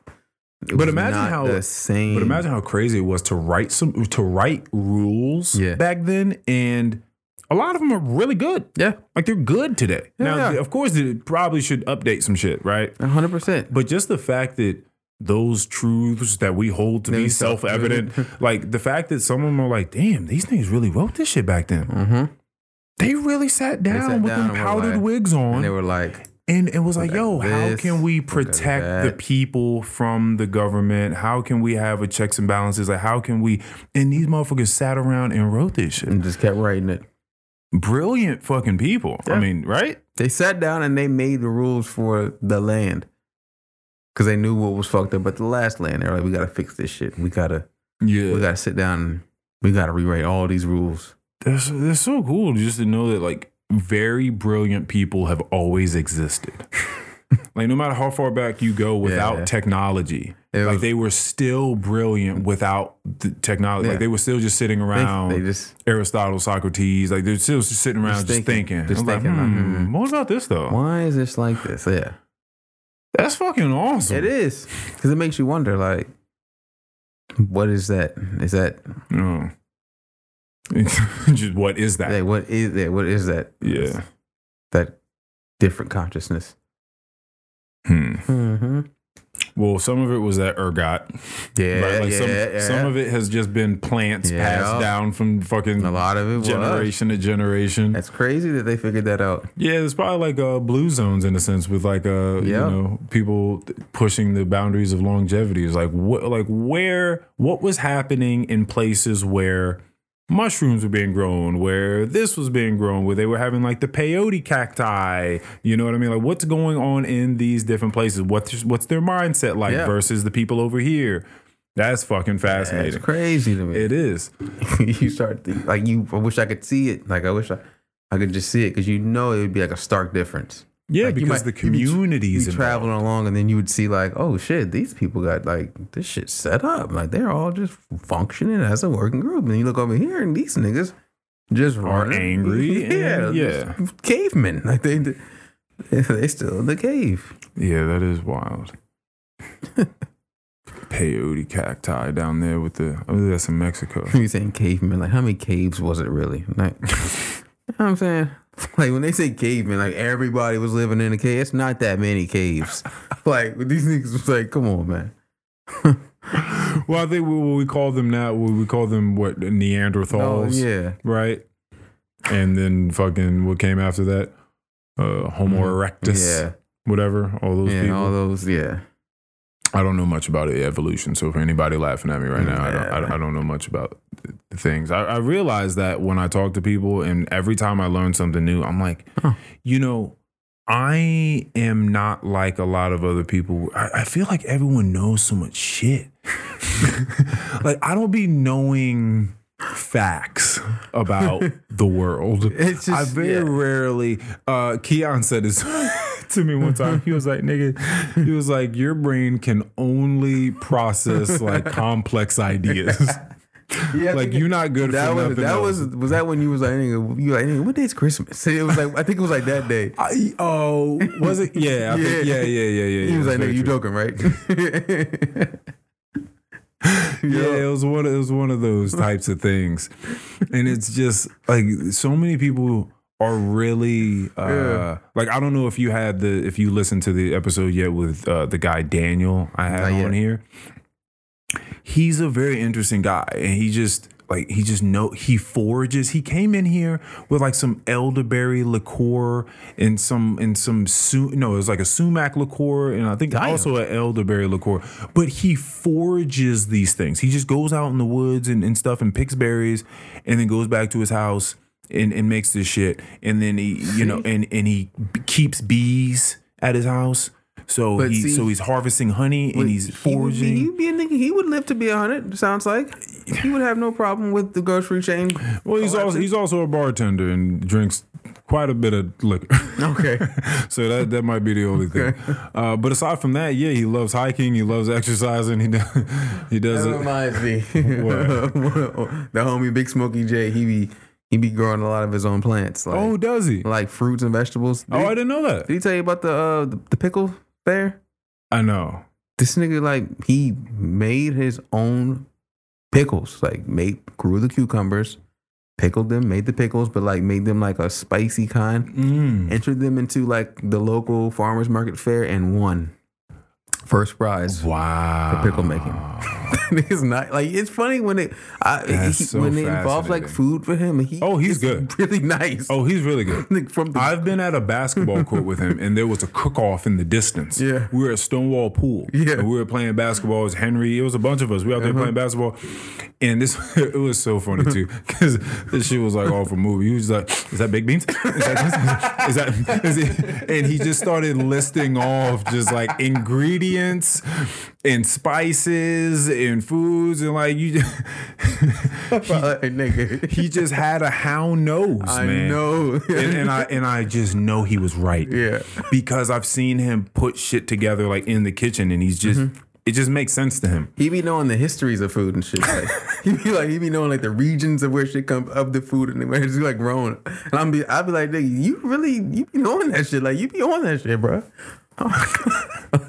Speaker 3: But
Speaker 2: It was
Speaker 3: imagine
Speaker 2: not
Speaker 3: how-
Speaker 2: the same.
Speaker 3: But imagine how crazy it was to write some to write rules
Speaker 2: Yeah.
Speaker 3: back then, and a lot of them are really good.
Speaker 2: yeah,
Speaker 3: Like they're good today. now,
Speaker 2: Yeah.
Speaker 3: of course, it probably should update some shit, right?
Speaker 2: one hundred percent.
Speaker 3: But just the fact that those truths that we hold to be
Speaker 2: Themselves.
Speaker 3: self evident, like the fact that some of them are like, damn, these things really wrote this shit back then.
Speaker 2: Mm-hmm.
Speaker 3: They really sat down
Speaker 2: sat
Speaker 3: with them
Speaker 2: down and were
Speaker 3: powdered
Speaker 2: like-
Speaker 3: wigs on.
Speaker 2: And they were like,
Speaker 3: and it was like,
Speaker 2: Look at
Speaker 3: yo, how
Speaker 2: this,
Speaker 3: can we
Speaker 2: look at
Speaker 3: protect
Speaker 2: that.
Speaker 3: the people from the government? How can we have a checks and balances? Like, how can we? And these motherfuckers sat around and wrote this shit.
Speaker 2: and just kept writing it.
Speaker 3: Brilliant fucking people. I
Speaker 2: Yeah.
Speaker 3: mean, right?
Speaker 2: They sat down and they made the rules for the land because they knew what was fucked up. But the last land, they were like, we gotta fix this shit. We gotta, we
Speaker 3: Yeah.
Speaker 2: gotta sit down. and We gotta rewrite all these rules.
Speaker 3: That's, that's so cool just to know that, like, very brilliant people have always existed. like, no matter how far back you go without
Speaker 2: Yeah.
Speaker 3: technology,
Speaker 2: It
Speaker 3: like,
Speaker 2: was-
Speaker 3: they were still brilliant without the technology. Like,
Speaker 2: Yeah.
Speaker 3: they were still just sitting
Speaker 2: They-
Speaker 3: around.
Speaker 2: they just
Speaker 3: Aristotle, Socrates, like they're still just sitting around just, thinking.
Speaker 2: Just
Speaker 3: I'm
Speaker 2: thinking
Speaker 3: Like,
Speaker 2: about,
Speaker 3: hmm,
Speaker 2: hmm.
Speaker 3: What about this though?
Speaker 2: Why is this like this? Yeah.
Speaker 3: That's fucking awesome.
Speaker 2: It is. Because it makes you wonder, like, what is that? Is that,
Speaker 3: Oh. just what is that?
Speaker 2: like, what is that? What is that?
Speaker 3: yeah.
Speaker 2: That different consciousness.
Speaker 3: Hmm.
Speaker 2: Mm-hmm.
Speaker 3: Well, some of it was that ergot.
Speaker 2: Yeah,
Speaker 3: Right? Like,
Speaker 2: yeah,
Speaker 3: some,
Speaker 2: yeah.
Speaker 3: some of it has just been plants
Speaker 2: Yeah.
Speaker 3: passed down from fucking
Speaker 2: a lot of it was.
Speaker 3: generation to generation.
Speaker 2: That's crazy that they figured that out.
Speaker 3: Yeah, there's probably like uh, blue zones in a sense with like uh, you
Speaker 2: Yeah.
Speaker 3: know people th- pushing the boundaries of longevity. Is like what like where what was happening in places where mushrooms were being grown, where this was being grown, where they were having like the peyote cacti. You know what I mean? Like what's going on in these different places? What's what's their mindset like
Speaker 2: Yeah.
Speaker 3: versus the people over here? That's fucking
Speaker 2: That's
Speaker 3: fascinating.
Speaker 2: crazy to me.
Speaker 3: It is.
Speaker 2: you start to, like you. I wish I could see it. Like I wish I, I could just see it because you know it would be like a stark difference.
Speaker 3: Yeah,
Speaker 2: Like, you
Speaker 3: because
Speaker 2: might-
Speaker 3: the
Speaker 2: you be tr-
Speaker 3: communities
Speaker 2: you
Speaker 3: involved.
Speaker 2: traveling along and then you would see like oh shit these people got like this shit set up like they're all just functioning as a working group and you look over here and these niggas just
Speaker 3: Are
Speaker 2: running.
Speaker 3: angry
Speaker 2: yeah
Speaker 3: and-
Speaker 2: yeah cavemen like they they still in the cave
Speaker 3: Yeah, that is wild. Peyote cacti down there with the. I believe that's in Mexico.
Speaker 2: you saying cavemen like how many caves was it really like you know what I'm saying like when they say cavemen like everybody was living in a cave it's not that many caves like these niggas was like come on man
Speaker 3: well, I think we, what we call them now, what we call them what
Speaker 2: oh
Speaker 3: Neanderthals,
Speaker 2: yeah
Speaker 3: right? And then fucking what came after that, uh, Homo erectus,
Speaker 2: yeah
Speaker 3: whatever. All those
Speaker 2: yeah
Speaker 3: people.
Speaker 2: all those yeah
Speaker 3: I don't know much about evolution, so for anybody laughing at me right now, I don't. I, don't- I don't know much about th- things. I, I realize that when I talk to people, and every time I learn something new, I'm like,
Speaker 2: Huh.
Speaker 3: you know, I am not like a lot of other people. I, I feel like everyone knows so much shit. like I don't be knowing facts about the world.
Speaker 2: It's
Speaker 3: I
Speaker 2: just-
Speaker 3: very
Speaker 2: yeah.
Speaker 3: rarely. Uh, Keon said this to me one time. He was like, "Nigga," he was like, "Your brain can only process like complex ideas."
Speaker 2: Yeah, I
Speaker 3: like
Speaker 2: think it-
Speaker 3: you're not good
Speaker 2: That
Speaker 3: for
Speaker 2: was
Speaker 3: nothing
Speaker 2: that
Speaker 3: else.
Speaker 2: was was that when you was like nigga, you like nigga, what day's Christmas? It was like I think it was like that day.
Speaker 3: I, oh, was it? Yeah, I yeah. Think,
Speaker 2: Yeah.
Speaker 3: yeah, yeah, yeah, yeah.
Speaker 2: He
Speaker 3: yeah,
Speaker 2: was like
Speaker 3: that's
Speaker 2: nigga,
Speaker 3: very
Speaker 2: you
Speaker 3: true.
Speaker 2: joking right?
Speaker 3: Yeah, it was one. It was one of those types of things, and it's just like so many people are really uh,
Speaker 2: Yeah.
Speaker 3: like I don't know if you had the if you listened to the episode yet with uh, the guy Daniel I had
Speaker 2: Not yet.
Speaker 3: on here. He's a very interesting guy, and he just like he just know he forages. He came in here with like some elderberry liqueur and some and some su- no, it was like a sumac liqueur, and I think
Speaker 2: Damn.
Speaker 3: also an elderberry liqueur. But he forages these things. He just goes out in the woods and, and stuff and picks berries and then goes back to his house and, and makes this shit. And then he, you know, and, and he b- keeps bees at his house. So
Speaker 2: But
Speaker 3: he
Speaker 2: see-
Speaker 3: so he's harvesting honey and he's foraging.
Speaker 2: He would be, he'd be a nigga. He would live to be hundred. Sounds like he would have no problem with the grocery chain.
Speaker 3: well, he's also he's also a bartender and drinks quite a bit of liquor.
Speaker 2: Okay,
Speaker 3: so that that might be the only thing. Uh, but aside from that, yeah, he loves hiking. He loves exercising. He does, he does
Speaker 2: that
Speaker 3: it.
Speaker 2: reminds me. the homie Big Smokey J. He be he be growing a lot of his own plants, like
Speaker 3: Oh, does he?
Speaker 2: like fruits and vegetables. Did,
Speaker 3: Oh, I
Speaker 2: he,
Speaker 3: didn't know that.
Speaker 2: did he tell you about the uh the, the pickle fair?
Speaker 3: I know.
Speaker 2: this nigga like he made his own pickles like made grew the cucumbers pickled them made the pickles but like made them like a spicy kind
Speaker 3: Mm.
Speaker 2: entered them into like the local farmers market fair and won first prize
Speaker 3: Wow.
Speaker 2: for pickle making it's not like it's funny when it I,
Speaker 3: That's
Speaker 2: he-
Speaker 3: so
Speaker 2: when it involves like
Speaker 3: fascinating.
Speaker 2: food for him he
Speaker 3: Oh, he's
Speaker 2: is
Speaker 3: good.
Speaker 2: really nice
Speaker 3: Oh, he's really good.
Speaker 2: Like, from the
Speaker 3: I've been at a basketball court with him, and there was a cook-off in the distance.
Speaker 2: Yeah.
Speaker 3: we were at Stonewall Pool.
Speaker 2: Yeah. Uh-huh.
Speaker 3: and we were playing basketball. It was Henry. It was a bunch of us. We out there playing basketball, and this it was so funny too because this shit was like off a movie. He was like, "Is that baked beans? Is that, is that is it?" And he just started listing off just like ingredients and spices and foods and like you. Just,
Speaker 2: Like, nigga
Speaker 3: he just had a hound nose,
Speaker 2: I
Speaker 3: man.
Speaker 2: know.
Speaker 3: and, and I and I just know he was right.
Speaker 2: Yeah.
Speaker 3: Because I've seen him put shit together like in the kitchen and he's just it just makes sense to him.
Speaker 2: He be knowing the histories of food and shit. Like, he be like, he be knowing like the regions of where shit come of the food and where it's like grown. And I'm be, I be like, nigga, you really, you be knowing that shit. Like, you be on that shit, bro.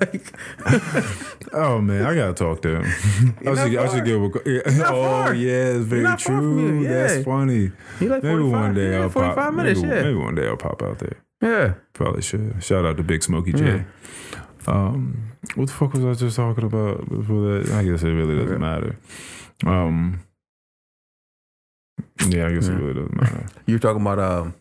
Speaker 2: like,
Speaker 3: Oh man, I gotta talk to him. I
Speaker 2: not
Speaker 3: should, I should
Speaker 2: far.
Speaker 3: give him a call. Yeah.
Speaker 2: not
Speaker 3: Oh
Speaker 2: far.
Speaker 3: yeah, it's very
Speaker 2: not far from
Speaker 3: true.
Speaker 2: you,
Speaker 3: That's
Speaker 2: yeah.
Speaker 3: funny.
Speaker 2: He like
Speaker 3: maybe
Speaker 2: 45
Speaker 3: one day
Speaker 2: yeah,
Speaker 3: I'll
Speaker 2: 45
Speaker 3: pop.
Speaker 2: minutes,
Speaker 3: maybe,
Speaker 2: yeah.
Speaker 3: maybe one day I'll pop out there.
Speaker 2: yeah.
Speaker 3: Probably should. Shout out to Big Smokey J. Um, what the fuck was I just talking about before that? I guess it really doesn't matter. Um, yeah, I guess
Speaker 2: Yeah.
Speaker 3: it really doesn't matter.
Speaker 2: You were talking about um,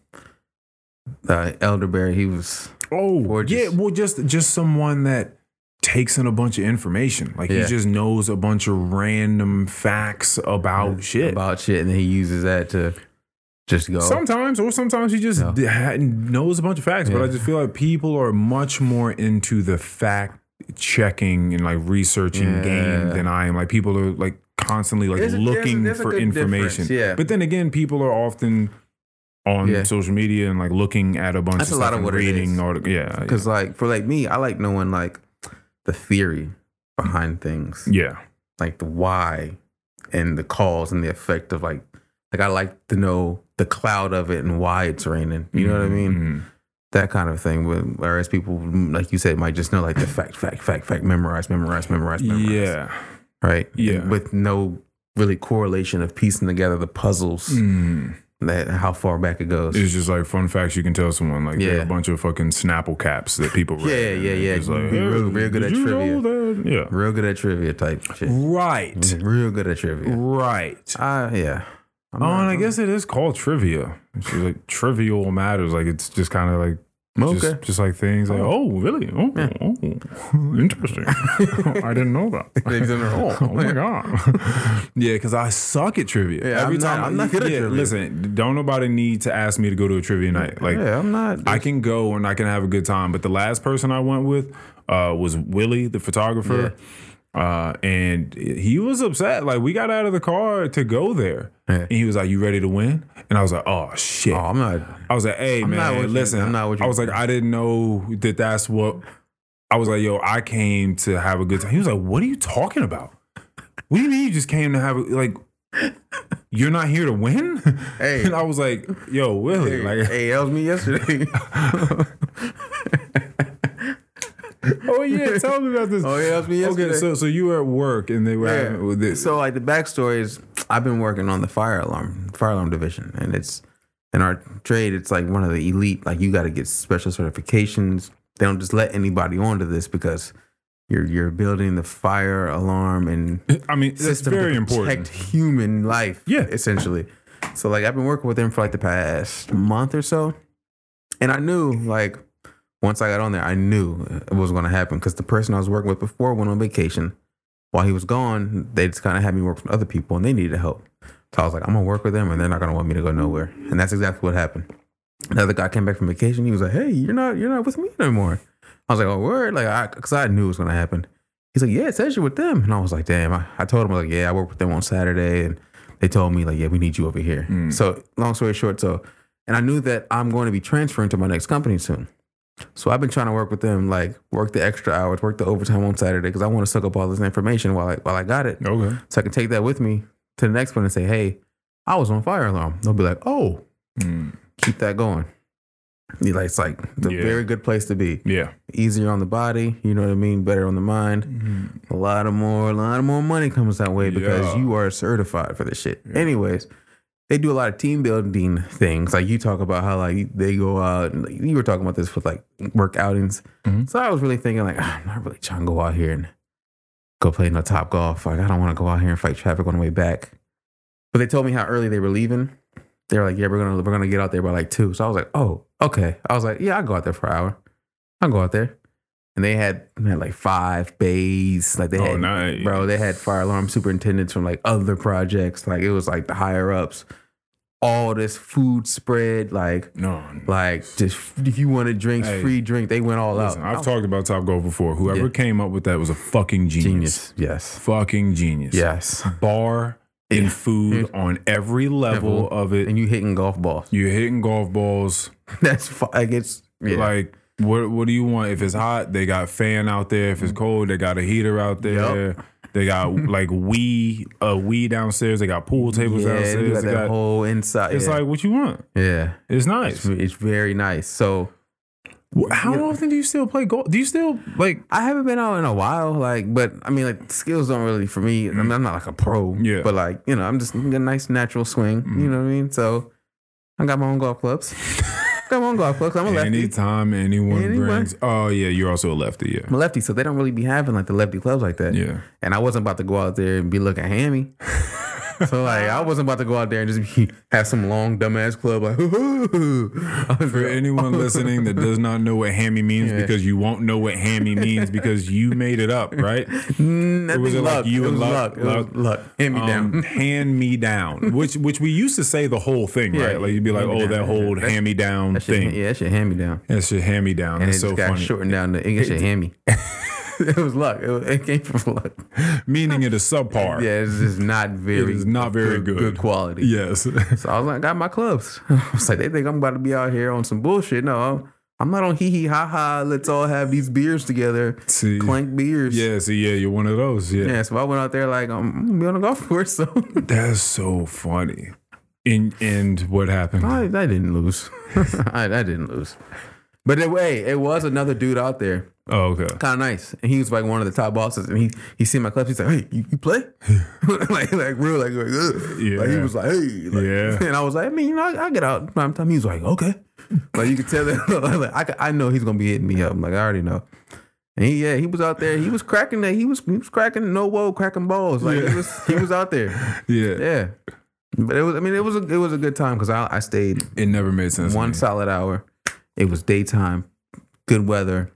Speaker 2: the elderberry. He was
Speaker 3: Oh,
Speaker 2: Gorgeous.
Speaker 3: yeah. Well, just just someone that takes in a bunch of information. Like
Speaker 2: Yeah.
Speaker 3: he just knows a bunch of random facts about Oh, shit.
Speaker 2: about shit, and then he uses that to just go.
Speaker 3: Sometimes, or sometimes he just
Speaker 2: Yeah.
Speaker 3: d- ha- knows a bunch of facts. But I
Speaker 2: Yeah.
Speaker 3: just feel like people are much more into the fact checking and like researching game
Speaker 2: Yeah.
Speaker 3: than I am. Like people are like constantly like
Speaker 2: There's a- there's a-
Speaker 3: looking
Speaker 2: there's a
Speaker 3: for
Speaker 2: good
Speaker 3: information. Oh,
Speaker 2: difference, yeah.
Speaker 3: But then again, people are often on
Speaker 2: Yeah.
Speaker 3: social media and like looking at a bunch
Speaker 2: That's
Speaker 3: of
Speaker 2: a
Speaker 3: stuff
Speaker 2: lot of
Speaker 3: and
Speaker 2: what it is.
Speaker 3: reading artic- Yeah,
Speaker 2: Because like for like me, I like knowing like the theory behind things.
Speaker 3: yeah.
Speaker 2: like the why and the cause and the effect of like like I like to know the cloud of it and why it's raining. You know what I mean?
Speaker 3: Mhm.
Speaker 2: That kind of thing. But Whereas people, like you said, might just know like the fact, fact, fact, fact, memorize, memorize, memorize, memorize.
Speaker 3: Yeah.
Speaker 2: Right.
Speaker 3: Yeah.
Speaker 2: With no really correlation of piecing together the puzzles Mm-hmm.
Speaker 3: Mm.
Speaker 2: that how far back it goes.
Speaker 3: It's just like fun facts you can tell someone. Like there are
Speaker 2: Yeah.
Speaker 3: a bunch of fucking Snapple caps that people read.
Speaker 2: Yeah, yeah,
Speaker 3: And
Speaker 2: yeah.
Speaker 3: it's like,
Speaker 2: Be real- real good
Speaker 3: did
Speaker 2: at
Speaker 3: you know
Speaker 2: trivia.
Speaker 3: that? Yeah.
Speaker 2: Real good at trivia type shit.
Speaker 3: Right.
Speaker 2: Real good at trivia.
Speaker 3: Right.
Speaker 2: Ah, yeah. I'm
Speaker 3: Oh,
Speaker 2: not-
Speaker 3: and I guess it is called trivia. It's just like trivial matters. Like it's just kind of like just,
Speaker 2: Okay.
Speaker 3: just like things like, oh, really? Oh, oh interesting. I didn't know that.
Speaker 2: Things in a row.
Speaker 3: Oh my god! yeah, because I suck at trivia.
Speaker 2: Yeah,
Speaker 3: Every
Speaker 2: I'm not-
Speaker 3: time
Speaker 2: I'm not good at
Speaker 3: yeah,
Speaker 2: trivia.
Speaker 3: Listen, don't nobody need to ask me to go to a trivia night. Like,
Speaker 2: Yeah, I'm not.
Speaker 3: I can go and I can have a good time. But the last person I went with uh, was Willie, the photographer. Uh, and he was upset. Like we got out of the car to go there,
Speaker 2: Yeah.
Speaker 3: and he was like, "You ready to win?" And I was like, "Oh shit!"
Speaker 2: oh, I'm not.
Speaker 3: I was like, "Hey man,
Speaker 2: not with you.
Speaker 3: listen,
Speaker 2: I'm not with you.
Speaker 3: I was like, I didn't know that that's what. I was like, "Yo, I came to have a good time." He was like, "What are you talking about? What do you mean you just came to have a, like?" you're not here to win?
Speaker 2: Hey.
Speaker 3: and I was like, yo, Willie,
Speaker 2: Hey,
Speaker 3: like,
Speaker 2: hey, that was me yesterday.
Speaker 3: oh yeah, tell me about this.
Speaker 2: Oh, yeah, that's me
Speaker 3: Okay,
Speaker 2: yesterday.
Speaker 3: so so you were at work and they were having with
Speaker 2: Yeah.
Speaker 3: this.
Speaker 2: So like the backstory is I've been working on the fire alarm fire alarm division and it's in our trade it's like one of the elite like you got to get special certifications. They don't just let anybody onto this because you're you're building the fire alarm and
Speaker 3: I mean, that's
Speaker 2: system
Speaker 3: very
Speaker 2: to
Speaker 3: important.
Speaker 2: protect human life.
Speaker 3: Yeah.
Speaker 2: essentially. So like I've been working with them for like the past month or so, and I knew like once I got on there, I knew it was going to happen because the person I was working with before went on vacation. While he was gone, they just kind of had me work with other people, and they needed help. So I was like, I'm gonna work with them, and they're not gonna want me to go nowhere. And that's exactly what happened. Another guy came back from vacation. He was like, Hey, you're not you're not with me no more. I was like, Oh word, like I because I knew it was gonna happen. He's like, yeah, it says you're with them. And I was like, damn. I, I told him, I was like, yeah, I work with them on Saturday. And they told me, like, yeah, we need you over here. So, long story short, so, and I knew that I'm going to be transferring to my next company soon. So, I've been trying to work with them, like, work the extra hours, work the overtime on Saturday, because I want to suck up all this information while I, while I got it.
Speaker 3: Okay.
Speaker 2: So, I can take that with me to the next one and say, hey, I was on fire alarm. They'll be like, oh,
Speaker 3: Mm.
Speaker 2: keep that going. You Like, it's like the
Speaker 3: Yeah.
Speaker 2: very good place to be.
Speaker 3: Yeah.
Speaker 2: Easier on the body, you know what I mean? Better on the mind a lot of more a lot of more money comes that way because
Speaker 3: Yeah.
Speaker 2: you are certified for this shit anyways they do a lot of team building things like you talk about how like they go out and like, you were talking about this with like work outings
Speaker 3: Mhm.
Speaker 2: so i was really thinking like "Ah, i'm not really trying to go out here and go play no top golf like i don't want to go out here and fight traffic on the way back but they told me how early they were leaving they were like yeah we're gonna we're gonna get out there by like two so i was like oh okay i was like yeah i'll go out there for an hour i'll go out there and they had, they had like five bays like they
Speaker 3: Oh,
Speaker 2: had
Speaker 3: nice.
Speaker 2: bro. They had fire alarm superintendents from like other projects. Like it was like the higher ups. All this food spread, like
Speaker 3: No.
Speaker 2: like just if you wanted drinks,
Speaker 3: Hey,
Speaker 2: free drink. They went all
Speaker 3: Listen,
Speaker 2: out.
Speaker 3: I've talked about Top Golf before. Whoever
Speaker 2: Yeah.
Speaker 3: came up with that was a fucking genius.
Speaker 2: genius. Yes.
Speaker 3: Fucking genius.
Speaker 2: Yes.
Speaker 3: Bar and
Speaker 2: Yeah.
Speaker 3: food on every level
Speaker 2: Level.
Speaker 3: of it.
Speaker 2: And you hitting golf balls.
Speaker 3: You're hitting golf balls.
Speaker 2: That's fu- like it's yeah.
Speaker 3: Like, what what do you want? If it's hot, they got fan out there. If
Speaker 2: Mm-hmm.
Speaker 3: it's cold, they got a heater out there. They got like we a we downstairs. They got pool tables
Speaker 2: yeah,
Speaker 3: downstairs.
Speaker 2: you got
Speaker 3: They
Speaker 2: that
Speaker 3: got-
Speaker 2: whole inside.
Speaker 3: it's
Speaker 2: yeah.
Speaker 3: like what you want.
Speaker 2: yeah,
Speaker 3: It's
Speaker 2: it's,
Speaker 3: nice.
Speaker 2: it's very nice. So
Speaker 3: Wh- How often do you still play golf? Do you still like?
Speaker 2: I haven't been out in a while, like, but I mean, like, skills don't really for me. I mean, I'm not like a pro,
Speaker 3: Mm. Yeah. Mm.
Speaker 2: But like, you know, I'm just a nice natural swing. You know what I mean? So, I got my own golf clubs. got my own golf clubs. I'm a lefty.
Speaker 3: Anytime anyone
Speaker 2: Anyone.
Speaker 3: brings. Oh yeah, you're also a lefty. Yeah.
Speaker 2: I'm a lefty, so they don't really be having like the lefty clubs like that.
Speaker 3: Yeah.
Speaker 2: And I wasn't about to go out there and be looking hammy. so like, I wasn't about to go out there and just be, have some long dumbass club like. I was
Speaker 3: For
Speaker 2: like,
Speaker 3: anyone listening that does not know what hammy means,
Speaker 2: Yeah.
Speaker 3: because you won't know what hammy means because you made it up, right?
Speaker 2: mm, that
Speaker 3: Or was
Speaker 2: was
Speaker 3: it like
Speaker 2: luck.
Speaker 3: you
Speaker 2: it
Speaker 3: and
Speaker 2: was
Speaker 3: luck-
Speaker 2: luck. It was
Speaker 3: luck?
Speaker 2: luck. Hand me down.
Speaker 3: Um, hand me down, which which we used to say the whole thing,
Speaker 2: Yeah,
Speaker 3: right? Like you'd be like, oh,
Speaker 2: hand-me-down.
Speaker 3: that whole
Speaker 2: That's-
Speaker 3: hand me down
Speaker 2: That shit,
Speaker 3: thing.
Speaker 2: yeah, that shit hand me down.
Speaker 3: That's your hand me down.
Speaker 2: and
Speaker 3: That's
Speaker 2: it
Speaker 3: so
Speaker 2: just got
Speaker 3: funny.
Speaker 2: shortened down to English and hammy. it was luck. It, was- it came from luck.
Speaker 3: Meaning it is subpar.
Speaker 2: Yeah, it's just not very.
Speaker 3: It is not very good.
Speaker 2: Good quality.
Speaker 3: Yes.
Speaker 2: So I was like, got my clubs. I was like, they think I'm about to be out here on some bullshit. No, I'm, I'm not on hee hee ha ha. Let's all have these beers together,
Speaker 3: See.
Speaker 2: clank beers.
Speaker 3: Yeah. So yeah, you're one of those. Yeah.
Speaker 2: Yeah, so I went out there like I'm I'm gonna be on a golf course, so
Speaker 3: That's so funny. And and what happened?
Speaker 2: I, I Oh, didn't lose. I, I didn't lose. But anyway, it was another dude out there.
Speaker 3: Oh, okay.
Speaker 2: kind of nice. And he was like one of the top bosses, and he he seen my clubs. He's like, "Hey, you, you play?" like like real like like, Ugh. like he
Speaker 3: Yeah.
Speaker 2: was like, "Hey," like-
Speaker 3: Yeah.
Speaker 2: And I was like, "I mean, you know, I, I get out prime time." He was like, "Okay," like you could tell that like, I could- I know he's gonna be hitting me up. I'm like I already know. And he, yeah, he was out there. He was cracking that. He was he was cracking no woe, cracking balls. Like he was he was out there.
Speaker 3: Yeah.
Speaker 2: Yeah. But it was I mean it was a it was a good time because I I stayed
Speaker 3: It never made sense. to
Speaker 2: one
Speaker 3: me.
Speaker 2: solid hour. It was daytime, good weather.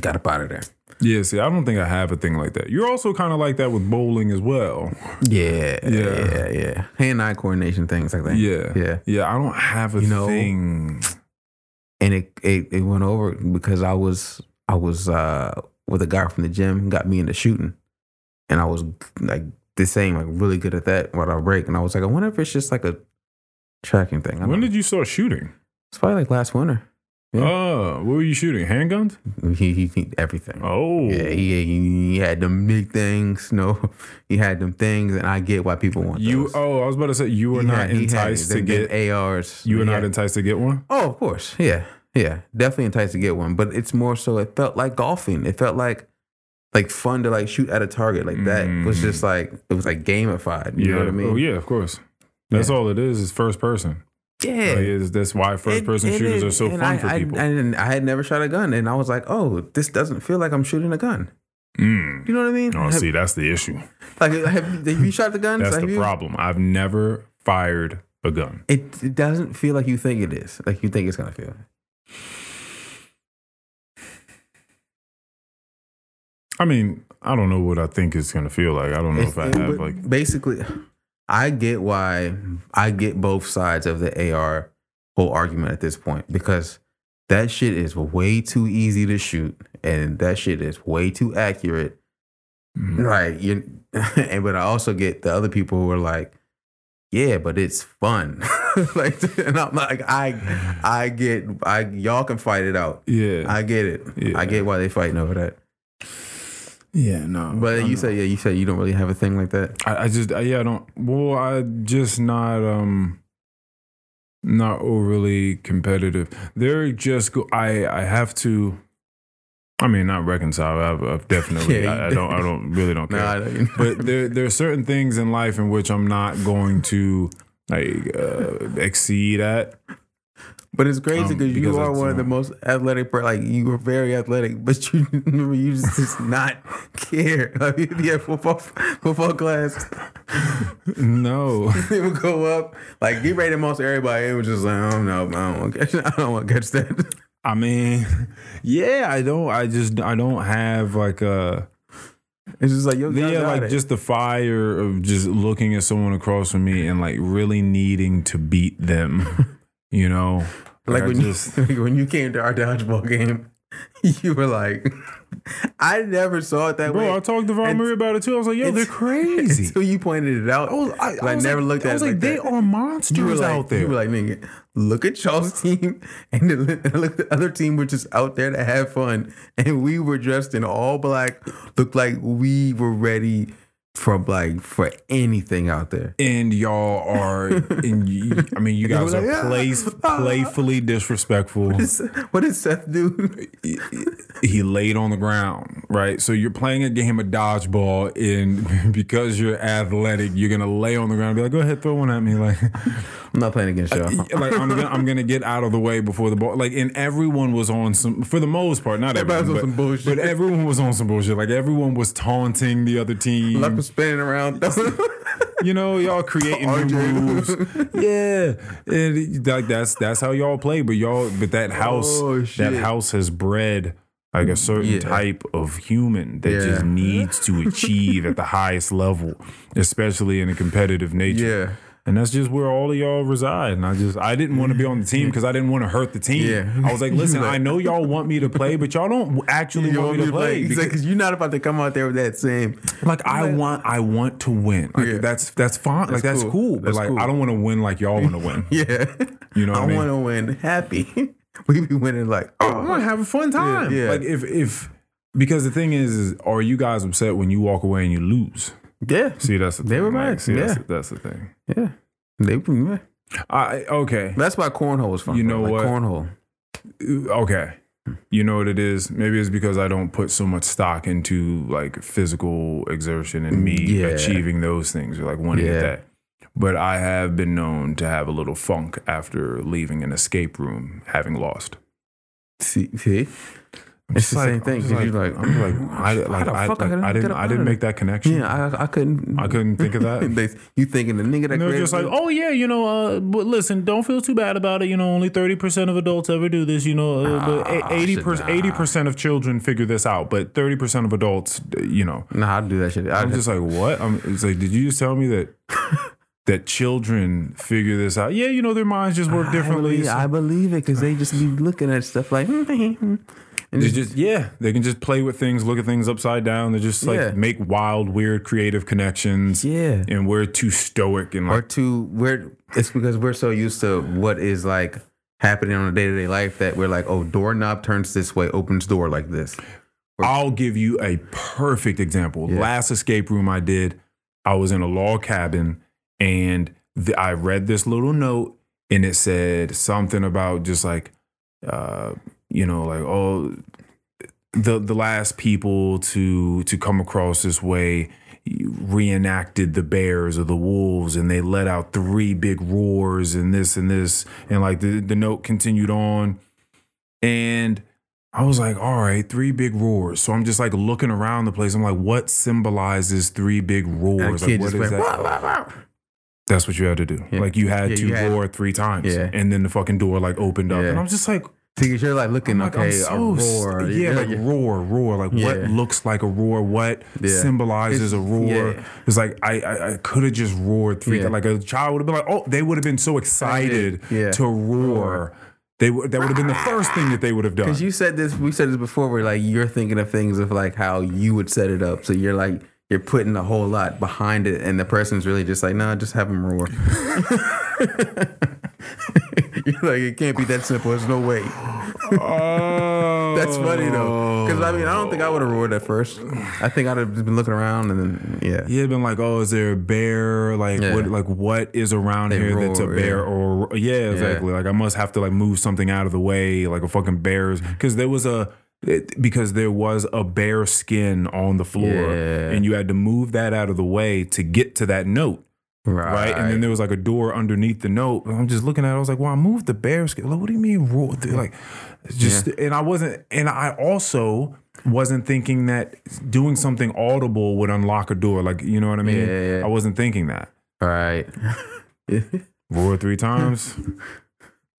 Speaker 2: Got up out of there.
Speaker 3: Yeah. See, I don't think I have a thing like that. You're also kind of like that with bowling as well.
Speaker 2: Yeah,
Speaker 3: Yeah.
Speaker 2: yeah, yeah. Hand-eye coordination things like that.
Speaker 3: Yeah.
Speaker 2: yeah.
Speaker 3: Yeah. I don't have a
Speaker 2: You know-
Speaker 3: thing.
Speaker 2: And it, it it went over because I was I was uh with a guy from the gym got me into shooting, and I was like the same like really good at that without break. And I was like, I wonder if it's just like a tracking thing. I
Speaker 3: When
Speaker 2: don't-
Speaker 3: did you start shooting?
Speaker 2: It's probably like last winter.
Speaker 3: Oh, what were you shooting? Handguns?
Speaker 2: He, he, he everything.
Speaker 3: Oh,
Speaker 2: Yeah, he, he he had them big things. No, he had them things, and I get why people want
Speaker 3: you.
Speaker 2: those.
Speaker 3: Oh, I was about to say you were
Speaker 2: He
Speaker 3: not
Speaker 2: had- he had
Speaker 3: enticed to
Speaker 2: them- them
Speaker 3: get.
Speaker 2: ARs.
Speaker 3: you were
Speaker 2: He
Speaker 3: not
Speaker 2: had-
Speaker 3: enticed to get one.
Speaker 2: Oh, of course. Yeah. Yeah. Definitely enticed to get one. But it's more so it felt like golfing. It felt like like fun to like shoot at a target. Like that was just like it was like gamified.
Speaker 3: Mm.
Speaker 2: You
Speaker 3: yeah.
Speaker 2: know what I mean?
Speaker 3: Oh yeah, of course. That's
Speaker 2: Yeah.
Speaker 3: all it is. Is first person.
Speaker 2: Yeah.
Speaker 3: Like, it's- that's why Oh, first
Speaker 2: And-
Speaker 3: person
Speaker 2: and
Speaker 3: shooters
Speaker 2: it-
Speaker 3: are so
Speaker 2: and
Speaker 3: fun
Speaker 2: I,
Speaker 3: for
Speaker 2: I-
Speaker 3: people.
Speaker 2: I, didn't- I had never shot a gun and I was like, oh, this doesn't feel like I'm shooting a gun.
Speaker 3: Mm.
Speaker 2: You know what I mean?
Speaker 3: Oh,
Speaker 2: Have-
Speaker 3: see, that's the issue.
Speaker 2: Like have, have you shot the gun?
Speaker 3: That's
Speaker 2: Like,
Speaker 3: the
Speaker 2: you-
Speaker 3: problem. I've never fired a gun.
Speaker 2: It, it doesn't feel like you think it is. Like you think it's gonna feel.
Speaker 3: I mean, I don't know what I think it's gonna feel like. I don't know if, I
Speaker 2: It- it
Speaker 3: have
Speaker 2: would-
Speaker 3: like.
Speaker 2: basically, I get why I get both sides of the AR whole argument at this point because that shit is way too easy to shoot and that shit is way too accurate.
Speaker 3: Mm.
Speaker 2: Like you, and but I also get the other people who are like, yeah, but it's fun. like, and I'm like, I, I get, I y'all can fight it out.
Speaker 3: Yeah.
Speaker 2: I get it.
Speaker 3: Yeah.
Speaker 2: I get why they fighting over that.
Speaker 3: yeah. No.
Speaker 2: But you say, yeah, you say you don't really have a thing like that.
Speaker 3: I, I just. I, yeah. I don't. Well, I just not. Um. Not overly competitive. They're just. Go, I. I have to. I mean, not reconcile. I've, I've definitely.
Speaker 2: Yeah, you
Speaker 3: I, I don't. I don't really don't care.
Speaker 2: Nah, I don't-
Speaker 3: but there there are certain things in life in which I'm not going to like uh, exceed at.
Speaker 2: But it's crazy
Speaker 3: Um,
Speaker 2: because
Speaker 3: because
Speaker 2: you are
Speaker 3: it's,
Speaker 2: one of the
Speaker 3: uh,
Speaker 2: most athletic. per- Like you were very athletic, but you you just, just not care. I mean, yeah, football football class,
Speaker 3: No.
Speaker 2: they would go up like get ready to most everybody. It was just like, oh no, I don't want to catch, I don't want to catch that.
Speaker 3: I mean, yeah, I don't. I just I don't have like a
Speaker 2: It's just like yo,
Speaker 3: yeah,
Speaker 2: guys got
Speaker 3: like
Speaker 2: it.
Speaker 3: just the fire of just looking at someone across from me and like really needing to beat them. You know,
Speaker 2: like
Speaker 3: I
Speaker 2: when
Speaker 3: just-
Speaker 2: you like when you came to our dodgeball game, you were like, I never saw it that
Speaker 3: bro,
Speaker 2: way.
Speaker 3: I talked to Von
Speaker 2: And-
Speaker 3: Murray about it too. I was like, yo, they're crazy.
Speaker 2: Until you pointed it out,
Speaker 3: was-
Speaker 2: I, never
Speaker 3: like,
Speaker 2: looked at
Speaker 3: I was
Speaker 2: it
Speaker 3: like,
Speaker 2: like
Speaker 3: they
Speaker 2: that.
Speaker 3: are monsters
Speaker 2: you were like,
Speaker 3: out there.
Speaker 2: You were like, nigga, look at y'all's team, and then look- look at the other team were just out there to have fun, and we were dressed in all black, looked like we were ready for like for anything out there.
Speaker 3: and y'all are, and you, I mean, you
Speaker 2: they were
Speaker 3: guys are
Speaker 2: like, "Ah,
Speaker 3: place,
Speaker 2: ah."
Speaker 3: playfully disrespectful.
Speaker 2: What did Seth do?
Speaker 3: he laid on the ground, right? So you're playing a game of dodgeball, and because you're athletic, you're gonna lay on the ground and be like, "Go ahead, throw one at me." Like,
Speaker 2: I'm not playing against y'all.
Speaker 3: like I'm gonna, I'm gonna get out of the way before the ball. Like, and everyone was on some, for the most part, not everyone,
Speaker 2: Everybody was on
Speaker 3: but,
Speaker 2: some bullshit.
Speaker 3: but everyone was on some bullshit. Like everyone was taunting the other team.
Speaker 2: Luck was spinning around.
Speaker 3: You know, y'all creating new
Speaker 2: RJ.
Speaker 3: moves. Yeah, and like that's that's how y'all play. But y'all, but that house,
Speaker 2: Oh,
Speaker 3: that
Speaker 2: shit.
Speaker 3: house has bred like a certain
Speaker 2: Yeah.
Speaker 3: type of human that just
Speaker 2: Yeah.
Speaker 3: needs to achieve at the highest level, especially in a competitive nature.
Speaker 2: yeah,
Speaker 3: And that's just where all of y'all reside. And I just, I didn't want to be on the team because I didn't want to hurt the team.
Speaker 2: Mm. Yeah.
Speaker 3: I was like, listen, I know y'all want me to play, but y'all don't actually want, me to play.
Speaker 2: He's
Speaker 3: because-
Speaker 2: like, "'Cause you're not about to come out there with that same.
Speaker 3: like I want, I want to win. Like
Speaker 2: Yeah.
Speaker 3: that's that's fine. like that's
Speaker 2: That's
Speaker 3: cool.
Speaker 2: cool.
Speaker 3: But
Speaker 2: That's
Speaker 3: like
Speaker 2: cool.
Speaker 3: I don't want to win like y'all want to win.
Speaker 2: Yeah,
Speaker 3: You know what I
Speaker 2: I
Speaker 3: mean?
Speaker 2: want to win. Happy, we be winning like
Speaker 3: I
Speaker 2: oh
Speaker 3: want to have a fun time.
Speaker 2: yeah.
Speaker 3: Like if if because the thing is, is are you guys upset when you walk away and you lose?
Speaker 2: yeah,
Speaker 3: See, that's the
Speaker 2: They
Speaker 3: thing.
Speaker 2: were
Speaker 3: like,
Speaker 2: mad,
Speaker 3: see, that's,
Speaker 2: yeah.
Speaker 3: the, that's the thing.
Speaker 2: yeah. They yeah.
Speaker 3: I okay,
Speaker 2: That's why cornhole is fun.
Speaker 3: You
Speaker 2: bro.
Speaker 3: know
Speaker 2: like
Speaker 3: what?
Speaker 2: Cornhole.
Speaker 3: okay. You know what it is? Maybe it's because I don't put so much stock into like physical exertion and me
Speaker 2: Mm, Yeah.
Speaker 3: achieving those things or like wanting
Speaker 2: Yeah.
Speaker 3: that. But I have been known to have a little funk after leaving an escape room having lost.
Speaker 2: See, see? It's
Speaker 3: Just
Speaker 2: the
Speaker 3: like-
Speaker 2: same thing.
Speaker 3: I'm
Speaker 2: 'cause
Speaker 3: just like,
Speaker 2: you're like,
Speaker 3: I'm like, I,
Speaker 2: "How
Speaker 3: like,
Speaker 2: the
Speaker 3: I,
Speaker 2: fuck
Speaker 3: like,
Speaker 2: couldn't
Speaker 3: I
Speaker 2: get
Speaker 3: didn't,
Speaker 2: up
Speaker 3: I
Speaker 2: out
Speaker 3: didn't
Speaker 2: of
Speaker 3: make that connection.
Speaker 2: Yeah, I, I couldn't.
Speaker 3: I couldn't think of that.
Speaker 2: they, you thinking the nigga that
Speaker 3: And they're
Speaker 2: created
Speaker 3: just like,
Speaker 2: it-
Speaker 3: oh yeah, you know, uh, but listen, don't feel too bad about it. You know, only thirty percent of adults ever do this. You know, uh, but eighty percent, eighty percent of children figure this out, but thirty percent of adults, uh, you know,
Speaker 2: Nah, I'd do that shit.
Speaker 3: I'm
Speaker 2: I'd
Speaker 3: just like, what? I'm, it's like, did you just tell me that that children figure this out? Yeah, you know, their minds just work
Speaker 2: I
Speaker 3: differently.
Speaker 2: believe, I believe it because they just be looking at stuff like, and
Speaker 3: They
Speaker 2: just,
Speaker 3: just yeah, they can just play with things, look at things upside down. They just like
Speaker 2: Yeah.
Speaker 3: make wild, weird, creative connections.
Speaker 2: Yeah.
Speaker 3: and we're too stoic and
Speaker 2: or
Speaker 3: like
Speaker 2: two. We're it's because we're so used to what is like happening on a day to day life that we're like, oh, doorknob turns this way, opens door like this.
Speaker 3: I'll give you a perfect example.
Speaker 2: Yeah.
Speaker 3: Last escape room I did, I was in a log cabin and th- I read this little note and it said something about just like, uh, you know, like oh, the the last people to to come across this way reenacted the bears or the wolves and they let out three big roars and this and this and like the, the note continued on and I was like, all right, three big roars. So I'm just like looking around the place. I'm like, what symbolizes three big
Speaker 2: And
Speaker 3: roars? Like,
Speaker 2: the kid
Speaker 3: what
Speaker 2: just
Speaker 3: is
Speaker 2: went,
Speaker 3: that?
Speaker 2: "Wah, wah, wah."
Speaker 3: That's what you had to do.
Speaker 2: Yeah.
Speaker 3: Like you had
Speaker 2: Yeah,
Speaker 3: to
Speaker 2: you had-
Speaker 3: roar three times.
Speaker 2: Yeah.
Speaker 3: And then the fucking door like opened up.
Speaker 2: Yeah.
Speaker 3: And I'm just like,
Speaker 2: See, 'cause you're like looking,
Speaker 3: like,
Speaker 2: okay,
Speaker 3: I'm so
Speaker 2: a roar.
Speaker 3: st- yeah, like roar, roar. Like
Speaker 2: Yeah.
Speaker 3: what looks like a roar? What
Speaker 2: Yeah.
Speaker 3: symbolizes
Speaker 2: It's-
Speaker 3: a roar?
Speaker 2: yeah.
Speaker 3: It's like I I, I could have just roared three.
Speaker 2: Yeah.
Speaker 3: Like a child would have been like, oh, they would have been so excited
Speaker 2: Yeah.
Speaker 3: to roar. They would that would have been the first thing that they would have done.
Speaker 2: Because you said this, we said this before. Where like you're thinking of things of like how you would set it up. So you're like you're putting a whole lot behind it, and the person's really just like, nah, just have them roar. you're like, it can't be that simple. There's no way.
Speaker 3: oh,
Speaker 2: That's funny though. Because I mean, I don't think I would have roared at first. I think I'd have just been looking around, and then yeah,
Speaker 3: He had been like, "Oh, is there a bear? Like,
Speaker 2: Yeah.
Speaker 3: what? Like, what is around
Speaker 2: They
Speaker 3: here that's a
Speaker 2: roar,
Speaker 3: bear?
Speaker 2: yeah.
Speaker 3: Or yeah, exactly. Like, I must have to like move something out of the way, like a fucking bear's because there was a it, because there was a bear skin on the floor,
Speaker 2: Yeah.
Speaker 3: and you had to move that out of the way to get to that note, right? And then there was like a door underneath the note. And I'm just looking at. it. I was like, "Well, I moved the bear skin. Like, what do you mean roar? They're Like, it's just and I wasn't, and I also." Wasn't thinking that doing something audible would unlock a door, like you know what I mean.
Speaker 2: Yeah, yeah, yeah.
Speaker 3: I wasn't thinking that.
Speaker 2: All right.
Speaker 3: Roar three times.
Speaker 2: Hmm.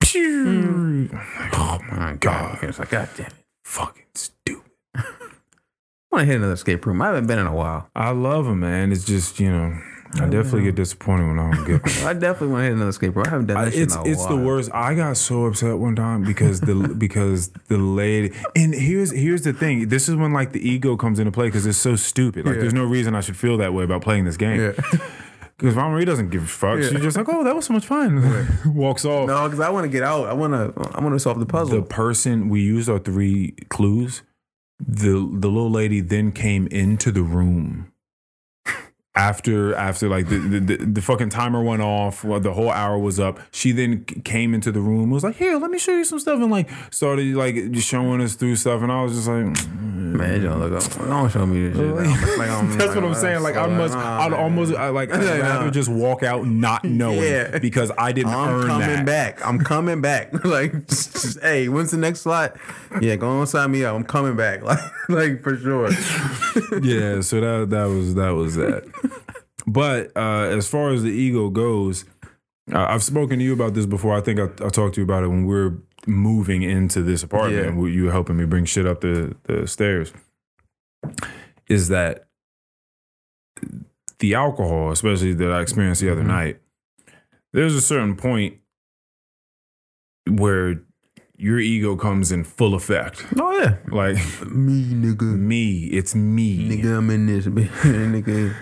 Speaker 3: Pew. oh my god,
Speaker 2: It's like, God damn it!
Speaker 3: fucking stupid.
Speaker 2: I want to hit another escape room. I haven't been in a while.
Speaker 3: I love him, man. It's just you know, I definitely get disappointed when I don't get.
Speaker 2: I definitely want to hit another escape room. I haven't done
Speaker 3: I-
Speaker 2: this.
Speaker 3: it's
Speaker 2: in a
Speaker 3: it's the
Speaker 2: while.
Speaker 3: worst. I got so upset one time because the because the lady and here's here's the thing. This is when like the ego comes into play because it's so stupid. Like
Speaker 2: Yeah.
Speaker 3: there's no reason I should feel that way about playing this game.
Speaker 2: Yeah.
Speaker 3: Because Von Marie doesn't give a fuck.
Speaker 2: Yeah.
Speaker 3: She's just like, oh, that was so much fun. Walks off.
Speaker 2: No, because I want to get out. I want to. I want to solve the
Speaker 3: the
Speaker 2: puzzle.
Speaker 3: person we used our three clues. The the little lady then came into the room after after like the the, the, the fucking timer went off. Well, the whole hour was up. She then c- came into the room. Was like, here, let me show you some stuff, and like started like just showing us through stuff. And I was just like, "Mm,
Speaker 2: man, you don't look up. Don't show me this shit. Like, like, I'm-
Speaker 3: That's what I'm saying. Like I
Speaker 2: I'm
Speaker 3: must,
Speaker 2: nah,
Speaker 3: I'd
Speaker 2: man.
Speaker 3: almost, I like, I'd
Speaker 2: Yeah,
Speaker 3: rather
Speaker 2: nah.
Speaker 3: just walk out not knowing
Speaker 2: Yeah.
Speaker 3: because I didn't
Speaker 2: I'm
Speaker 3: earn
Speaker 2: coming
Speaker 3: that.
Speaker 2: back. I'm coming back. like, just, just, hey, when's the next slot? Yeah, go on, sign me up. I'm coming back. Like, like for sure.
Speaker 3: yeah, so that that was that was that. but uh, as far as the ego goes, uh, I've spoken to you about this before. I think I, I talked to you about it when we were moving into this apartment.
Speaker 2: Yeah.
Speaker 3: and we- You were helping me bring shit up the the stairs. Is that the alcohol, especially that I experienced the other
Speaker 2: Mhm.
Speaker 3: night? There's a certain point where your ego comes in full effect.
Speaker 2: Oh yeah,
Speaker 3: Like
Speaker 2: me nigga,
Speaker 3: me, it's me.
Speaker 2: nigga, I'm in this, bitch. nigga.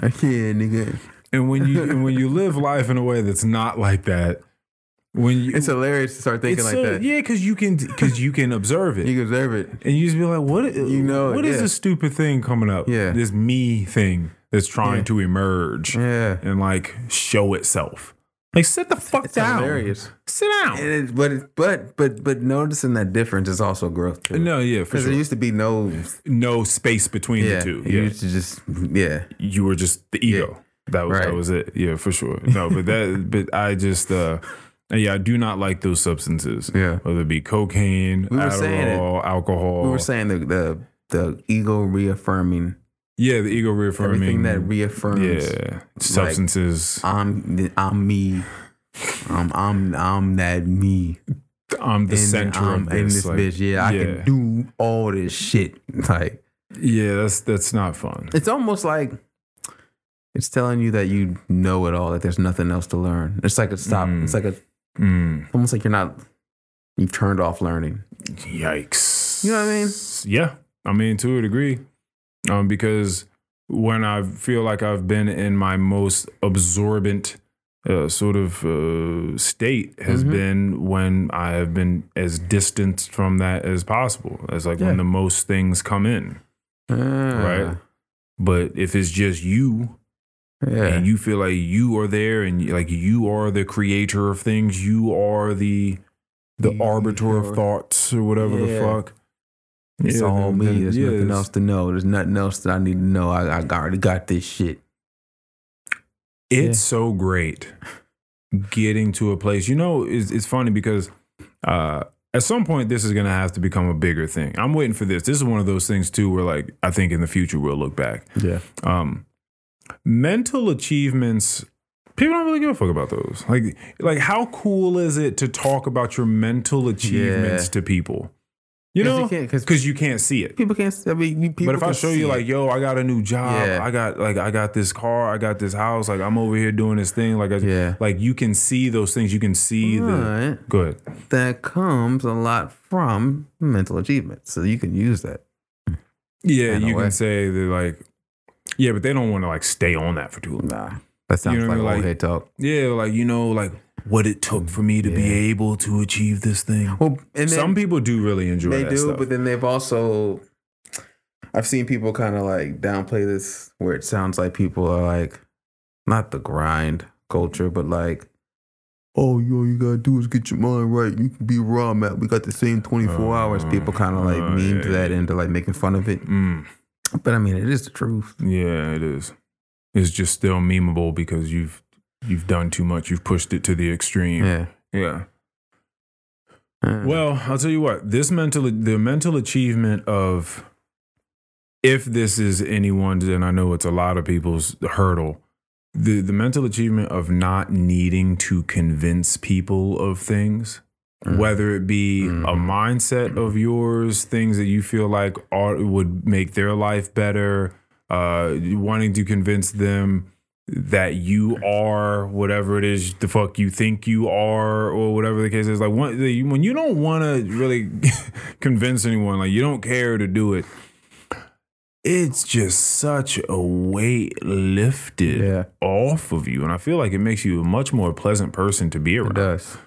Speaker 2: I can't, nigga.
Speaker 3: And when you and when you live life in a way that's not like that, when you
Speaker 2: It's hilarious to start thinking
Speaker 3: it's
Speaker 2: like
Speaker 3: so-
Speaker 2: that.
Speaker 3: yeah, because you can because you can observe it,
Speaker 2: You deserve it.
Speaker 3: and you just be like, what
Speaker 2: You know it,
Speaker 3: what is
Speaker 2: yeah.
Speaker 3: this stupid thing coming up?
Speaker 2: Yeah.
Speaker 3: this me thing that's trying
Speaker 2: Yeah.
Speaker 3: to emerge
Speaker 2: Yeah,
Speaker 3: and like show itself. Like sit the fuck
Speaker 2: it's
Speaker 3: down,
Speaker 2: hilarious.
Speaker 3: sit
Speaker 2: And
Speaker 3: down.
Speaker 2: it, but it, but but but noticing that difference is also growth too.
Speaker 3: No, yeah, for
Speaker 2: Because
Speaker 3: sure.
Speaker 2: there used to be no
Speaker 3: no space between the two.
Speaker 2: You
Speaker 3: Yeah,
Speaker 2: used to just yeah.
Speaker 3: you were just the ego. That was that
Speaker 2: Right.
Speaker 3: was it. Yeah, for sure. No, but that but I just uh yeah, I do not like those substances.
Speaker 2: Yeah.
Speaker 3: Whether it be cocaine,
Speaker 2: We were saying it.
Speaker 3: Adderall, alcohol.
Speaker 2: We were saying the the, the ego reaffirming
Speaker 3: yeah, the ego reaffirming.
Speaker 2: everything that reaffirms
Speaker 3: yeah, substances.
Speaker 2: I'm th- I'm me. I'm I'm I'm that me.
Speaker 3: I'm the
Speaker 2: And
Speaker 3: center
Speaker 2: I'm
Speaker 3: of
Speaker 2: in
Speaker 3: this.
Speaker 2: this
Speaker 3: like,
Speaker 2: bitch. Yeah, I
Speaker 3: yeah.
Speaker 2: can do all this shit. Like
Speaker 3: yeah, that's that's not fun.
Speaker 2: it's almost like it's telling you that you know it all. That there's nothing else to learn. It's like a stop.
Speaker 3: Mm.
Speaker 2: It's like a
Speaker 3: Mm,
Speaker 2: almost like you're not. You've turned off learning.
Speaker 3: yikes.
Speaker 2: You know what I mean?
Speaker 3: Yeah, I mean to a degree, um, because when I feel like I've been in my most absorbent uh, sort of uh, state has
Speaker 2: Mm-hmm.
Speaker 3: been when I have been as distanced from that as possible. As like
Speaker 2: Yeah.
Speaker 3: when the most things come in,
Speaker 2: Ah.
Speaker 3: right? But if it's just you
Speaker 2: Yeah.
Speaker 3: and you feel like you are there and like you are the creator of things, you are the the
Speaker 2: Yeah.
Speaker 3: arbiter of thoughts or whatever the
Speaker 2: Yeah.
Speaker 3: fuck.
Speaker 2: It's
Speaker 3: Yeah,
Speaker 2: all
Speaker 3: then-
Speaker 2: me.
Speaker 3: then-
Speaker 2: There's
Speaker 3: yeah,
Speaker 2: nothing
Speaker 3: it's-
Speaker 2: else to know. There's nothing else that I need to know. I, I already got this shit.
Speaker 3: It's so great getting to a place. You know, it's, it's funny because uh, at some point this is going to have to become a bigger thing. I'm waiting for this. This is one of those things too where like I think in the future we'll look back.
Speaker 2: Yeah.
Speaker 3: Um, mental achievements people don't really give a fuck about those. Like like how cool is it to talk about your mental achievements
Speaker 2: Yeah.
Speaker 3: to people? You
Speaker 2: 'Cause you
Speaker 3: know,
Speaker 2: can't- 'cause-
Speaker 3: because you can't see it
Speaker 2: People can't. I mean, you- people.
Speaker 3: but if I
Speaker 2: can
Speaker 3: show
Speaker 2: see
Speaker 3: you
Speaker 2: it.
Speaker 3: like, yo, I got a new job,
Speaker 2: Yeah.
Speaker 3: I got like I got this car, I got this house, like I'm over here doing this thing, like I,
Speaker 2: Yeah.
Speaker 3: like you can see those things, you can see the
Speaker 2: Right.
Speaker 3: good.
Speaker 2: that comes a lot from mental achievement, so you can use that.
Speaker 3: Yeah,
Speaker 2: In a
Speaker 3: you
Speaker 2: way.
Speaker 3: can say that like, yeah, but they don't want to like stay on that for too long.
Speaker 2: Nah, that sounds
Speaker 3: know what I
Speaker 2: like
Speaker 3: mean?
Speaker 2: old
Speaker 3: Like-
Speaker 2: head talk.
Speaker 3: Yeah, like you know, like what it took for me to be able to achieve this thing.
Speaker 2: Well, and
Speaker 3: Some
Speaker 2: then
Speaker 3: people do really enjoy
Speaker 2: they
Speaker 3: that
Speaker 2: do,
Speaker 3: stuff.
Speaker 2: but then they've also. I've seen people kind of like downplay this, where it sounds like people are like, not the grind culture, but like. Oh, you all you gotta do is get your mind right. You can be raw, I'm at. We got the same twenty four hours. People kind of like
Speaker 3: uh,
Speaker 2: mean to
Speaker 3: yeah,
Speaker 2: that into like making fun of it.
Speaker 3: Mm,
Speaker 2: But I mean, it is the truth.
Speaker 3: yeah, it is. It's just still memeable because you've you've done too much. You've pushed it to the extreme.
Speaker 2: Yeah.
Speaker 3: yeah.
Speaker 2: Uh,
Speaker 3: Well, I'll tell you what. This mental, the mental achievement of, if this is anyone's, and I know it's a lot of people's hurdle, the the mental achievement of not needing to convince people of things,
Speaker 2: Mm.
Speaker 3: whether it be
Speaker 2: Mhm.
Speaker 3: a mindset of yours, things that you feel like are, would make their life better, uh, wanting to convince them that you are whatever it is the fuck you think you are or whatever the case is like one, the, when you don't want to really convince anyone like you don't care to do it it's just such a weight lifted
Speaker 2: Yeah.
Speaker 3: off of you and i feel like it makes you a much more pleasant person to be
Speaker 2: it
Speaker 3: around
Speaker 2: does.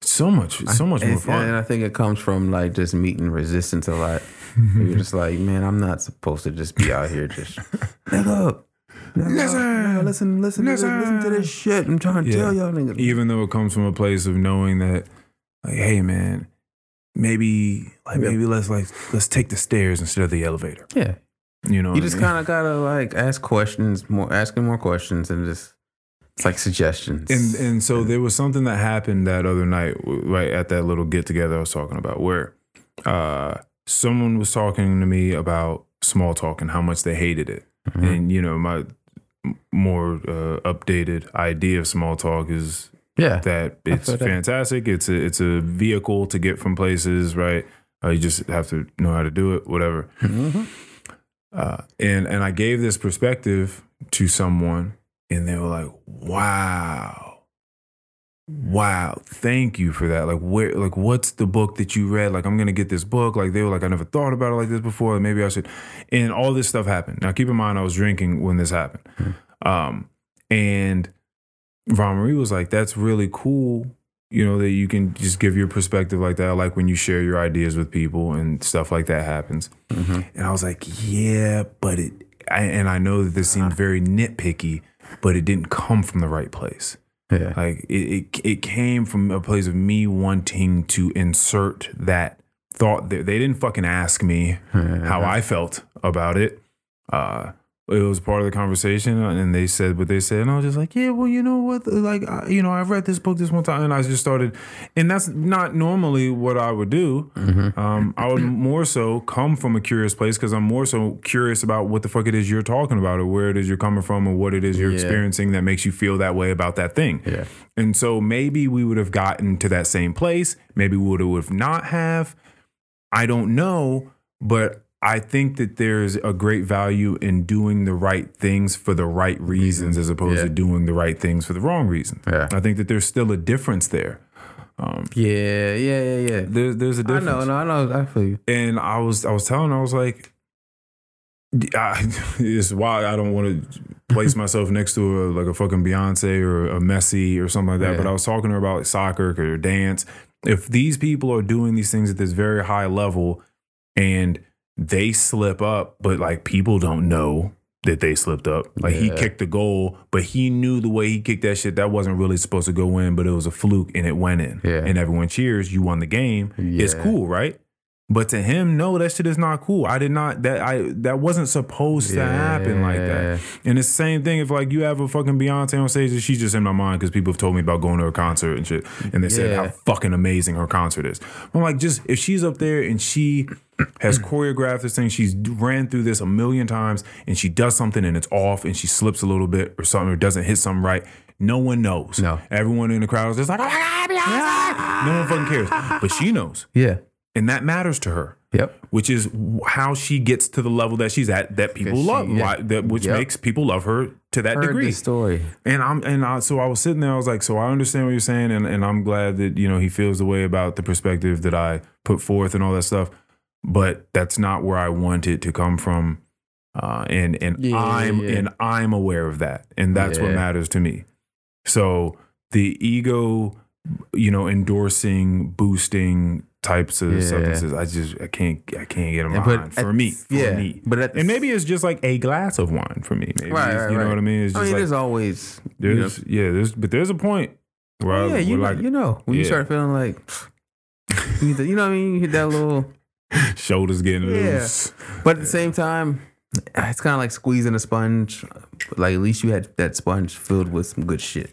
Speaker 3: so much so much more
Speaker 2: It's-
Speaker 3: fun
Speaker 2: And I think it comes from like just meeting resistance a lot.
Speaker 3: Mm-hmm.
Speaker 2: You're just like, man, I'm not supposed to just be out here just nigga up. Nigga
Speaker 3: Listen.
Speaker 2: up. Nigga, listen, listen, listen, to this, listen to this shit. I'm trying to
Speaker 3: Yeah.
Speaker 2: tell y'all niggas.
Speaker 3: even though it comes from a place of knowing that like hey man maybe like
Speaker 2: Yeah.
Speaker 3: maybe let's like let's take the stairs instead of the elevator
Speaker 2: yeah.
Speaker 3: you know what
Speaker 2: You
Speaker 3: I
Speaker 2: just
Speaker 3: mean?
Speaker 2: kind of gotta like ask questions, more asking more questions, and just it's like suggestions.
Speaker 3: And and so there was something that happened that other night, w- right at that little get together I was talking about, where uh, someone was talking to me about small talk and how much they hated it.
Speaker 2: Mhm.
Speaker 3: And you know, my m- more uh, updated idea of small talk is
Speaker 2: yeah,
Speaker 3: that it's
Speaker 2: feel that.
Speaker 3: fantastic. It's a it's a vehicle to get from places, right? Uh, you just have to know how to do it, whatever. Mm-hmm.
Speaker 2: Mhm.
Speaker 3: Uh, and and I gave this perspective to someone, and they were like, "Wow, wow, thank you for that. Like, where, like, what's the book that you read? Like, I'm gonna get this book. Like, they were like, I never thought about it like this before. Maybe I should." And all this stuff happened. Now, keep in mind, I was drinking when this happened, um, and Von Marie was like, "That's really cool." You know that you can just give your perspective like that. I like when you share your ideas with people and stuff like that happens.
Speaker 2: Mm-hmm.
Speaker 3: And I was like, yeah, but it, I, and I know that this seemed very nitpicky, but it didn't come from the right place.
Speaker 2: yeah,
Speaker 3: Like it, it, it came from a place of me wanting to insert that thought that they didn't fucking ask me how I felt about it. Uh, it was part of the conversation, and they said what they said, and I was just like, "Yeah, well, you know what? Like, I, you know, I read this book this one time, and I just started, and that's not normally what I would do.
Speaker 2: Mm-hmm.
Speaker 3: Um, I would more so come from a curious place because I'm more so curious about what the fuck it is you're talking about, or where it is you're coming from, or what it is you're
Speaker 2: Yeah.
Speaker 3: experiencing that makes you feel that way about that thing.
Speaker 2: yeah,
Speaker 3: And so maybe we would have gotten to that same place. Maybe we would have not have. I don't know, but I think that there's a great value in doing the right things for the right reasons as opposed
Speaker 2: Yeah.
Speaker 3: to doing the right things for the wrong reason.
Speaker 2: Yeah.
Speaker 3: I think that there's still a difference there.
Speaker 2: yeah, yeah, yeah, yeah.
Speaker 3: There's there's a
Speaker 2: I
Speaker 3: difference.
Speaker 2: know, no, I know, I feel you.
Speaker 3: And I was I was telling her, I was like, I, it's why I don't want to place myself next to a, like a fucking Beyonce or a Messi or something like that.
Speaker 2: Yeah.
Speaker 3: But I was talking to her about like soccer or dance. If these people are doing these things at this very high level and they slip up, but like people don't know that they slipped up. Like he
Speaker 2: Yeah.
Speaker 3: kicked the goal, but he knew the way he kicked that shit that wasn't really supposed to go in, but it was a fluke and it went in.
Speaker 2: Yeah.
Speaker 3: And everyone cheers, you won the game. It's
Speaker 2: Yeah.
Speaker 3: cool, right? But to him, no, that shit is not cool. I did not that I that wasn't supposed to happen like that. And it's the same thing if like you have a fucking Beyonce on stage and she's just in my mind because people have told me about going to her concert and shit, and they said how
Speaker 2: Yeah.
Speaker 3: fucking amazing her concert is. I'm like, just if she's up there and she has choreographed this thing, she's ran through this a million times, and she does something and it's off, and she slips a little bit or something or doesn't hit something right. No one knows.
Speaker 2: No.
Speaker 3: Everyone in the crowd is just like, oh my god, Beyonce. No one fucking cares, but she knows,
Speaker 2: Yeah.
Speaker 3: and that matters to her
Speaker 2: Yep.
Speaker 3: which is w- how she gets to the level that she's at that people
Speaker 2: That she-
Speaker 3: love
Speaker 2: yeah.
Speaker 3: why, that which
Speaker 2: Yep.
Speaker 3: makes people love her to that
Speaker 2: Heard
Speaker 3: degree
Speaker 2: this story.
Speaker 3: and i'm and I, so i was sitting there i was like so i understand what you're saying and, and i'm glad that you know he feels the way about the perspective that i put forth and all that stuff but that's not where i want it to come from uh, and and
Speaker 2: Yeah, yeah,
Speaker 3: i'm
Speaker 2: yeah.
Speaker 3: and i'm aware of that and that's what
Speaker 2: Yeah.
Speaker 3: matters to me so the ego you know endorsing boosting types of
Speaker 2: Yeah.
Speaker 3: substances i just i can't i can't get them
Speaker 2: And
Speaker 3: behind
Speaker 2: at-
Speaker 3: for me for
Speaker 2: yeah.
Speaker 3: me
Speaker 2: But at the
Speaker 3: and maybe it's just like a glass of wine for me maybe
Speaker 2: Right,
Speaker 3: It's-
Speaker 2: right,
Speaker 3: you know
Speaker 2: right.
Speaker 3: what i mean it's
Speaker 2: I
Speaker 3: just
Speaker 2: mean,
Speaker 3: like
Speaker 2: there's always you know,
Speaker 3: there's yeah, there's but there's a point where I,
Speaker 2: Oh, yeah, you
Speaker 3: where
Speaker 2: know,
Speaker 3: like
Speaker 2: you know when you
Speaker 3: yeah.
Speaker 2: start feeling like you, need to- you know what I mean, you hit that little.
Speaker 3: shoulders getting
Speaker 2: Yeah.
Speaker 3: loose.
Speaker 2: But at the same time, ah, it's kind of like squeezing a sponge. Like at least you had that sponge filled with some good shit.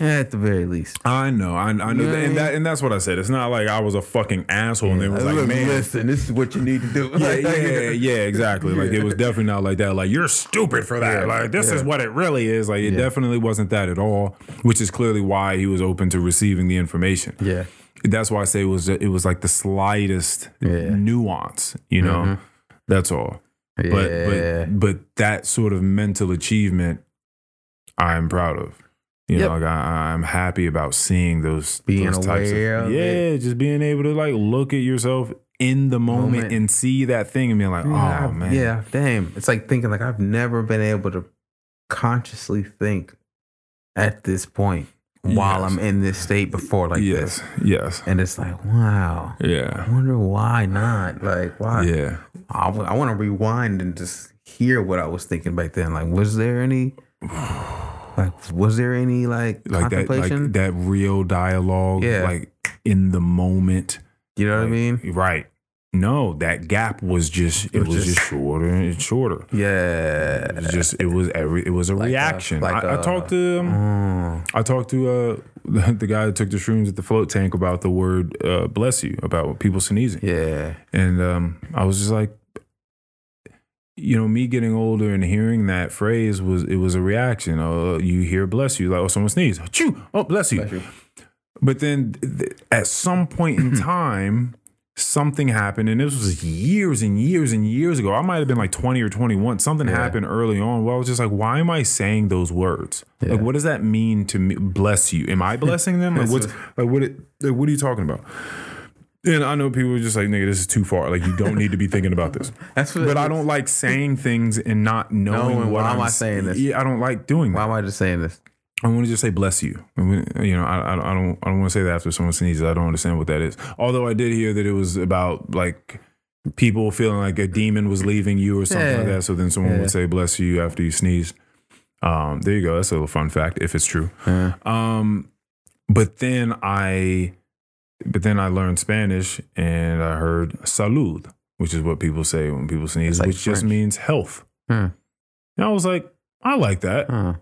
Speaker 2: At the very least.
Speaker 3: I know, I, I know,
Speaker 2: know what
Speaker 3: that,
Speaker 2: I
Speaker 3: and
Speaker 2: mean?
Speaker 3: that and that's what I said. It's not like I was a fucking asshole and it was like,
Speaker 2: Uh, Look,
Speaker 3: man.
Speaker 2: listen, this is what you need to do.
Speaker 3: Yeah, yeah, yeah, exactly. Like it was definitely not like that. Like you're stupid for that.
Speaker 2: Yeah,
Speaker 3: like this is
Speaker 2: yeah.
Speaker 3: what it really is. Like it
Speaker 2: Yeah.
Speaker 3: definitely wasn't that at all. Which is clearly why he was open to receiving the information.
Speaker 2: yeah,
Speaker 3: That's why I say it was it was like the slightest
Speaker 2: Yeah. Mm-hmm.
Speaker 3: nuance. You know, that's all.
Speaker 2: yeah.
Speaker 3: but but but that sort of mental achievement I'm proud of. You
Speaker 2: Yep.
Speaker 3: know, like I, I'm happy about seeing those
Speaker 2: Being
Speaker 3: those types of,
Speaker 2: aware of
Speaker 3: yeah,
Speaker 2: it.
Speaker 3: just being able to like look at yourself in the moment,
Speaker 2: Moment.
Speaker 3: and see that thing and being like,
Speaker 2: Yeah,
Speaker 3: oh man,
Speaker 2: yeah, damn. It's like thinking like I've never been able to consciously think at this point while
Speaker 3: Yes.
Speaker 2: I'm in this state before like
Speaker 3: yes,
Speaker 2: this,
Speaker 3: yes,
Speaker 2: and it's like wow. I
Speaker 3: yeah,
Speaker 2: wonder why not. Like why?
Speaker 3: yeah,
Speaker 2: I, want to rewind and just hear what I was thinking back then. Like, was there any, like, was there any like,
Speaker 3: like that,
Speaker 2: contemplation?
Speaker 3: like that real dialogue,
Speaker 2: Yeah.
Speaker 3: like in the moment,
Speaker 2: you know what
Speaker 3: like,
Speaker 2: I mean?
Speaker 3: right? No, that gap was just it,
Speaker 2: was
Speaker 3: was
Speaker 2: just-
Speaker 3: just shorter and shorter. It
Speaker 2: Yeah.
Speaker 3: was just it was every it was a
Speaker 2: Like a-
Speaker 3: reaction. I
Speaker 2: like
Speaker 3: I
Speaker 2: a-
Speaker 3: talked to um,
Speaker 2: Mm.
Speaker 3: I talked to uh the, the guy that took the shrooms at the float tank about the word uh, bless you about people sneezing,
Speaker 2: Yeah.
Speaker 3: and um I was just like, you know, me getting older and hearing that phrase was it was a reaction. Oh, you hear bless you like oh someone sneezed, Achoo! oh bless you. But then th- at some point
Speaker 2: Mm-hmm.
Speaker 3: in time, something happened, and this was years and years and years ago. I might have been like 20 or 21. Something
Speaker 2: Yeah.
Speaker 3: happened early on where I was just like, why am I saying those words? Like, what does that mean to me? Bless you. Am I blessing them? Like, what's, like, what, it, like, what are you talking about? And I know people are just like, nigga, this is too far. Like, you don't need to be thinking about this.
Speaker 2: That's what.
Speaker 3: But I don't like saying things and not knowing
Speaker 2: Knowing,
Speaker 3: what
Speaker 2: why
Speaker 3: I'm
Speaker 2: am I saying this?
Speaker 3: Yeah, I don't like doing that.
Speaker 2: Why am I just saying this?
Speaker 3: I want to just say bless you. I mean, You know, I, I don't, I don't, I don't want to say that after someone sneezes. I don't understand what that is. Although I did hear that it was about like people feeling like a demon was leaving you or something like
Speaker 2: Yeah.
Speaker 3: that. So then someone
Speaker 2: Yeah.
Speaker 3: would say bless you after you sneezed. Um, there you go. That's a little fun fact if it's true.
Speaker 2: Uh,
Speaker 3: Um, but then I, but then I learned Spanish and I heard salud, which is what people say when people sneeze,
Speaker 2: It's like
Speaker 3: which just
Speaker 2: French.
Speaker 3: means health.
Speaker 2: Hmm.
Speaker 3: And I was like, I like that.
Speaker 2: huh.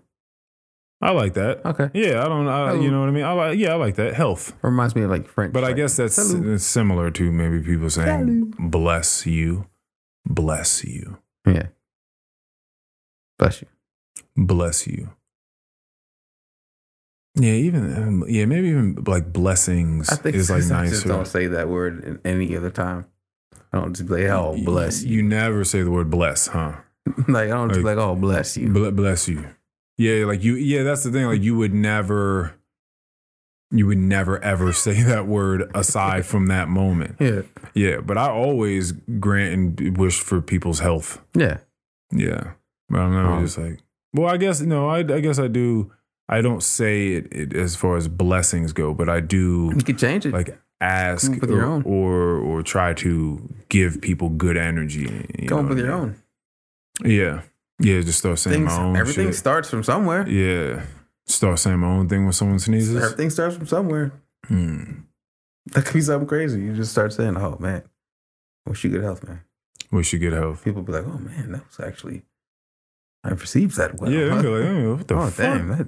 Speaker 3: I like that.
Speaker 2: Okay.
Speaker 3: Yeah, I don't. I, you
Speaker 2: Hello.
Speaker 3: know what I mean. I like. Yeah, I like that health.
Speaker 2: Reminds me of like French.
Speaker 3: But I
Speaker 2: like,
Speaker 3: guess that's
Speaker 2: Hello.
Speaker 3: it's similar to maybe people saying "bless you, bless you,
Speaker 2: Yeah. Bless you.
Speaker 3: bless you." Yeah, even um, yeah, maybe even like blessings
Speaker 2: I think
Speaker 3: is like
Speaker 2: I just
Speaker 3: nicer.
Speaker 2: don't say that word in any other time. I don't just be like, oh, bless you.
Speaker 3: You never say the word bless, huh?
Speaker 2: like, I don't just be
Speaker 3: Like-
Speaker 2: like, oh, bless you.
Speaker 3: Ble- bless you. Yeah, like you. Yeah, that's the thing. Like you would never, you would never ever say that word aside from that moment.
Speaker 2: Yeah.
Speaker 3: Yeah, but I always grant and wish for people's health.
Speaker 2: Yeah.
Speaker 3: Yeah. But I'm never
Speaker 2: Um,
Speaker 3: just like, well, I guess no, I, I guess I do. I don't say it, it as far as blessings go, but I do
Speaker 2: You could change it.
Speaker 3: like ask
Speaker 2: Come up with
Speaker 3: or,
Speaker 2: your own.
Speaker 3: or or try to give people good energy. you know
Speaker 2: Come up with
Speaker 3: what
Speaker 2: your
Speaker 3: I mean?
Speaker 2: own.
Speaker 3: Yeah, yeah. Just start saying
Speaker 2: Things,
Speaker 3: my own
Speaker 2: everything
Speaker 3: shit.
Speaker 2: starts from somewhere.
Speaker 3: yeah, start saying my own thing when someone sneezes.
Speaker 2: Everything starts from somewhere.
Speaker 3: Hmm.
Speaker 2: That could be something crazy. You just start saying, "Oh man, wish you good health, man."
Speaker 3: Wish you good health.
Speaker 2: People be like, "Oh man, that was actually I perceived that well."
Speaker 3: yeah, they'd be like, oh, what the
Speaker 2: oh
Speaker 3: fuck?
Speaker 2: damn, that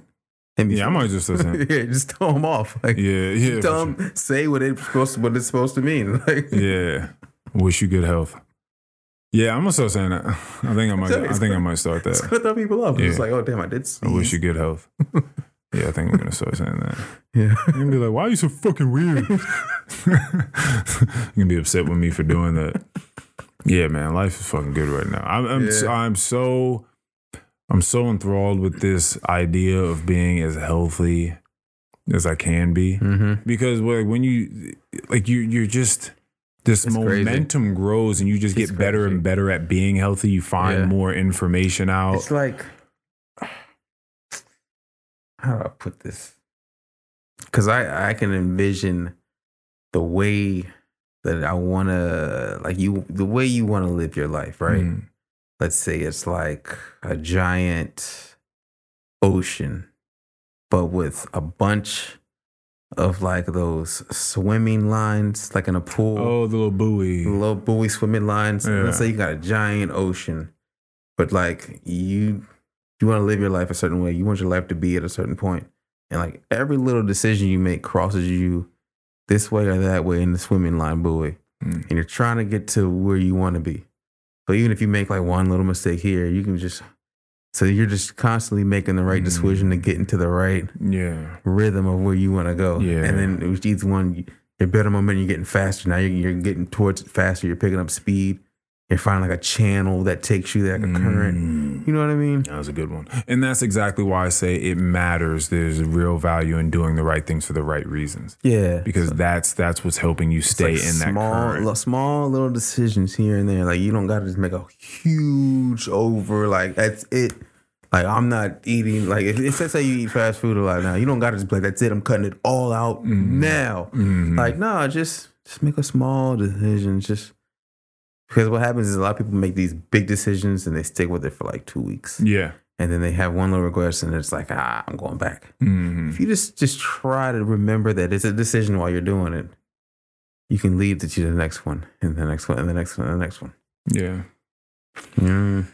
Speaker 2: hit me
Speaker 3: Yeah, I might just start saying.
Speaker 2: yeah, just throw them off. Like,
Speaker 3: Yeah, yeah, for
Speaker 2: tell them say what it's supposed what it's supposed to mean. Like,
Speaker 3: sure. yeah. Wish you good health. Yeah, I'm gonna start saying that. I think I might. I think I might start
Speaker 2: it's
Speaker 3: that.
Speaker 2: gonna throw people off. It's
Speaker 3: Yeah.
Speaker 2: like, oh damn, I did.
Speaker 3: I wish you
Speaker 2: sneeze.
Speaker 3: good health. Yeah, I think I'm gonna start saying that.
Speaker 2: Yeah,
Speaker 3: You're gonna be like, "Why are you so fucking weird?" You're gonna be upset with me for doing that. Yeah, man, life is fucking good right now. I'm, I'm,
Speaker 2: Yeah.
Speaker 3: I'm so, I'm so enthralled with this idea of being as healthy as I can be
Speaker 2: mm-hmm.
Speaker 3: because like, when you, like you, you're just this
Speaker 2: It's crazy.
Speaker 3: momentum grows and you just
Speaker 2: It's
Speaker 3: get better
Speaker 2: crazy.
Speaker 3: and better at being healthy. You find
Speaker 2: Yeah.
Speaker 3: more information out.
Speaker 2: it's like, how do I put this? Because I I can envision the way that I want to like you the way you want to live your life, right?
Speaker 3: Mm.
Speaker 2: let's say it's like a giant ocean, but with a bunch of like those swimming lines, like in a pool,
Speaker 3: Oh, the little buoy.
Speaker 2: little buoy swimming lines.
Speaker 3: Yeah.
Speaker 2: Let's say you got a giant ocean, but like you, you want to live your life a certain way. You want your life to be at a certain point, and like every little decision you make crosses you this way or that way in the swimming line buoy
Speaker 3: Mm.
Speaker 2: and you're trying to get to where you want to be. So even if you make like one little mistake here, you can just so you're just constantly making the right
Speaker 3: Mm.
Speaker 2: decision to get into the right
Speaker 3: Yeah.
Speaker 2: rhythm of where you want to go.
Speaker 3: Yeah.
Speaker 2: And then with each one, you're better momentum, you're getting faster. Now you're, you're getting towards it faster. You're picking up speed. You're finding like a channel that takes you like a current.
Speaker 3: Mm.
Speaker 2: You know what I mean?
Speaker 3: That was a good one. And that's exactly why I say it matters. There's real value in doing the right things for the right reasons.
Speaker 2: Yeah.
Speaker 3: Because that's that's what's helping you
Speaker 2: It's
Speaker 3: stay
Speaker 2: like
Speaker 3: in that
Speaker 2: small,
Speaker 3: current.
Speaker 2: li- small little decisions here and there. Like you don't got to just make a huge over. Like that's it. Like I'm not eating. Like if, if let's say you eat fast food a lot now, you don't got to just be like that's it. I'm cutting it all out
Speaker 3: Mm-hmm.
Speaker 2: now.
Speaker 3: Mhm.
Speaker 2: Like nah, just just make a small decision. Just because what happens is a lot of people make these big decisions and they stick with it for like two weeks,
Speaker 3: yeah.
Speaker 2: and then they have one little regression and it's like ah, I'm going back
Speaker 3: hmm
Speaker 2: if you just just try to remember that it's a decision while you're doing it, you can lead to the next one and the next one and the next one and the next one.
Speaker 3: Yeah.
Speaker 2: Mm.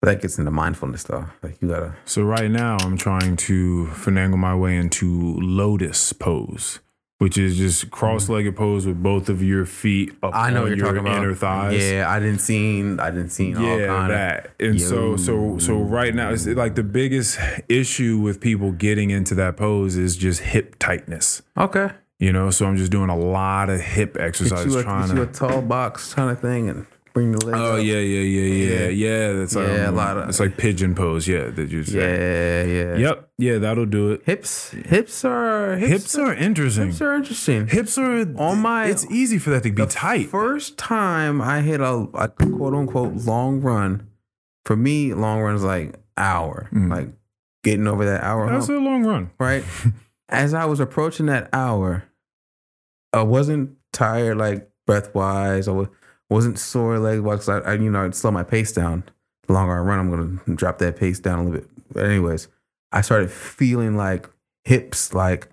Speaker 2: But that gets into mindfulness though. Like you gotta
Speaker 3: So right now I'm trying to finagle my way into lotus pose, which is just cross-legged pose with both of your feet up
Speaker 2: Mm-hmm. I know
Speaker 3: on
Speaker 2: what you're
Speaker 3: your
Speaker 2: talking about.
Speaker 3: inner thighs.
Speaker 2: Yeah, I didn't seen I didn't seen all
Speaker 3: yeah,
Speaker 2: kind
Speaker 3: that. And so, so, so right now, it's like the biggest issue with people getting into that pose is just hip tightness.
Speaker 2: of Okay.
Speaker 3: You know, so I'm just doing a lot of hip
Speaker 2: Get
Speaker 3: exercise
Speaker 2: you, a,
Speaker 3: trying
Speaker 2: get you a
Speaker 3: to.
Speaker 2: tall box kind of thing and bring the legs.
Speaker 3: Oh
Speaker 2: up.
Speaker 3: yeah, yeah, yeah, yeah, yeah. That's like
Speaker 2: Yeah, a lot of-
Speaker 3: It's like pigeon pose. Yeah, that you say.
Speaker 2: Yeah, yeah.
Speaker 3: Yep. Yeah, that'll do it.
Speaker 2: Hips hips are hips,
Speaker 3: Hips are interesting.
Speaker 2: hips are interesting.
Speaker 3: Hips are
Speaker 2: On my-
Speaker 3: It's easy for that to be tight.
Speaker 2: First time I hit a, a quote unquote long run, for me, long run is like hour,
Speaker 3: Mm.
Speaker 2: like getting over that hour hump,
Speaker 3: That's a long run.
Speaker 2: right? As I was approaching that hour, I wasn't tired, like breath wise, or wasn't sore leg wise. I, I, you know, I'd slow my pace down. The longer I run, I'm gonna drop that pace down a little bit. But anyways, I started feeling like hips, like,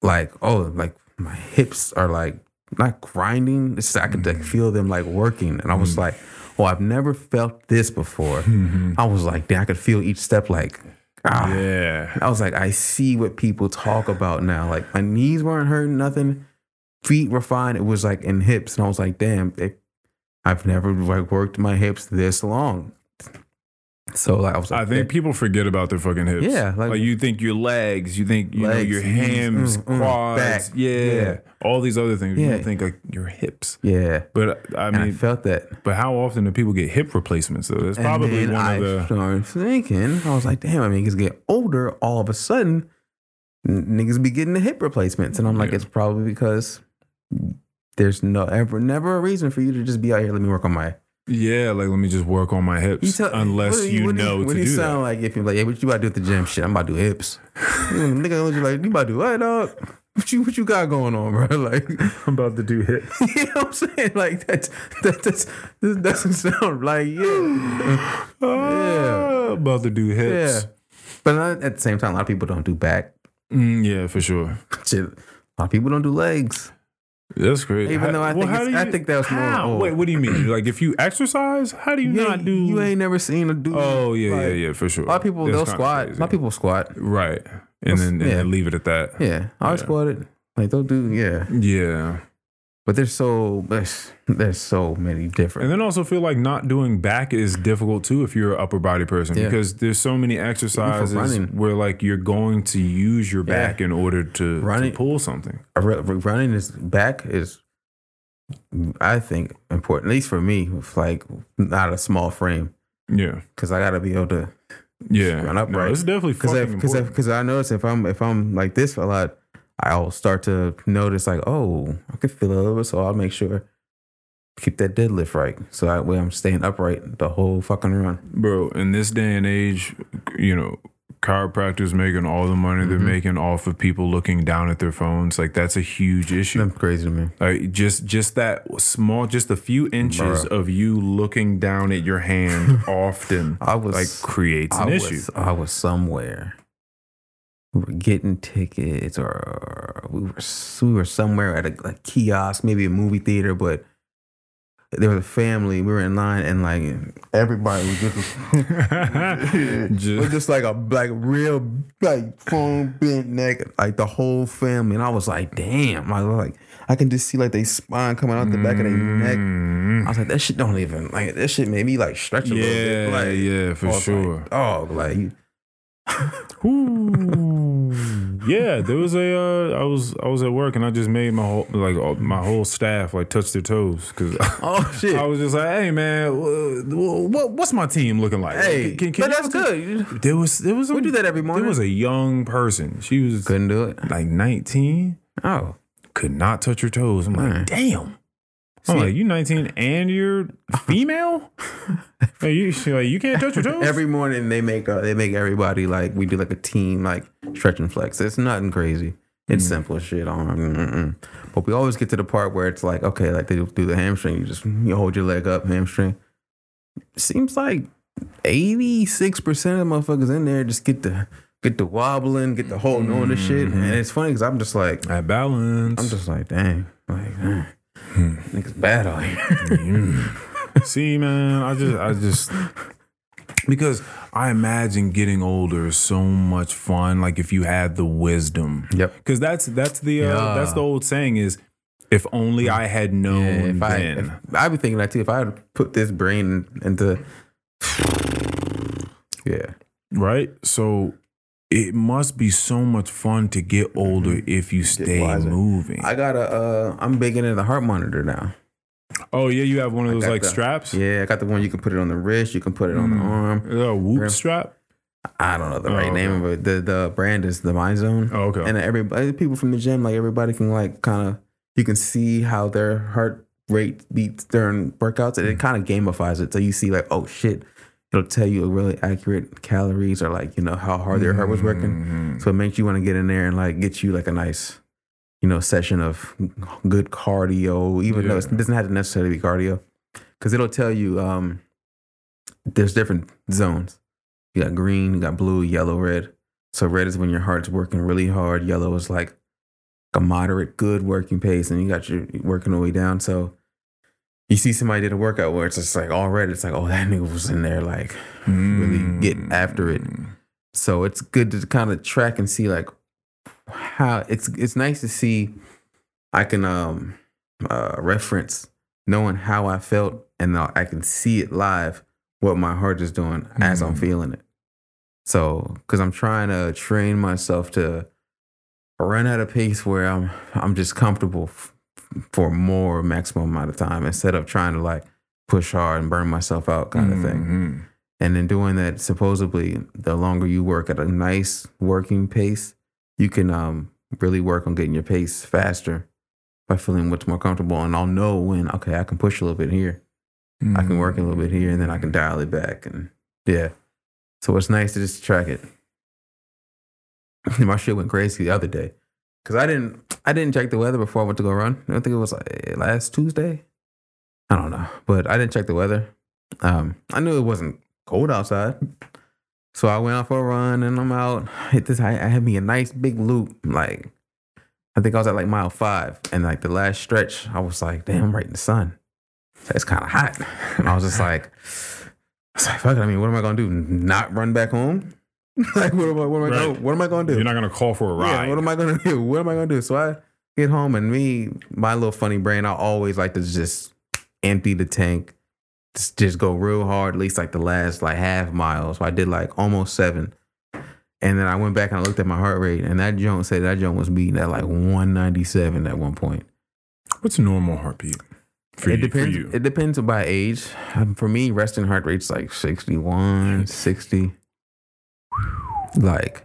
Speaker 2: like oh, like my hips are like not grinding. It's just I could like feel them like working, and I was like, oh, I've never felt this before. I was like, damn, I could feel each step like. Mm-hmm. Ah,
Speaker 3: Yeah.
Speaker 2: I was like, I see what people talk about now. Like my knees weren't hurting, nothing. Feet were fine. It was like in hips, and I was like, damn, they, I've never like worked my hips this long. So like, I was like,
Speaker 3: I think people forget about their fucking hips.
Speaker 2: Yeah, like-
Speaker 3: like, you think your legs, you think you know
Speaker 2: Legs,
Speaker 3: your
Speaker 2: knees,
Speaker 3: hams,
Speaker 2: mm, mm,
Speaker 3: quads,
Speaker 2: back,
Speaker 3: yeah,
Speaker 2: yeah.
Speaker 3: all these other things. You
Speaker 2: Yeah.
Speaker 3: don't think like your hips,
Speaker 2: yeah,
Speaker 3: but I
Speaker 2: and
Speaker 3: mean,
Speaker 2: I felt that.
Speaker 3: But how often do people get hip replacements though? That's
Speaker 2: And
Speaker 3: probably
Speaker 2: then
Speaker 3: one
Speaker 2: I
Speaker 3: of the
Speaker 2: started thinking, I was like, damn, I mean, niggas get older, all of a sudden, n- niggas be getting the hip replacements. And I'm like,
Speaker 3: Yeah.
Speaker 2: it's probably because there's no ever never a reason for you to just be out here, let me work on my
Speaker 3: Yeah, like let me just work on my hips.
Speaker 2: He tell-
Speaker 3: unless
Speaker 2: what do
Speaker 3: you
Speaker 2: what do
Speaker 3: know
Speaker 2: what
Speaker 3: to
Speaker 2: do
Speaker 3: do,
Speaker 2: you
Speaker 3: that.
Speaker 2: sound like if you're like, hey, what you about to do at the gym? Shit, I'm about to do hips. Mm, Nigga, look at you like, you about to do what, dog? What you what you got going on, bro? Like, you know
Speaker 3: I'm about to do hips.
Speaker 2: what I'm saying? Like that's that that's, this doesn't sound like yeah,
Speaker 3: yeah. Ah, About to do
Speaker 2: yeah.
Speaker 3: hips.
Speaker 2: But not, at the same time, a lot of people don't do back.
Speaker 3: Yeah, Mm, yeah for sure.
Speaker 2: Shit, a lot of people don't do legs.
Speaker 3: That's great.
Speaker 2: Even though I think
Speaker 3: how
Speaker 2: it's-
Speaker 3: do
Speaker 2: I think that was more-
Speaker 3: how?
Speaker 2: oh.
Speaker 3: Wait, what do you mean? Like if you exercise, how do you
Speaker 2: You
Speaker 3: not
Speaker 2: ain't-
Speaker 3: do?
Speaker 2: You ain't never seen a dude.
Speaker 3: oh yeah,
Speaker 2: like,
Speaker 3: yeah, yeah, for sure.
Speaker 2: A lot of people
Speaker 3: That's
Speaker 2: they'll
Speaker 3: kinda
Speaker 2: squat.
Speaker 3: crazy.
Speaker 2: A lot of people squat.
Speaker 3: right, and then and
Speaker 2: yeah.
Speaker 3: then leave it at that.
Speaker 2: Yeah, I squatted. Like they'll do yeah.
Speaker 3: Yeah.
Speaker 2: But there's so there's, there's so many
Speaker 3: And
Speaker 2: different.
Speaker 3: then also feel like not doing back is difficult too if you're an upper body person
Speaker 2: Yeah.
Speaker 3: because there's so many exercises
Speaker 2: running.
Speaker 3: where like you're going to use your
Speaker 2: Yeah.
Speaker 3: back in order to, to
Speaker 2: Running.
Speaker 3: pull something.
Speaker 2: I re- re- Running is back is, I think important at least for me with like not a small frame
Speaker 3: Yeah.
Speaker 2: because I gotta be able to
Speaker 3: Yeah.
Speaker 2: Run upright.
Speaker 3: No, it's definitely
Speaker 2: because
Speaker 3: fucking
Speaker 2: because
Speaker 3: important.
Speaker 2: because I notice if I'm if I'm like this a lot, I'll start to notice like oh I could feel a little bit, so I'll make sure keep that deadlift right so that way I'm staying upright the whole fucking run.
Speaker 3: Bro, in this day and age, you know, chiropractors making all the money they're
Speaker 2: Mm-hmm.
Speaker 3: making off of people looking down at their phones. Like that's a huge issue.
Speaker 2: That's crazy to me.
Speaker 3: Like just just that small, just a few inches of you looking down at your hand often
Speaker 2: I was
Speaker 3: like creates an
Speaker 2: I
Speaker 3: issue.
Speaker 2: Was, I was somewhere. We were getting tickets, or we were we were somewhere at a, a kiosk, maybe a movie theater, but there was a family. We were in line, and like everybody was just was
Speaker 3: Just-
Speaker 2: just like a like real like phone bent neck, like the whole family. And I was like, damn, I was like I can just see like they spine coming out the back of their neck.
Speaker 3: Mm,
Speaker 2: I was like, that shit don't even like that shit made me like stretch a little bit.
Speaker 3: yeah,
Speaker 2: Like,
Speaker 3: yeah, for
Speaker 2: I was
Speaker 3: sure.
Speaker 2: Like, dog, like you
Speaker 3: Ooh. yeah, there was a. Uh, I was I was at work and I just made my whole like all- my whole staff like touch their toes because
Speaker 2: Oh shit!
Speaker 3: I was just like, hey man, what what's my team looking like?
Speaker 2: hey,
Speaker 3: Can- can
Speaker 2: but
Speaker 3: you-
Speaker 2: that's good.
Speaker 3: There was there was a,
Speaker 2: We do that every morning.
Speaker 3: There was a young person. She was
Speaker 2: Couldn't do it.
Speaker 3: like 19.
Speaker 2: Oh,
Speaker 3: could not touch her toes. I'm like,
Speaker 2: Mm.
Speaker 3: damn. I'm
Speaker 2: See-
Speaker 3: like, you 19 and you're female? Hey, you, she like, you can't touch your toes?
Speaker 2: every morning they make uh, they make everybody like we do like a team like stretch and flex. It's nothing crazy. It's simple as shit. Um, mm, mm. but we always get to the part where it's like okay, like they do the hamstring. You just you hold your leg up, hamstring. Seems like eighty six percent of motherfuckers in there just get the get the wobbling, get the holding on to shit, and it's funny because I'm just like
Speaker 3: I balance.
Speaker 2: I'm just like dang, like mm, niggas bad out here.
Speaker 3: Mm. See, man, I just, I just, because I imagine getting older is so much fun. Like if you had the wisdom.
Speaker 2: Yep.
Speaker 3: Because that's, that's the, uh,
Speaker 2: Yeah.
Speaker 3: that's the old saying is, if only I had known
Speaker 2: Yeah, if I,
Speaker 3: then.
Speaker 2: if, I'd be thinking that too. If I had put this brain into, yeah,
Speaker 3: right? So it must be so much fun to get older if you stay
Speaker 2: Mm-hmm. wiser.
Speaker 3: moving.
Speaker 2: I got a. Uh, I'm big into the heart monitor now.
Speaker 3: oh yeah, you have one of those
Speaker 2: got
Speaker 3: like
Speaker 2: the-
Speaker 3: straps.
Speaker 2: Yeah, I got the one you can put it on the wrist. You can put it on the arm.
Speaker 3: A whoop
Speaker 2: Yeah.
Speaker 3: strap.
Speaker 2: I don't know the
Speaker 3: Oh,
Speaker 2: right
Speaker 3: okay.
Speaker 2: name of it. The the brand is the Mind Zone.
Speaker 3: Oh, okay.
Speaker 2: And everybody, people from the gym, like everybody can like kind of you can see how their heart rate beats during workouts, and it kind of gamifies it. So you see like, oh shit, it'll tell you a really accurate calories or like you know how hard their heart was working.
Speaker 3: Mhm.
Speaker 2: So it makes you want to get in there and like get you like a nice, you know, session of good cardio, even though
Speaker 3: Yeah.
Speaker 2: it doesn't have to necessarily be cardio, because it'll tell you um, there's different zones. You got green, you got blue, yellow, red. So red is when your heart's working really hard. Yellow is like a moderate, good working pace, and you got your working the way down. So you see somebody did a workout where it's just like all red. It's like, oh, that nigga was in there like
Speaker 3: Mm-hmm.
Speaker 2: really get after it. So it's good to kind of track and see like how it's it's nice to see I can um uh reference knowing how I felt and now I can see it live what my heart is doing as I'm
Speaker 3: Mhm.
Speaker 2: feeling it. So cuz I'm trying to train myself to run at a pace where I'm I'm just comfortable f- for more maximum amount of time instead of trying to like push hard and burn myself out kind of thing.
Speaker 3: Mhm.
Speaker 2: And in doing that, supposedly, the longer you work at a nice working pace, you can um, really work on getting your pace faster by feeling much more comfortable. And I'll know when, okay, I can push a little bit here.
Speaker 3: Mm-hmm.
Speaker 2: I can work a little bit here and then I can dial it back. And yeah. So it's nice to just track it. My shit went crazy the other day. Cause I didn't I didn't check the weather before I went to go run. I think it was like last Tuesday. I don't know. But I didn't check the weather. Um I knew it wasn't cold outside. So I went out for a run and I'm out. Hit this I, I had me a nice big loop. Like I think I was at like mile five. And like the last stretch, I was like, damn, I'm right in the sun it's kind of hot. And I was just like, I was like, fuck it. I mean, what am I gonna do? Not run back home? like, what am I? What am I?
Speaker 3: Right.
Speaker 2: Gonna, what am I gonna do?
Speaker 3: You're not gonna call for a
Speaker 2: Yeah,
Speaker 3: ride.
Speaker 2: what am I gonna do? What am I gonna do? So I get home, and me, my little funny brain, I always like to just empty the tank, just, just go real hard, at least like the last like half mile. So I did like almost seven, and then I went back and I looked at my heart rate, and that joint said that joint was beating at like 197 at one point.
Speaker 3: What's a normal heartbeat for,
Speaker 2: it
Speaker 3: you,
Speaker 2: depends.
Speaker 3: for you?
Speaker 2: It depends by age. Um, for me, resting heart rate's like 61, 60. Like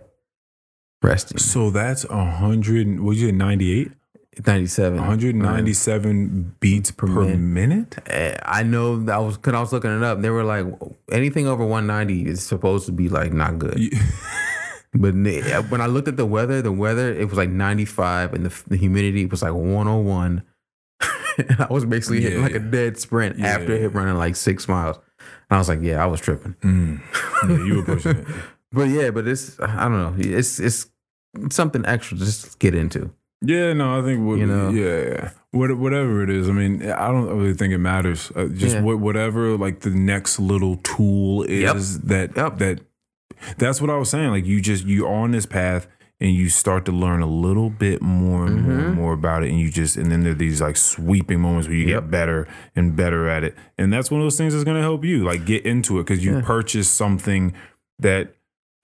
Speaker 2: resting
Speaker 3: so that's a hundred. What you say? Ninety eight.
Speaker 2: 97.
Speaker 3: One hundred ninety seven beats per,
Speaker 2: minute.
Speaker 3: minute.
Speaker 2: Eh, I know that I was because I was looking it up. They were like anything over 190 is supposed to be like not good.
Speaker 3: You-
Speaker 2: But n- eh, when I looked at the weather, the weather it was like 95 and the, f- the humidity was like 101. and I was basically hitting
Speaker 3: Yeah,
Speaker 2: like a
Speaker 3: yeah.
Speaker 2: dead sprint
Speaker 3: Yeah,
Speaker 2: after hit running like six miles. And I was like, yeah, I was tripping.
Speaker 3: Mm. Yeah, you were pushing it.
Speaker 2: But yeah, but it's I don't know. It's it's something extra to just get into.
Speaker 3: Yeah, no, I think what,
Speaker 2: You know?
Speaker 3: Yeah, yeah. What, whatever it is, I mean, I don't really think it matters. Uh, just
Speaker 2: Yeah.
Speaker 3: what, whatever, like the next little tool
Speaker 2: Yep.
Speaker 3: is that
Speaker 2: Yep.
Speaker 3: that that's what I was saying. Like you just you're on this path and you start to learn a little bit more and more and
Speaker 2: Mhm.
Speaker 3: more about it, and you just and then there are these like sweeping moments where you get
Speaker 2: Yep.
Speaker 3: better and better at it, and that's one of those things that's gonna help you like get into it because you
Speaker 2: Yeah.
Speaker 3: purchase something that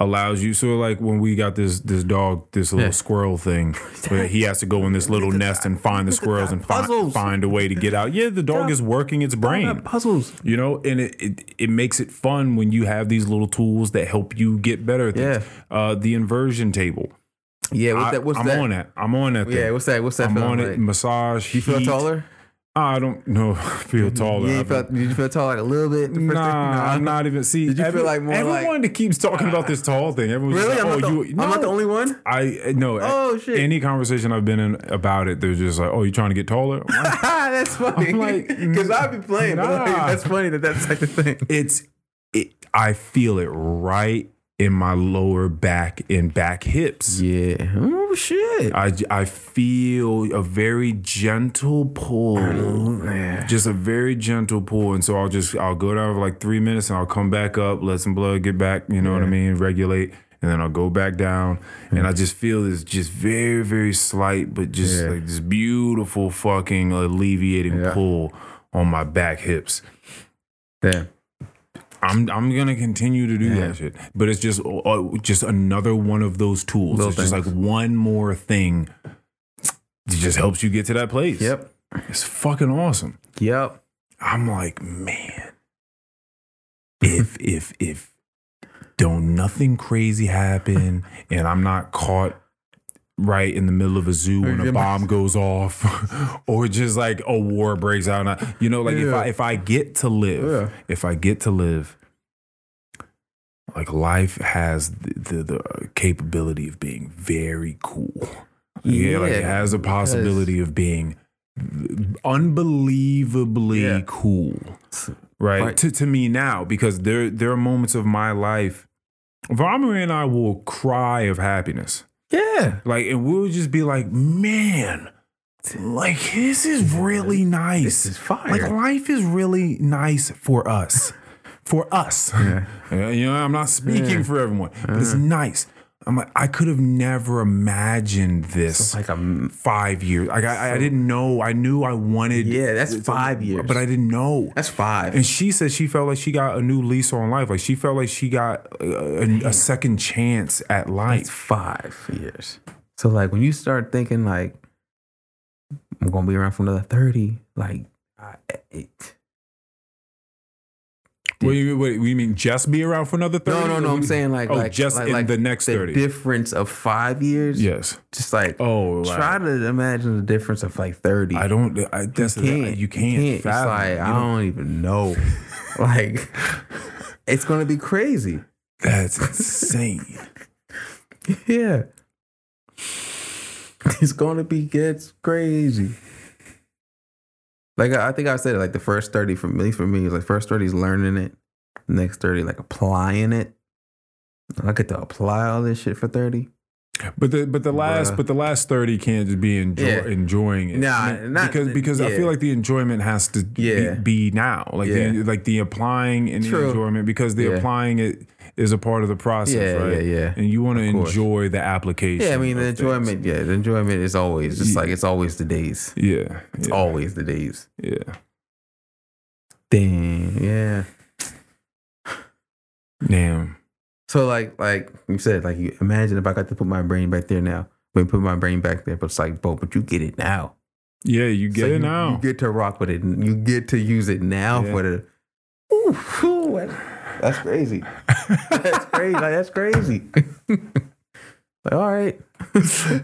Speaker 3: allows you. So like when we got this this dog, this little
Speaker 2: Yeah.
Speaker 3: squirrel thing, where he has to go in this little nest and find the squirrels and find
Speaker 2: Puzzles.
Speaker 3: find a way to get out. Yeah, the dog is working its brain.
Speaker 2: puzzles.
Speaker 3: You know, and it, it it makes it fun when you have these little tools that help you get better at things. Uh, the inversion table.
Speaker 2: Yeah, what's
Speaker 3: I,
Speaker 2: that? What's
Speaker 3: I'm
Speaker 2: that?
Speaker 3: on that. I'm on that.
Speaker 2: Yeah,
Speaker 3: thing.
Speaker 2: what's that? What's that?
Speaker 3: I'm
Speaker 2: feeling
Speaker 3: on it.
Speaker 2: like?
Speaker 3: Massage.
Speaker 2: You feel
Speaker 3: heat.
Speaker 2: taller?
Speaker 3: I don't know. I feel taller.
Speaker 2: Yeah,
Speaker 3: I
Speaker 2: you felt, did you feel taller like a little bit? the first
Speaker 3: Nah,
Speaker 2: thing?
Speaker 3: I'm not even. See,
Speaker 2: Did you feel like more like-
Speaker 3: everyone that keeps talking about this tall thing? Everyone's
Speaker 2: Really?
Speaker 3: Like,
Speaker 2: I'm,
Speaker 3: oh,
Speaker 2: not the,
Speaker 3: you,
Speaker 2: I'm not the
Speaker 3: No.
Speaker 2: only one.
Speaker 3: I no.
Speaker 2: Oh, shit.
Speaker 3: Any conversation I've been in about it, they're just like, "Oh, you trying to get taller?"
Speaker 2: that's funny.
Speaker 3: I'm like,
Speaker 2: Because I'd be playing, but like,
Speaker 3: nah.
Speaker 2: that's funny that that's like the thing.
Speaker 3: it's it. I feel it right in my lower back and back hips.
Speaker 2: Yeah. Oh shit.
Speaker 3: I, I feel a very gentle
Speaker 2: Oh,
Speaker 3: pull,
Speaker 2: Yeah.
Speaker 3: just a very gentle pull, and so I'll just I'll go down for like three minutes, and I'll come back up, let some blood get back, you know what I mean, regulate, and then I'll go back down,
Speaker 2: Mm-hmm.
Speaker 3: and I just feel this just very very slight, but just
Speaker 2: Yeah.
Speaker 3: like this beautiful fucking alleviating
Speaker 2: Yeah.
Speaker 3: pull on my back hips.
Speaker 2: Yeah.
Speaker 3: I'm I'm gonna continue to do that shit, but it's just uh, just another one of those tools.
Speaker 2: Little
Speaker 3: it's just
Speaker 2: things.
Speaker 3: like one more thing. It just helps you get to that place.
Speaker 2: Yep.
Speaker 3: it's fucking awesome.
Speaker 2: Yep.
Speaker 3: I'm like, man, if if if don't nothing crazy happen, and I'm not caught right in the middle of a zoo when a bomb goes off, or just like a war breaks out, and I, you know, like if
Speaker 2: Yeah.
Speaker 3: I if I get to live,
Speaker 2: Yeah.
Speaker 3: if I get to live. Like life has the, the, the capability of being very cool. Yeah, like it
Speaker 2: Yeah.
Speaker 3: has a possibility of being unbelievably
Speaker 2: Yeah.
Speaker 3: cool, right?
Speaker 2: Right.
Speaker 3: To to me now, because there there are moments of my life. Vamari and I will cry of happiness,
Speaker 2: Yeah.
Speaker 3: like, and we'll just be like, "Man, like this is really nice.
Speaker 2: This is fire.
Speaker 3: Like life is really nice for us, for us.
Speaker 2: Yeah.
Speaker 3: Yeah, You know, I'm not speaking for everyone, but it's nice. I'm like, I could have never imagined this
Speaker 2: It's like a
Speaker 3: five years. Like I, I didn't know. I knew I wanted.
Speaker 2: yeah. That's five years.
Speaker 3: but I didn't know.
Speaker 2: that's five.
Speaker 3: And she said she felt like she got a new lease on life. Like she felt like she got a, a, a second chance at
Speaker 2: It's
Speaker 3: life.
Speaker 2: five years. So like when you start thinking like I'm gonna be around for another thirty, like I, it,
Speaker 3: What do
Speaker 2: did.
Speaker 3: you, what, you mean just be around for another 30?
Speaker 2: No, no, no. I'm saying like,
Speaker 3: oh,
Speaker 2: like
Speaker 3: just
Speaker 2: like,
Speaker 3: in
Speaker 2: like
Speaker 3: the next 30.
Speaker 2: difference of five years.
Speaker 3: yes.
Speaker 2: just like
Speaker 3: Oh, wow.
Speaker 2: try to imagine the difference of like thirty.
Speaker 3: I don't, I, that's, you can't, you can't,
Speaker 2: It's
Speaker 3: fathom.
Speaker 2: like
Speaker 3: You
Speaker 2: I
Speaker 3: don't-
Speaker 2: don't even know. like it's gonna be crazy.
Speaker 3: that's insane.
Speaker 2: Yeah. It's gonna be gets crazy. Like I, I think I said it like the first 30 for me, at least for me, is like first 30 is learning it. Next 30, like applying it. I get to apply all this shit for 30.
Speaker 3: But the but the last
Speaker 2: Bruh.
Speaker 3: but the last thirty can't just be enjoy,
Speaker 2: Yeah.
Speaker 3: enjoying it.
Speaker 2: Nah,
Speaker 3: I mean,
Speaker 2: not-
Speaker 3: because because I
Speaker 2: yeah.
Speaker 3: feel like the enjoyment has to be-
Speaker 2: Yeah.
Speaker 3: be, now, like the,
Speaker 2: Yeah.
Speaker 3: like the applying and the
Speaker 2: True.
Speaker 3: enjoyment because the
Speaker 2: Yeah.
Speaker 3: applying it is a part of the process,
Speaker 2: Yeah,
Speaker 3: right?
Speaker 2: yeah, yeah.
Speaker 3: And you want to
Speaker 2: Of course.
Speaker 3: enjoy the application.
Speaker 2: Yeah, I mean the
Speaker 3: of things.
Speaker 2: enjoyment, yeah, the enjoyment is always just like it's always the days.
Speaker 3: Yeah,
Speaker 2: It's
Speaker 3: yeah,
Speaker 2: always the days.
Speaker 3: yeah.
Speaker 2: Damn, yeah.
Speaker 3: Damn.
Speaker 2: So like like you said, like you imagine if I got to put my brain back there now. But put my brain back there, but it's like, bro, but you get it now.
Speaker 3: Yeah, you get
Speaker 2: So
Speaker 3: it
Speaker 2: you,
Speaker 3: now.
Speaker 2: You get to rock with it. and You get to use it now
Speaker 3: Yeah.
Speaker 2: for the. Ooh, ooh, that's, that's crazy. That's crazy. Like, that's crazy. like, all right.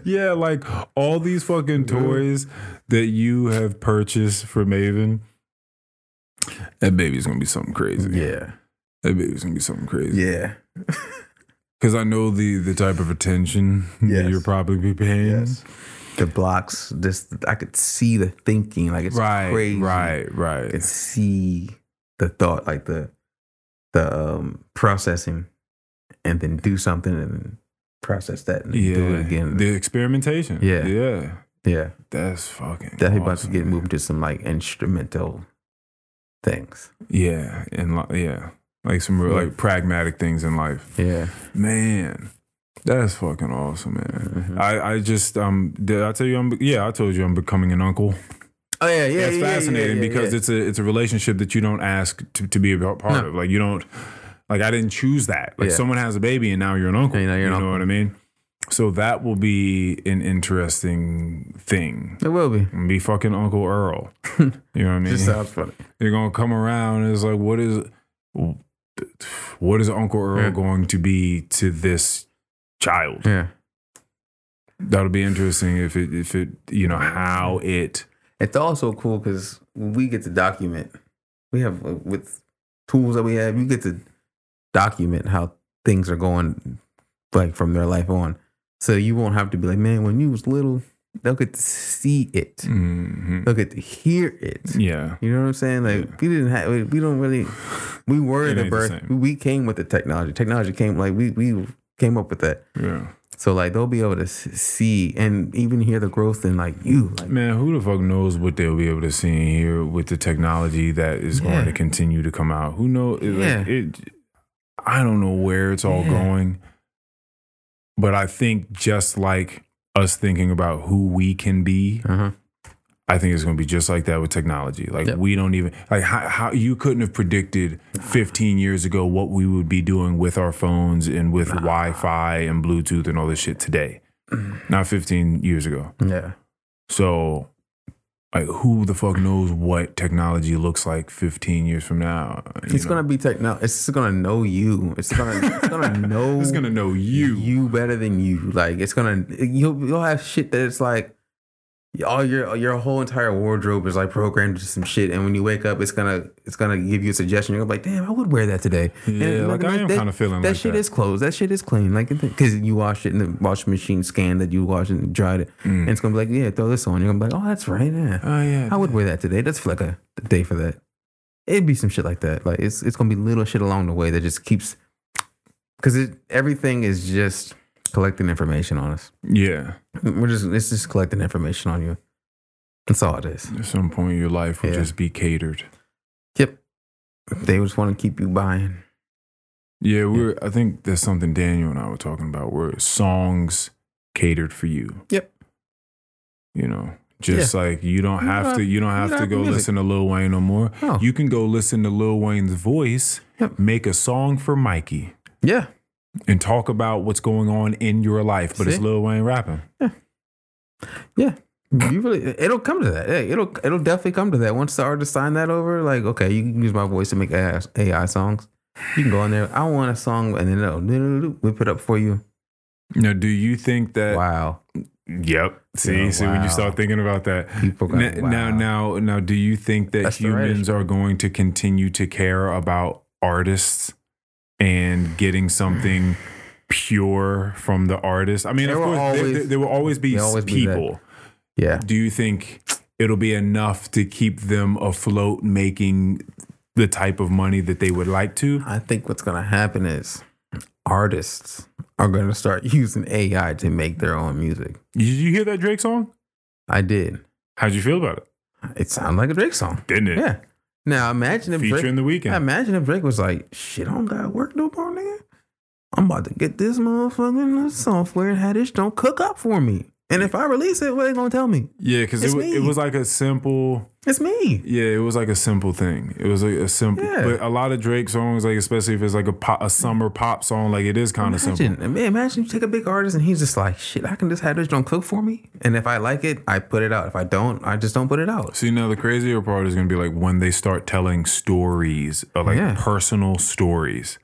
Speaker 3: yeah, like all these fucking toys that you have purchased for Maven. That baby's gonna be something crazy.
Speaker 2: Yeah.
Speaker 3: That baby's gonna be something crazy.
Speaker 2: Yeah.
Speaker 3: Because I know the the type of attention that
Speaker 2: Yes.
Speaker 3: you're probably be paying.
Speaker 2: The blocks, just, I could see the thinking. Like, it's
Speaker 3: Right,
Speaker 2: crazy.
Speaker 3: right,
Speaker 2: I
Speaker 3: right,
Speaker 2: could see the thought, like the, the um, processing, and then do something and then process that and then
Speaker 3: Yeah,
Speaker 2: do it again.
Speaker 3: the experimentation.
Speaker 2: Yeah.
Speaker 3: yeah,
Speaker 2: yeah.
Speaker 3: that's fucking.
Speaker 2: that he about to
Speaker 3: awesome,
Speaker 2: get
Speaker 3: man.
Speaker 2: moved to some like instrumental things.
Speaker 3: Yeah, and li- yeah, like some real,
Speaker 2: Yeah.
Speaker 3: like pragmatic things in life.
Speaker 2: Yeah.
Speaker 3: Man, that's fucking awesome, man.
Speaker 2: Mhm.
Speaker 3: I, I just um did I tell you I'm yeah I told you I'm becoming an uncle.
Speaker 2: Oh yeah, yeah.
Speaker 3: it's fascinating because it's a it's a relationship that you don't ask to, to be a part
Speaker 2: No.
Speaker 3: of. Like you don't like I didn't choose that. Like
Speaker 2: Yeah.
Speaker 3: someone has a baby and now you're an uncle.
Speaker 2: And now you're
Speaker 3: you
Speaker 2: an
Speaker 3: know
Speaker 2: uncle.
Speaker 3: what I mean? So that will be an interesting thing.
Speaker 2: it will be.
Speaker 3: Be fucking Uncle Earl. you know what I mean?
Speaker 2: Just sounds funny.
Speaker 3: You're gonna come around and it's like what is what is Uncle Earl
Speaker 2: Yeah.
Speaker 3: going to be to this child?
Speaker 2: Yeah.
Speaker 3: That'll be interesting if it if it you know how it
Speaker 2: It's also cool because we get to document. We have uh, with tools that we have, you get to document how things are going, like from their life on. So you won't have to be like, man, when you was little, they'll get to see it,
Speaker 3: Mhm.
Speaker 2: they'll get to hear it.
Speaker 3: Yeah.
Speaker 2: You know what I'm saying? Like
Speaker 3: Yeah.
Speaker 2: we didn't have, we, we don't really, we were
Speaker 3: It
Speaker 2: the
Speaker 3: ain't the
Speaker 2: birth.
Speaker 3: same.
Speaker 2: we came with the technology. Technology came like we we came up with that.
Speaker 3: Yeah.
Speaker 2: So like they'll be able to s- see and even hear the growth in like you. Like,
Speaker 3: Man, who the fuck knows what they'll be able to see in here with the technology that is
Speaker 2: Yeah.
Speaker 3: going to continue to come out? Who knows?
Speaker 2: Yeah.
Speaker 3: it, I don't know where it's all
Speaker 2: Yeah.
Speaker 3: going, but I think just like us thinking about who we can be,
Speaker 2: uh-huh.
Speaker 3: I think it's going to be just like that with technology. Like
Speaker 2: Yep.
Speaker 3: we don't even like how, how you couldn't have predicted 15 years ago what we would be doing with our phones and with Wi-Fi and Bluetooth and all this shit today.
Speaker 2: Mm-hmm.
Speaker 3: Not 15 years ago.
Speaker 2: Yeah.
Speaker 3: So, like, who the fuck knows what technology looks like 15 years from now? you
Speaker 2: It's
Speaker 3: know?
Speaker 2: gonna be techno. It's just gonna know you. It's gonna it's gonna know
Speaker 3: It's gonna know you.
Speaker 2: you better than you. Like it's gonna you'll you'll have shit that it's like all your your whole entire wardrobe is like programmed to some shit, and when you wake up, it's gonna it's gonna give you a suggestion. You're gonna be like, damn, I would wear that today. And
Speaker 3: Yeah,
Speaker 2: another
Speaker 3: like, I
Speaker 2: night,
Speaker 3: am
Speaker 2: that-
Speaker 3: kinda feeling
Speaker 2: that
Speaker 3: like
Speaker 2: shit
Speaker 3: that.
Speaker 2: is clothes. That shit is clean. Like because you washed it in the washing machine, scan that you washed it and dried it,
Speaker 3: Hmm.
Speaker 2: and it's gonna be like, yeah, throw this on. You're gonna be like, oh, that's right. Yeah.
Speaker 3: Mm. Oh yeah.
Speaker 2: I would wear that today. That's like a day for that. It'd be some shit like that. Like it's it's gonna be little shit along the way that just keeps because it everything is just collecting information on us.
Speaker 3: yeah.
Speaker 2: We're just it's just collecting information on you. That's all it is.
Speaker 3: At some point, your life will
Speaker 2: Yeah.
Speaker 3: just be catered.
Speaker 2: Yep. They just want to keep you buying.
Speaker 3: Yeah, we're. I think there's something Daniel and I were talking about where songs catered for you.
Speaker 2: Yep.
Speaker 3: You know, just like you don't
Speaker 2: You
Speaker 3: have
Speaker 2: don't
Speaker 3: to.
Speaker 2: have-
Speaker 3: You don't
Speaker 2: you
Speaker 3: have
Speaker 2: don't
Speaker 3: to Oh.
Speaker 2: have
Speaker 3: go
Speaker 2: music.
Speaker 3: listen to Lil Wayne no more.
Speaker 2: No.
Speaker 3: You can go listen to Lil Wayne's voice.
Speaker 2: Yep.
Speaker 3: Make a song for Mikey.
Speaker 2: Yeah.
Speaker 3: and talk about what's going on in your life, but it's
Speaker 2: See?
Speaker 3: Lil Wayne rapping.
Speaker 2: Yeah. You really, it'll come to that. Hey, it'll it'll definitely come to that. Once the artist sign that over, like, okay, you can use my voice to make AI, AI songs. You can go in there. I want a song, and then it'll whip it up for you.
Speaker 3: Now, do you think that?
Speaker 2: Wow,
Speaker 3: Yep. See,
Speaker 2: Yeah,
Speaker 3: see when
Speaker 2: wow.
Speaker 3: you start thinking about that.
Speaker 2: People go,
Speaker 3: N- now,
Speaker 2: wow.
Speaker 3: now, now, do you think that
Speaker 2: That's the right
Speaker 3: humans are going to continue to care about artists and getting something pure from the artist? I mean,
Speaker 2: There
Speaker 3: of course,
Speaker 2: will
Speaker 3: there-
Speaker 2: always-
Speaker 3: there, there will always be
Speaker 2: there'll always be that.
Speaker 3: people.
Speaker 2: yeah.
Speaker 3: do you think it'll be enough to keep them afloat, making the type of money that they would like to?
Speaker 2: I think what's gonna happen is artists are gonna start using AI to make their own music.
Speaker 3: Did you hear that Drake song?
Speaker 2: I did.
Speaker 3: How'd you feel about it?
Speaker 2: It sounded like a Drake song.
Speaker 3: Didn't it?
Speaker 2: Yeah. Now imagine if Drake,
Speaker 3: Featuring the
Speaker 2: Yeah,
Speaker 3: weekend.
Speaker 2: imagine if Drake was like, shit, I don't gotta work no more, nigga. I'm about to get this motherfucking software and have this don't cook up for me. And if I release it, what they gonna tell me?
Speaker 3: Yeah, because
Speaker 2: It's
Speaker 3: it, wa-
Speaker 2: me.
Speaker 3: it was like a simple.
Speaker 2: It's me.
Speaker 3: Yeah, it was like a simple thing. It was like a simple,
Speaker 2: Yeah.
Speaker 3: but a lot of Drake songs, like especially if it's like a pop, a summer pop song, like it is kind of simple.
Speaker 2: Imagine, man, imagine you take a big artist and he's just like, shit, I can just have this don't cook for me. And if I like it, I put it out. If I don't, I just don't put it out.
Speaker 3: See now, the crazier part is gonna be like when they start telling stories, or like
Speaker 2: Yeah.
Speaker 3: personal stories.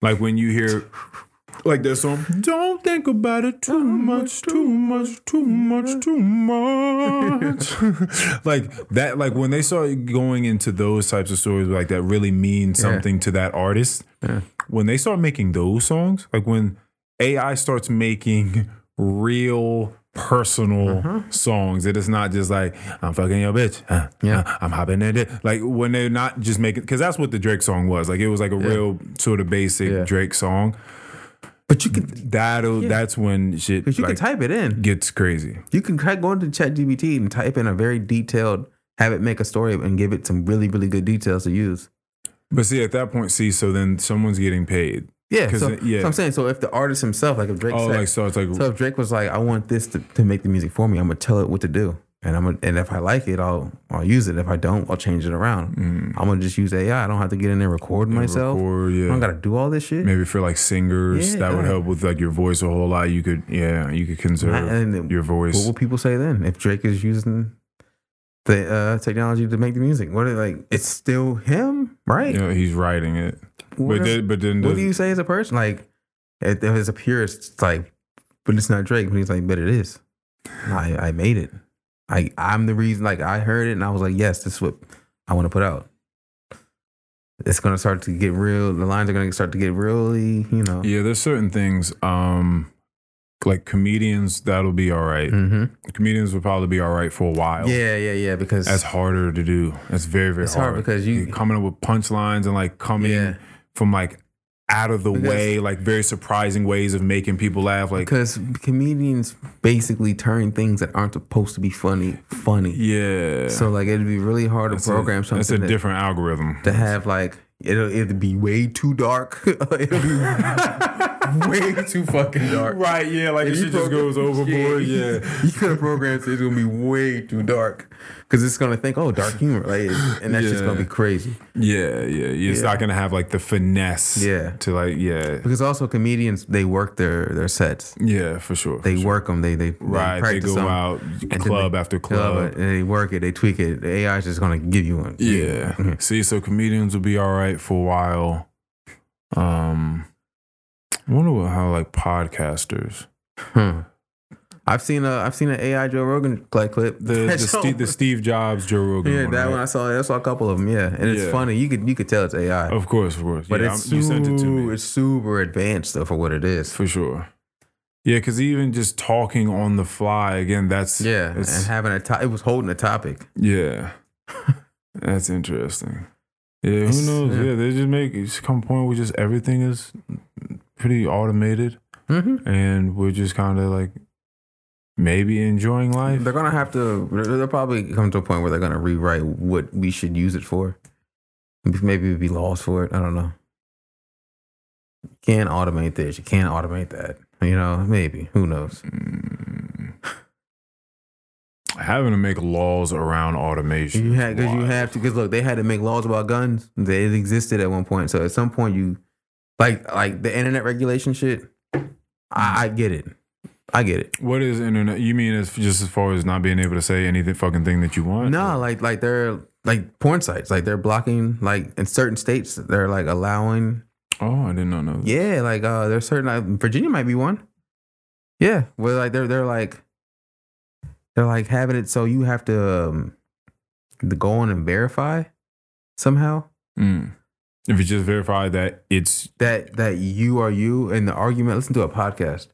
Speaker 3: Like when you hear, like that song. Don't think about it too much, too much, too much, too much. like that, like when they start going into those types of stories, like that really means
Speaker 2: Yeah.
Speaker 3: something to that artist.
Speaker 2: Yeah.
Speaker 3: When they start making those songs, like when AI starts making real personal
Speaker 2: Mm-hmm.
Speaker 3: songs, it is not just like I'm fucking your bitch. huh,
Speaker 2: Yeah.
Speaker 3: huh, I'm hopping in it. Like when they're not just making, because that's what the Drake song was. Like it was like a real sort of basic
Speaker 2: Yeah.
Speaker 3: Drake song.
Speaker 2: But you can
Speaker 3: That'll that's when shit
Speaker 2: but you
Speaker 3: like,
Speaker 2: can type it in.
Speaker 3: gets crazy.
Speaker 2: You can try- go into ChatGPT and type in a very detailed, have it make a story and give it some really, really good details to use.
Speaker 3: But see, at that point, see, so then someone's getting paid.
Speaker 2: Yeah,
Speaker 3: 'Cause
Speaker 2: so,
Speaker 3: it- yeah.
Speaker 2: so I'm saying, so if the artist himself, like if Drake
Speaker 3: Oh,
Speaker 2: said,
Speaker 3: like so it's like
Speaker 2: So if Drake was like, I want this to, to make the music for me, I'm gonna tell it what to do. And I'm gonna, and if I like it, I'll I'll use it. If I don't, I'll change it around. I'm gonna just use AI. I don't have to get in there and record myself.
Speaker 3: mm, record,
Speaker 2: I
Speaker 3: yeah.
Speaker 2: don't gotta do all this shit.
Speaker 3: maybe for like singers
Speaker 2: Yeah,
Speaker 3: that would
Speaker 2: yeah.
Speaker 3: help with like your voice a whole lot. You could yeah, you could conserve
Speaker 2: And then-
Speaker 3: your
Speaker 2: What
Speaker 3: voice.
Speaker 2: will people say then if Drake is using the uh, technology to make the music? What are like? It's still him, right?
Speaker 3: You know, he's writing it,
Speaker 2: What,
Speaker 3: but then, but then
Speaker 2: what
Speaker 3: does-
Speaker 2: do you say as a person? Like, if, if it's a purist, it's like, but it's not Drake. But he's like, but it is. I, I made it. I, I'm the reason. Like, I heard it and I was like, yes, this is what I want to put out. It's gonna start to get real. The lines are gonna start to get really, you know.
Speaker 3: yeah, there's certain things. Um, like comedians, that'll be all right.
Speaker 2: hmm
Speaker 3: Comedians will probably be all right for a while.
Speaker 2: Yeah, yeah, yeah. Because
Speaker 3: that's harder to do. That's very very
Speaker 2: It's hard
Speaker 3: hard,
Speaker 2: because you-
Speaker 3: You're coming up with punchlines and like coming
Speaker 2: Yeah.
Speaker 3: from like out of the
Speaker 2: Because-
Speaker 3: way, like very surprising ways of making people laugh. Like
Speaker 2: because comedians basically turn things that aren't supposed to be funny funny.
Speaker 3: yeah,
Speaker 2: So like it'd be really hard to
Speaker 3: That's a-
Speaker 2: program something.
Speaker 3: That's a
Speaker 2: that-
Speaker 3: different algorithm.
Speaker 2: to have like it'll it'd be way too dark. it'll be way too fucking dark.
Speaker 3: Right, yeah, like
Speaker 2: If
Speaker 3: it
Speaker 2: you
Speaker 3: just
Speaker 2: program-
Speaker 3: goes overboard. Yeah.
Speaker 2: you could have programmed it. It's gonna be way too dark because it's gonna think, oh, dark humor, like, and that's just gonna be
Speaker 3: Yeah.
Speaker 2: crazy.
Speaker 3: Yeah, yeah. It's not gonna have like the finesse.
Speaker 2: Yeah.
Speaker 3: To like, yeah,
Speaker 2: Because also comedians, they work their their sets.
Speaker 3: yeah, for sure.
Speaker 2: They work them. They they they
Speaker 3: right. They
Speaker 2: practice
Speaker 3: go
Speaker 2: 'em,
Speaker 3: out
Speaker 2: and then
Speaker 3: club
Speaker 2: they-
Speaker 3: after club.
Speaker 2: it, and they work it. They tweak it. The AI is just gonna give you one.
Speaker 3: yeah.
Speaker 2: Mm-hmm.
Speaker 3: See, so comedians will be all right for a while. Um, I wonder what, how like podcasters.
Speaker 2: Hmm. I've seen a I've seen an AI Joe Rogan like clip.
Speaker 3: The the, Steve, the Steve Jobs Joe Rogan.
Speaker 2: Yeah, that
Speaker 3: right?
Speaker 2: one I saw. I saw a couple of them. Yeah, and it's
Speaker 3: Yeah.
Speaker 2: funny. You could you could tell it's AI,
Speaker 3: Of course, of course.
Speaker 2: but
Speaker 3: yeah,
Speaker 2: it's
Speaker 3: I'm- you
Speaker 2: super,
Speaker 3: sent it to me.
Speaker 2: it's super advanced though for what it is.
Speaker 3: for sure. Yeah, because even just talking on the fly again, that's
Speaker 2: Yeah,
Speaker 3: it's-
Speaker 2: and having a to- it was holding a topic.
Speaker 3: Yeah, that's interesting. Yeah, who
Speaker 2: It's-
Speaker 3: knows?
Speaker 2: yeah.
Speaker 3: Yeah. they just make it's come a point where just everything is pretty automated,
Speaker 2: Mm-hmm.
Speaker 3: and we're just kind of like maybe enjoying life.
Speaker 2: They're gonna have to. They'll they'll probably come to a point where they're gonna rewrite what we should use it for. Maybe we'd be lost for it. I don't know. You can't automate this. You can't automate that. You know, maybe who knows?
Speaker 3: Mm. Having to make laws around automation.
Speaker 2: You
Speaker 3: is
Speaker 2: had because you
Speaker 3: wild.
Speaker 2: have to because look, they had to make laws about guns. They it existed at one point. So at some point, you like like the internet regulation shit. I, I get it. I get it.
Speaker 3: What is internet? You mean as just as far as not being able to say anything fucking thing that you want?
Speaker 2: Nah, like like they're like porn sites. Like they're blocking like in certain states they're like allowing.
Speaker 3: Oh, I did not know. That.
Speaker 2: Yeah, like uh there's certain like, Virginia might be one. Yeah, where like they're they're like they're like having it so you have to um, to go on and verify somehow
Speaker 3: Mm. If you just verify that it's
Speaker 2: that that you are you and the argument. Listen to a podcast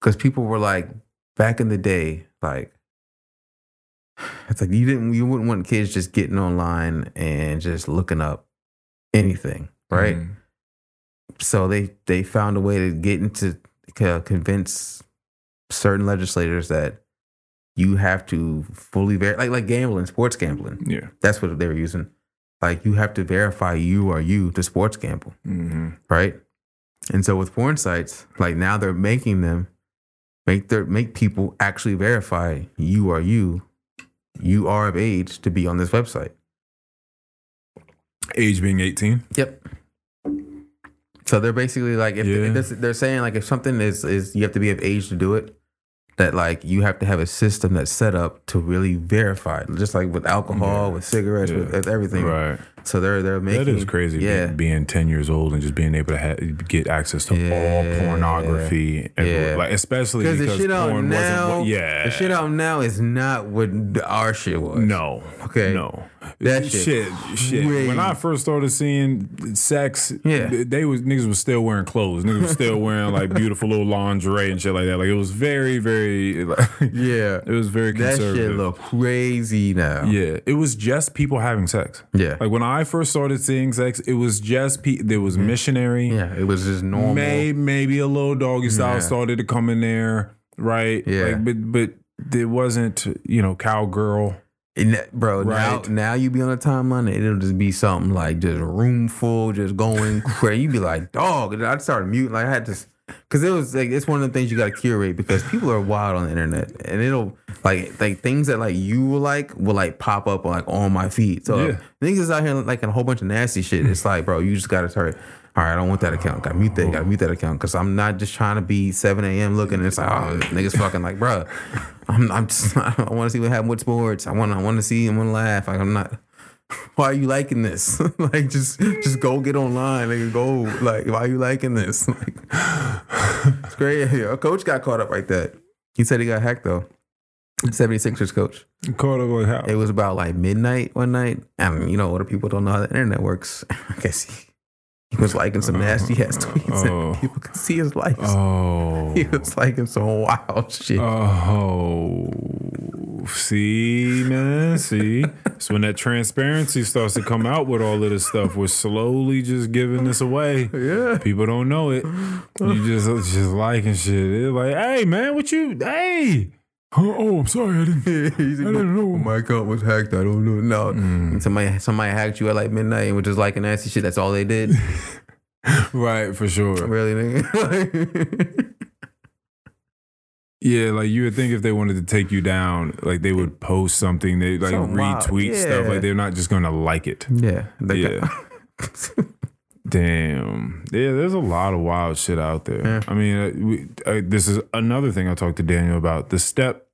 Speaker 2: because people were like back in the day like. It's like you didn't you wouldn't want kids just getting online and just looking up anything, right?
Speaker 3: Mm.
Speaker 2: so they they found a way to get into to convince certain legislators that you have to fully verify like like gambling sports gambling
Speaker 3: yeah.
Speaker 2: that's what they were using like you have to verify you are you to sports gamble
Speaker 3: hmm
Speaker 2: right and so with porn sites like now they're making them make their make people actually verify you are you you are of age to be on this website
Speaker 3: Age being eighteen.
Speaker 2: Yep. So they're basically like if
Speaker 3: Yeah.
Speaker 2: if this- they're saying like if something is is you have to be of age to do it, that like you have to have a system that's set up to really verify, it. just like with alcohol,
Speaker 3: Yeah.
Speaker 2: with cigarettes, with,
Speaker 3: Yeah.
Speaker 2: with everything.
Speaker 3: Right.
Speaker 2: So they're they're making
Speaker 3: that is crazy. be-
Speaker 2: Yeah.
Speaker 3: Being ten years old and just being able to ha- get access to
Speaker 2: Yeah.
Speaker 3: all pornography. everywhere.
Speaker 2: Yeah.
Speaker 3: Like especially
Speaker 2: Because
Speaker 3: because
Speaker 2: the shit out
Speaker 3: porn
Speaker 2: now,
Speaker 3: wasn't. What, yeah.
Speaker 2: the shit out now is not what our shit was.
Speaker 3: No.
Speaker 2: Okay.
Speaker 3: No.
Speaker 2: That shit
Speaker 3: shit. Shit.
Speaker 2: way-
Speaker 3: When I first started seeing sex,
Speaker 2: Yeah.
Speaker 3: th- they was niggas was still wearing clothes. Niggas was still wearing like beautiful little lingerie and shit like that. Like it was very, very. Like,
Speaker 2: Yeah,
Speaker 3: It was very
Speaker 2: that
Speaker 3: conservative.
Speaker 2: shit look crazy now.
Speaker 3: Yeah, it was just people having sex.
Speaker 2: Yeah.
Speaker 3: Like when I first started seeing sex, it was just pe- there was missionary.
Speaker 2: Yeah, it was just normal.
Speaker 3: May maybe a little doggy style
Speaker 2: Yeah.
Speaker 3: started to come in there, right?
Speaker 2: Yeah.
Speaker 3: Like, but but there wasn't you know cowgirl.
Speaker 2: And that- bro,
Speaker 3: Right.
Speaker 2: now now you be on the timeline, and it'll just be something like just room full, just going crazy. You be like, dog. And I started muting. Like I had to, because it was like it's one of the things you got to curate because people are wild on the internet, and it'll like like things that like you will like will like pop up like on my feed. So
Speaker 3: Yeah.
Speaker 2: niggas out here like a whole bunch of nasty shit. It's like, bro, you just gotta start. All right, I don't want that account. Got to mute that. Got to mute that account because I'm not just trying to be 7 a.m. looking. And it's like, oh, niggas fucking like, bruh. I'm, I'm just. I want to see what happened with sports. I want. to I want to see. I want to laugh. Like, I'm not. Why are you liking this? like, just just go get online. Like, go. Like, why are you liking this? Like, it's great. A coach got caught up like that. He said he got hacked though. 76ers coach.
Speaker 3: Caught up like how?
Speaker 2: It was about like midnight one night, and you know, other people don't know how the internet works. I guess he, he was liking some nasty ass tweets,
Speaker 3: Oh.
Speaker 2: and people could see his likes.
Speaker 3: Oh.
Speaker 2: He was liking some wild shit.
Speaker 3: Uh. Oh, see, man, see. so when that transparency starts to come out with all of this stuff, we're slowly just giving this away.
Speaker 2: yeah,
Speaker 3: People don't know it. You just just liking shit. It's like, hey, man, what you? Hey. Oh, oh, I'm sorry, I didn't.
Speaker 2: He's
Speaker 3: I
Speaker 2: like,
Speaker 3: didn't know.
Speaker 2: my account was hacked. I don't know. No, somebody somebody hacked you at like midnight and was just liking nasty shit. That's all they did.
Speaker 3: Right, for sure.
Speaker 2: really, nigga.
Speaker 3: Yeah, like you would think if they wanted to take you down, like they would post something, they like
Speaker 2: Something wild,
Speaker 3: retweet stuff.
Speaker 2: yeah.
Speaker 3: Like they're not just gonna like it.
Speaker 2: yeah, they got-
Speaker 3: Yeah. Damn. Yeah, there's a lot of wild shit out there.
Speaker 2: Yeah.
Speaker 3: I mean, uh, we, uh, this is another thing I talked to Daniel about. The step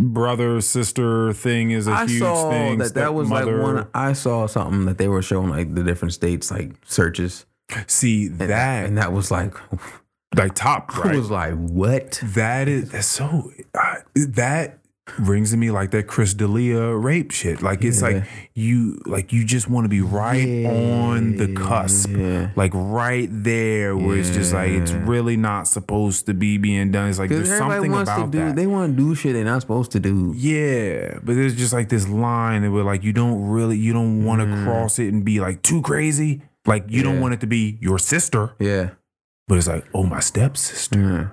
Speaker 3: brother sister thing is a
Speaker 2: I
Speaker 3: huge
Speaker 2: saw
Speaker 3: thing.
Speaker 2: that that was like
Speaker 3: Stepmother.
Speaker 2: one. I saw something that they were showing like the different states like searches
Speaker 3: See
Speaker 2: and
Speaker 3: that
Speaker 2: and that was like
Speaker 3: like top
Speaker 2: I
Speaker 3: right.
Speaker 2: was like, what?
Speaker 3: that is that's so uh, that rings to me like that Chris D'Elia rape shit. Like it's
Speaker 2: Yeah.
Speaker 3: like you like you just want to be right on the cusp.
Speaker 2: Yeah.
Speaker 3: like right there where it's just like it's
Speaker 2: Yeah.
Speaker 3: really not supposed to be being done. It's like
Speaker 2: Because
Speaker 3: there's
Speaker 2: everybody
Speaker 3: something
Speaker 2: wants to
Speaker 3: about
Speaker 2: do,
Speaker 3: that.
Speaker 2: they want to do shit they're not supposed to do.
Speaker 3: yeah, but there's just like this line that we're like you don't really you don't want to cross it and be like too crazy. Like you
Speaker 2: Mm. Yeah.
Speaker 3: don't want it to be your sister,
Speaker 2: Yeah.
Speaker 3: but it's like oh my stepsister.
Speaker 2: yeah.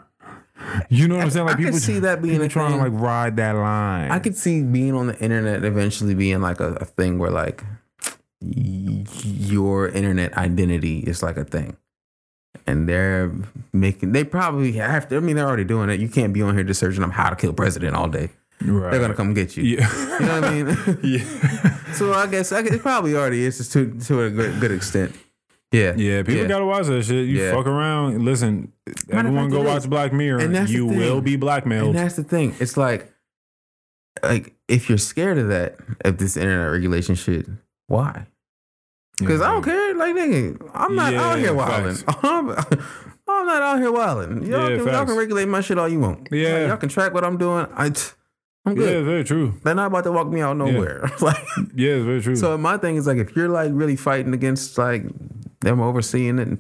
Speaker 3: You know what I'm saying? Like
Speaker 2: I could
Speaker 3: people
Speaker 2: see that being
Speaker 3: people
Speaker 2: a
Speaker 3: trying to
Speaker 2: thing.
Speaker 3: like ride that line.
Speaker 2: I could see being on the internet eventually being like a, a thing where like y- your internet identity is like a thing. And they're making, they probably have to, I mean, they're already doing it. You can't be on here just searching up how to kill president all day.
Speaker 3: right.
Speaker 2: They're going to come get you.
Speaker 3: yeah.
Speaker 2: You know what I mean?
Speaker 3: yeah.
Speaker 2: so I guess I guess it probably already is to, to a good, good extent. Yeah.
Speaker 3: Yeah, people gotta watch that shit. You
Speaker 2: Yeah.
Speaker 3: fuck around. Listen,
Speaker 2: fact,
Speaker 3: everyone go
Speaker 2: it is.
Speaker 3: watch Black Mirror.
Speaker 2: And that's the
Speaker 3: you will
Speaker 2: thing.
Speaker 3: be blackmailed.
Speaker 2: And that's the thing. It's like, like if you're scared of that, of this internet regulation shit, why? Because I don't care. Like nigga, I'm not out
Speaker 3: Yeah,
Speaker 2: here wilding.
Speaker 3: facts.
Speaker 2: I'm, I'm not out here wilding. Y'all,
Speaker 3: Yeah,
Speaker 2: can, y'all
Speaker 3: facts.
Speaker 2: can regulate my shit all you want.
Speaker 3: Yeah.
Speaker 2: Like, y'all can track what I'm doing. I, t- I'm
Speaker 3: Yeah,
Speaker 2: good.
Speaker 3: it's very true.
Speaker 2: They're not about to walk me out nowhere. like,
Speaker 3: Yeah, it's very true.
Speaker 2: so my thing is like, if you're like really fighting against like them overseeing it,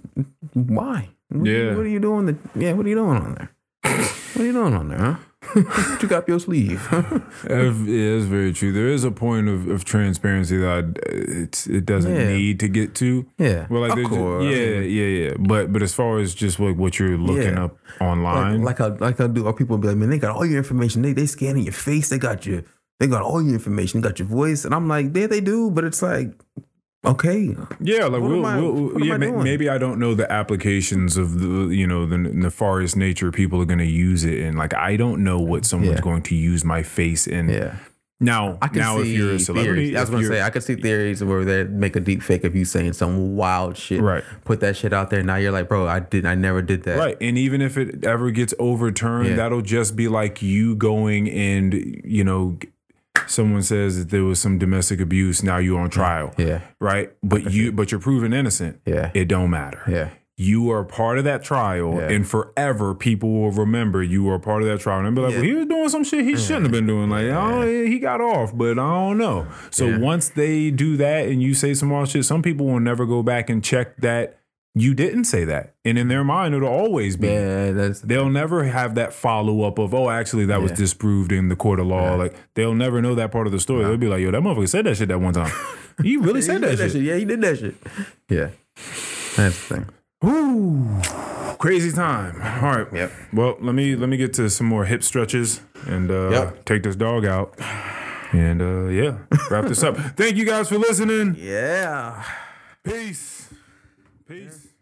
Speaker 2: why? What-
Speaker 3: Yeah.
Speaker 2: What are you doing? That, yeah. What are you doing on there? what are you doing on there? Huh? what you got up your sleeve?
Speaker 3: Ev- yeah, it's very true. There is a point of, of transparency that I, it's it doesn't
Speaker 2: Yeah.
Speaker 3: need to get to.
Speaker 2: yeah.
Speaker 3: Well, like,
Speaker 2: of
Speaker 3: there's ju-
Speaker 2: course.
Speaker 3: yeah, yeah, yeah. But but as far as just like what you're looking
Speaker 2: Yeah.
Speaker 3: up online,
Speaker 2: Like, like I like I do. Or people be like, man, they got all your information. They they scanning your face. They got your they got all your information. They got your voice. And I'm like, yeah, they do. But it's like, okay,
Speaker 3: yeah, like
Speaker 2: what
Speaker 3: we'll,
Speaker 2: am I-
Speaker 3: we'll,
Speaker 2: what am
Speaker 3: yeah,
Speaker 2: I
Speaker 3: ma-
Speaker 2: doing?
Speaker 3: maybe I don't know the applications of the you know the nefarious nature people are going to use it, and like I don't know what someone's
Speaker 2: Yeah.
Speaker 3: going to use my face in.
Speaker 2: yeah.
Speaker 3: Now,
Speaker 2: I can
Speaker 3: now
Speaker 2: see
Speaker 3: if you're a
Speaker 2: theories.
Speaker 3: celebrity,
Speaker 2: I was
Speaker 3: if
Speaker 2: gonna
Speaker 3: you're-
Speaker 2: say I could see theories where they make a deep fake of you saying some wild shit.
Speaker 3: Right.
Speaker 2: Put that shit out there. Now you're like, bro, I did I never did that.
Speaker 3: Right. And even if it ever gets overturned,
Speaker 2: Yeah.
Speaker 3: that'll just be like you going and, you know, someone says that there was some domestic abuse, now you're on trial.
Speaker 2: Yeah.
Speaker 3: Right? But you but you're proven innocent.
Speaker 2: Yeah.
Speaker 3: It don't matter.
Speaker 2: Yeah.
Speaker 3: You are part of that trial
Speaker 2: Yeah.
Speaker 3: and forever people will remember you are part of that trial. And they'll be like,
Speaker 2: Yeah.
Speaker 3: well, he was doing some shit he shouldn't have been doing. Like, oh, he got off, but I don't know. So
Speaker 2: Yeah.
Speaker 3: once they do that and you say some wild shit, some people will never go back and check that you didn't say that. And in their mind, it'll always be
Speaker 2: Yeah. That's
Speaker 3: they'll never have that follow up of oh actually that was
Speaker 2: Yeah.
Speaker 3: disproved in the court of law like they'll never know that part of the story they'll be like yo that motherfucker said that shit that one time he really
Speaker 2: He
Speaker 3: said that,
Speaker 2: did
Speaker 3: shit,
Speaker 2: Yeah, he did that shit. Yeah. That's the thing.
Speaker 3: Ooh, crazy time all right
Speaker 2: Yep.
Speaker 3: well let me let me get to some more hip stretches and uh
Speaker 2: Yep.
Speaker 3: take this dog out and uh yeah wrap this up thank you guys for listening
Speaker 2: Yeah.
Speaker 3: peace peace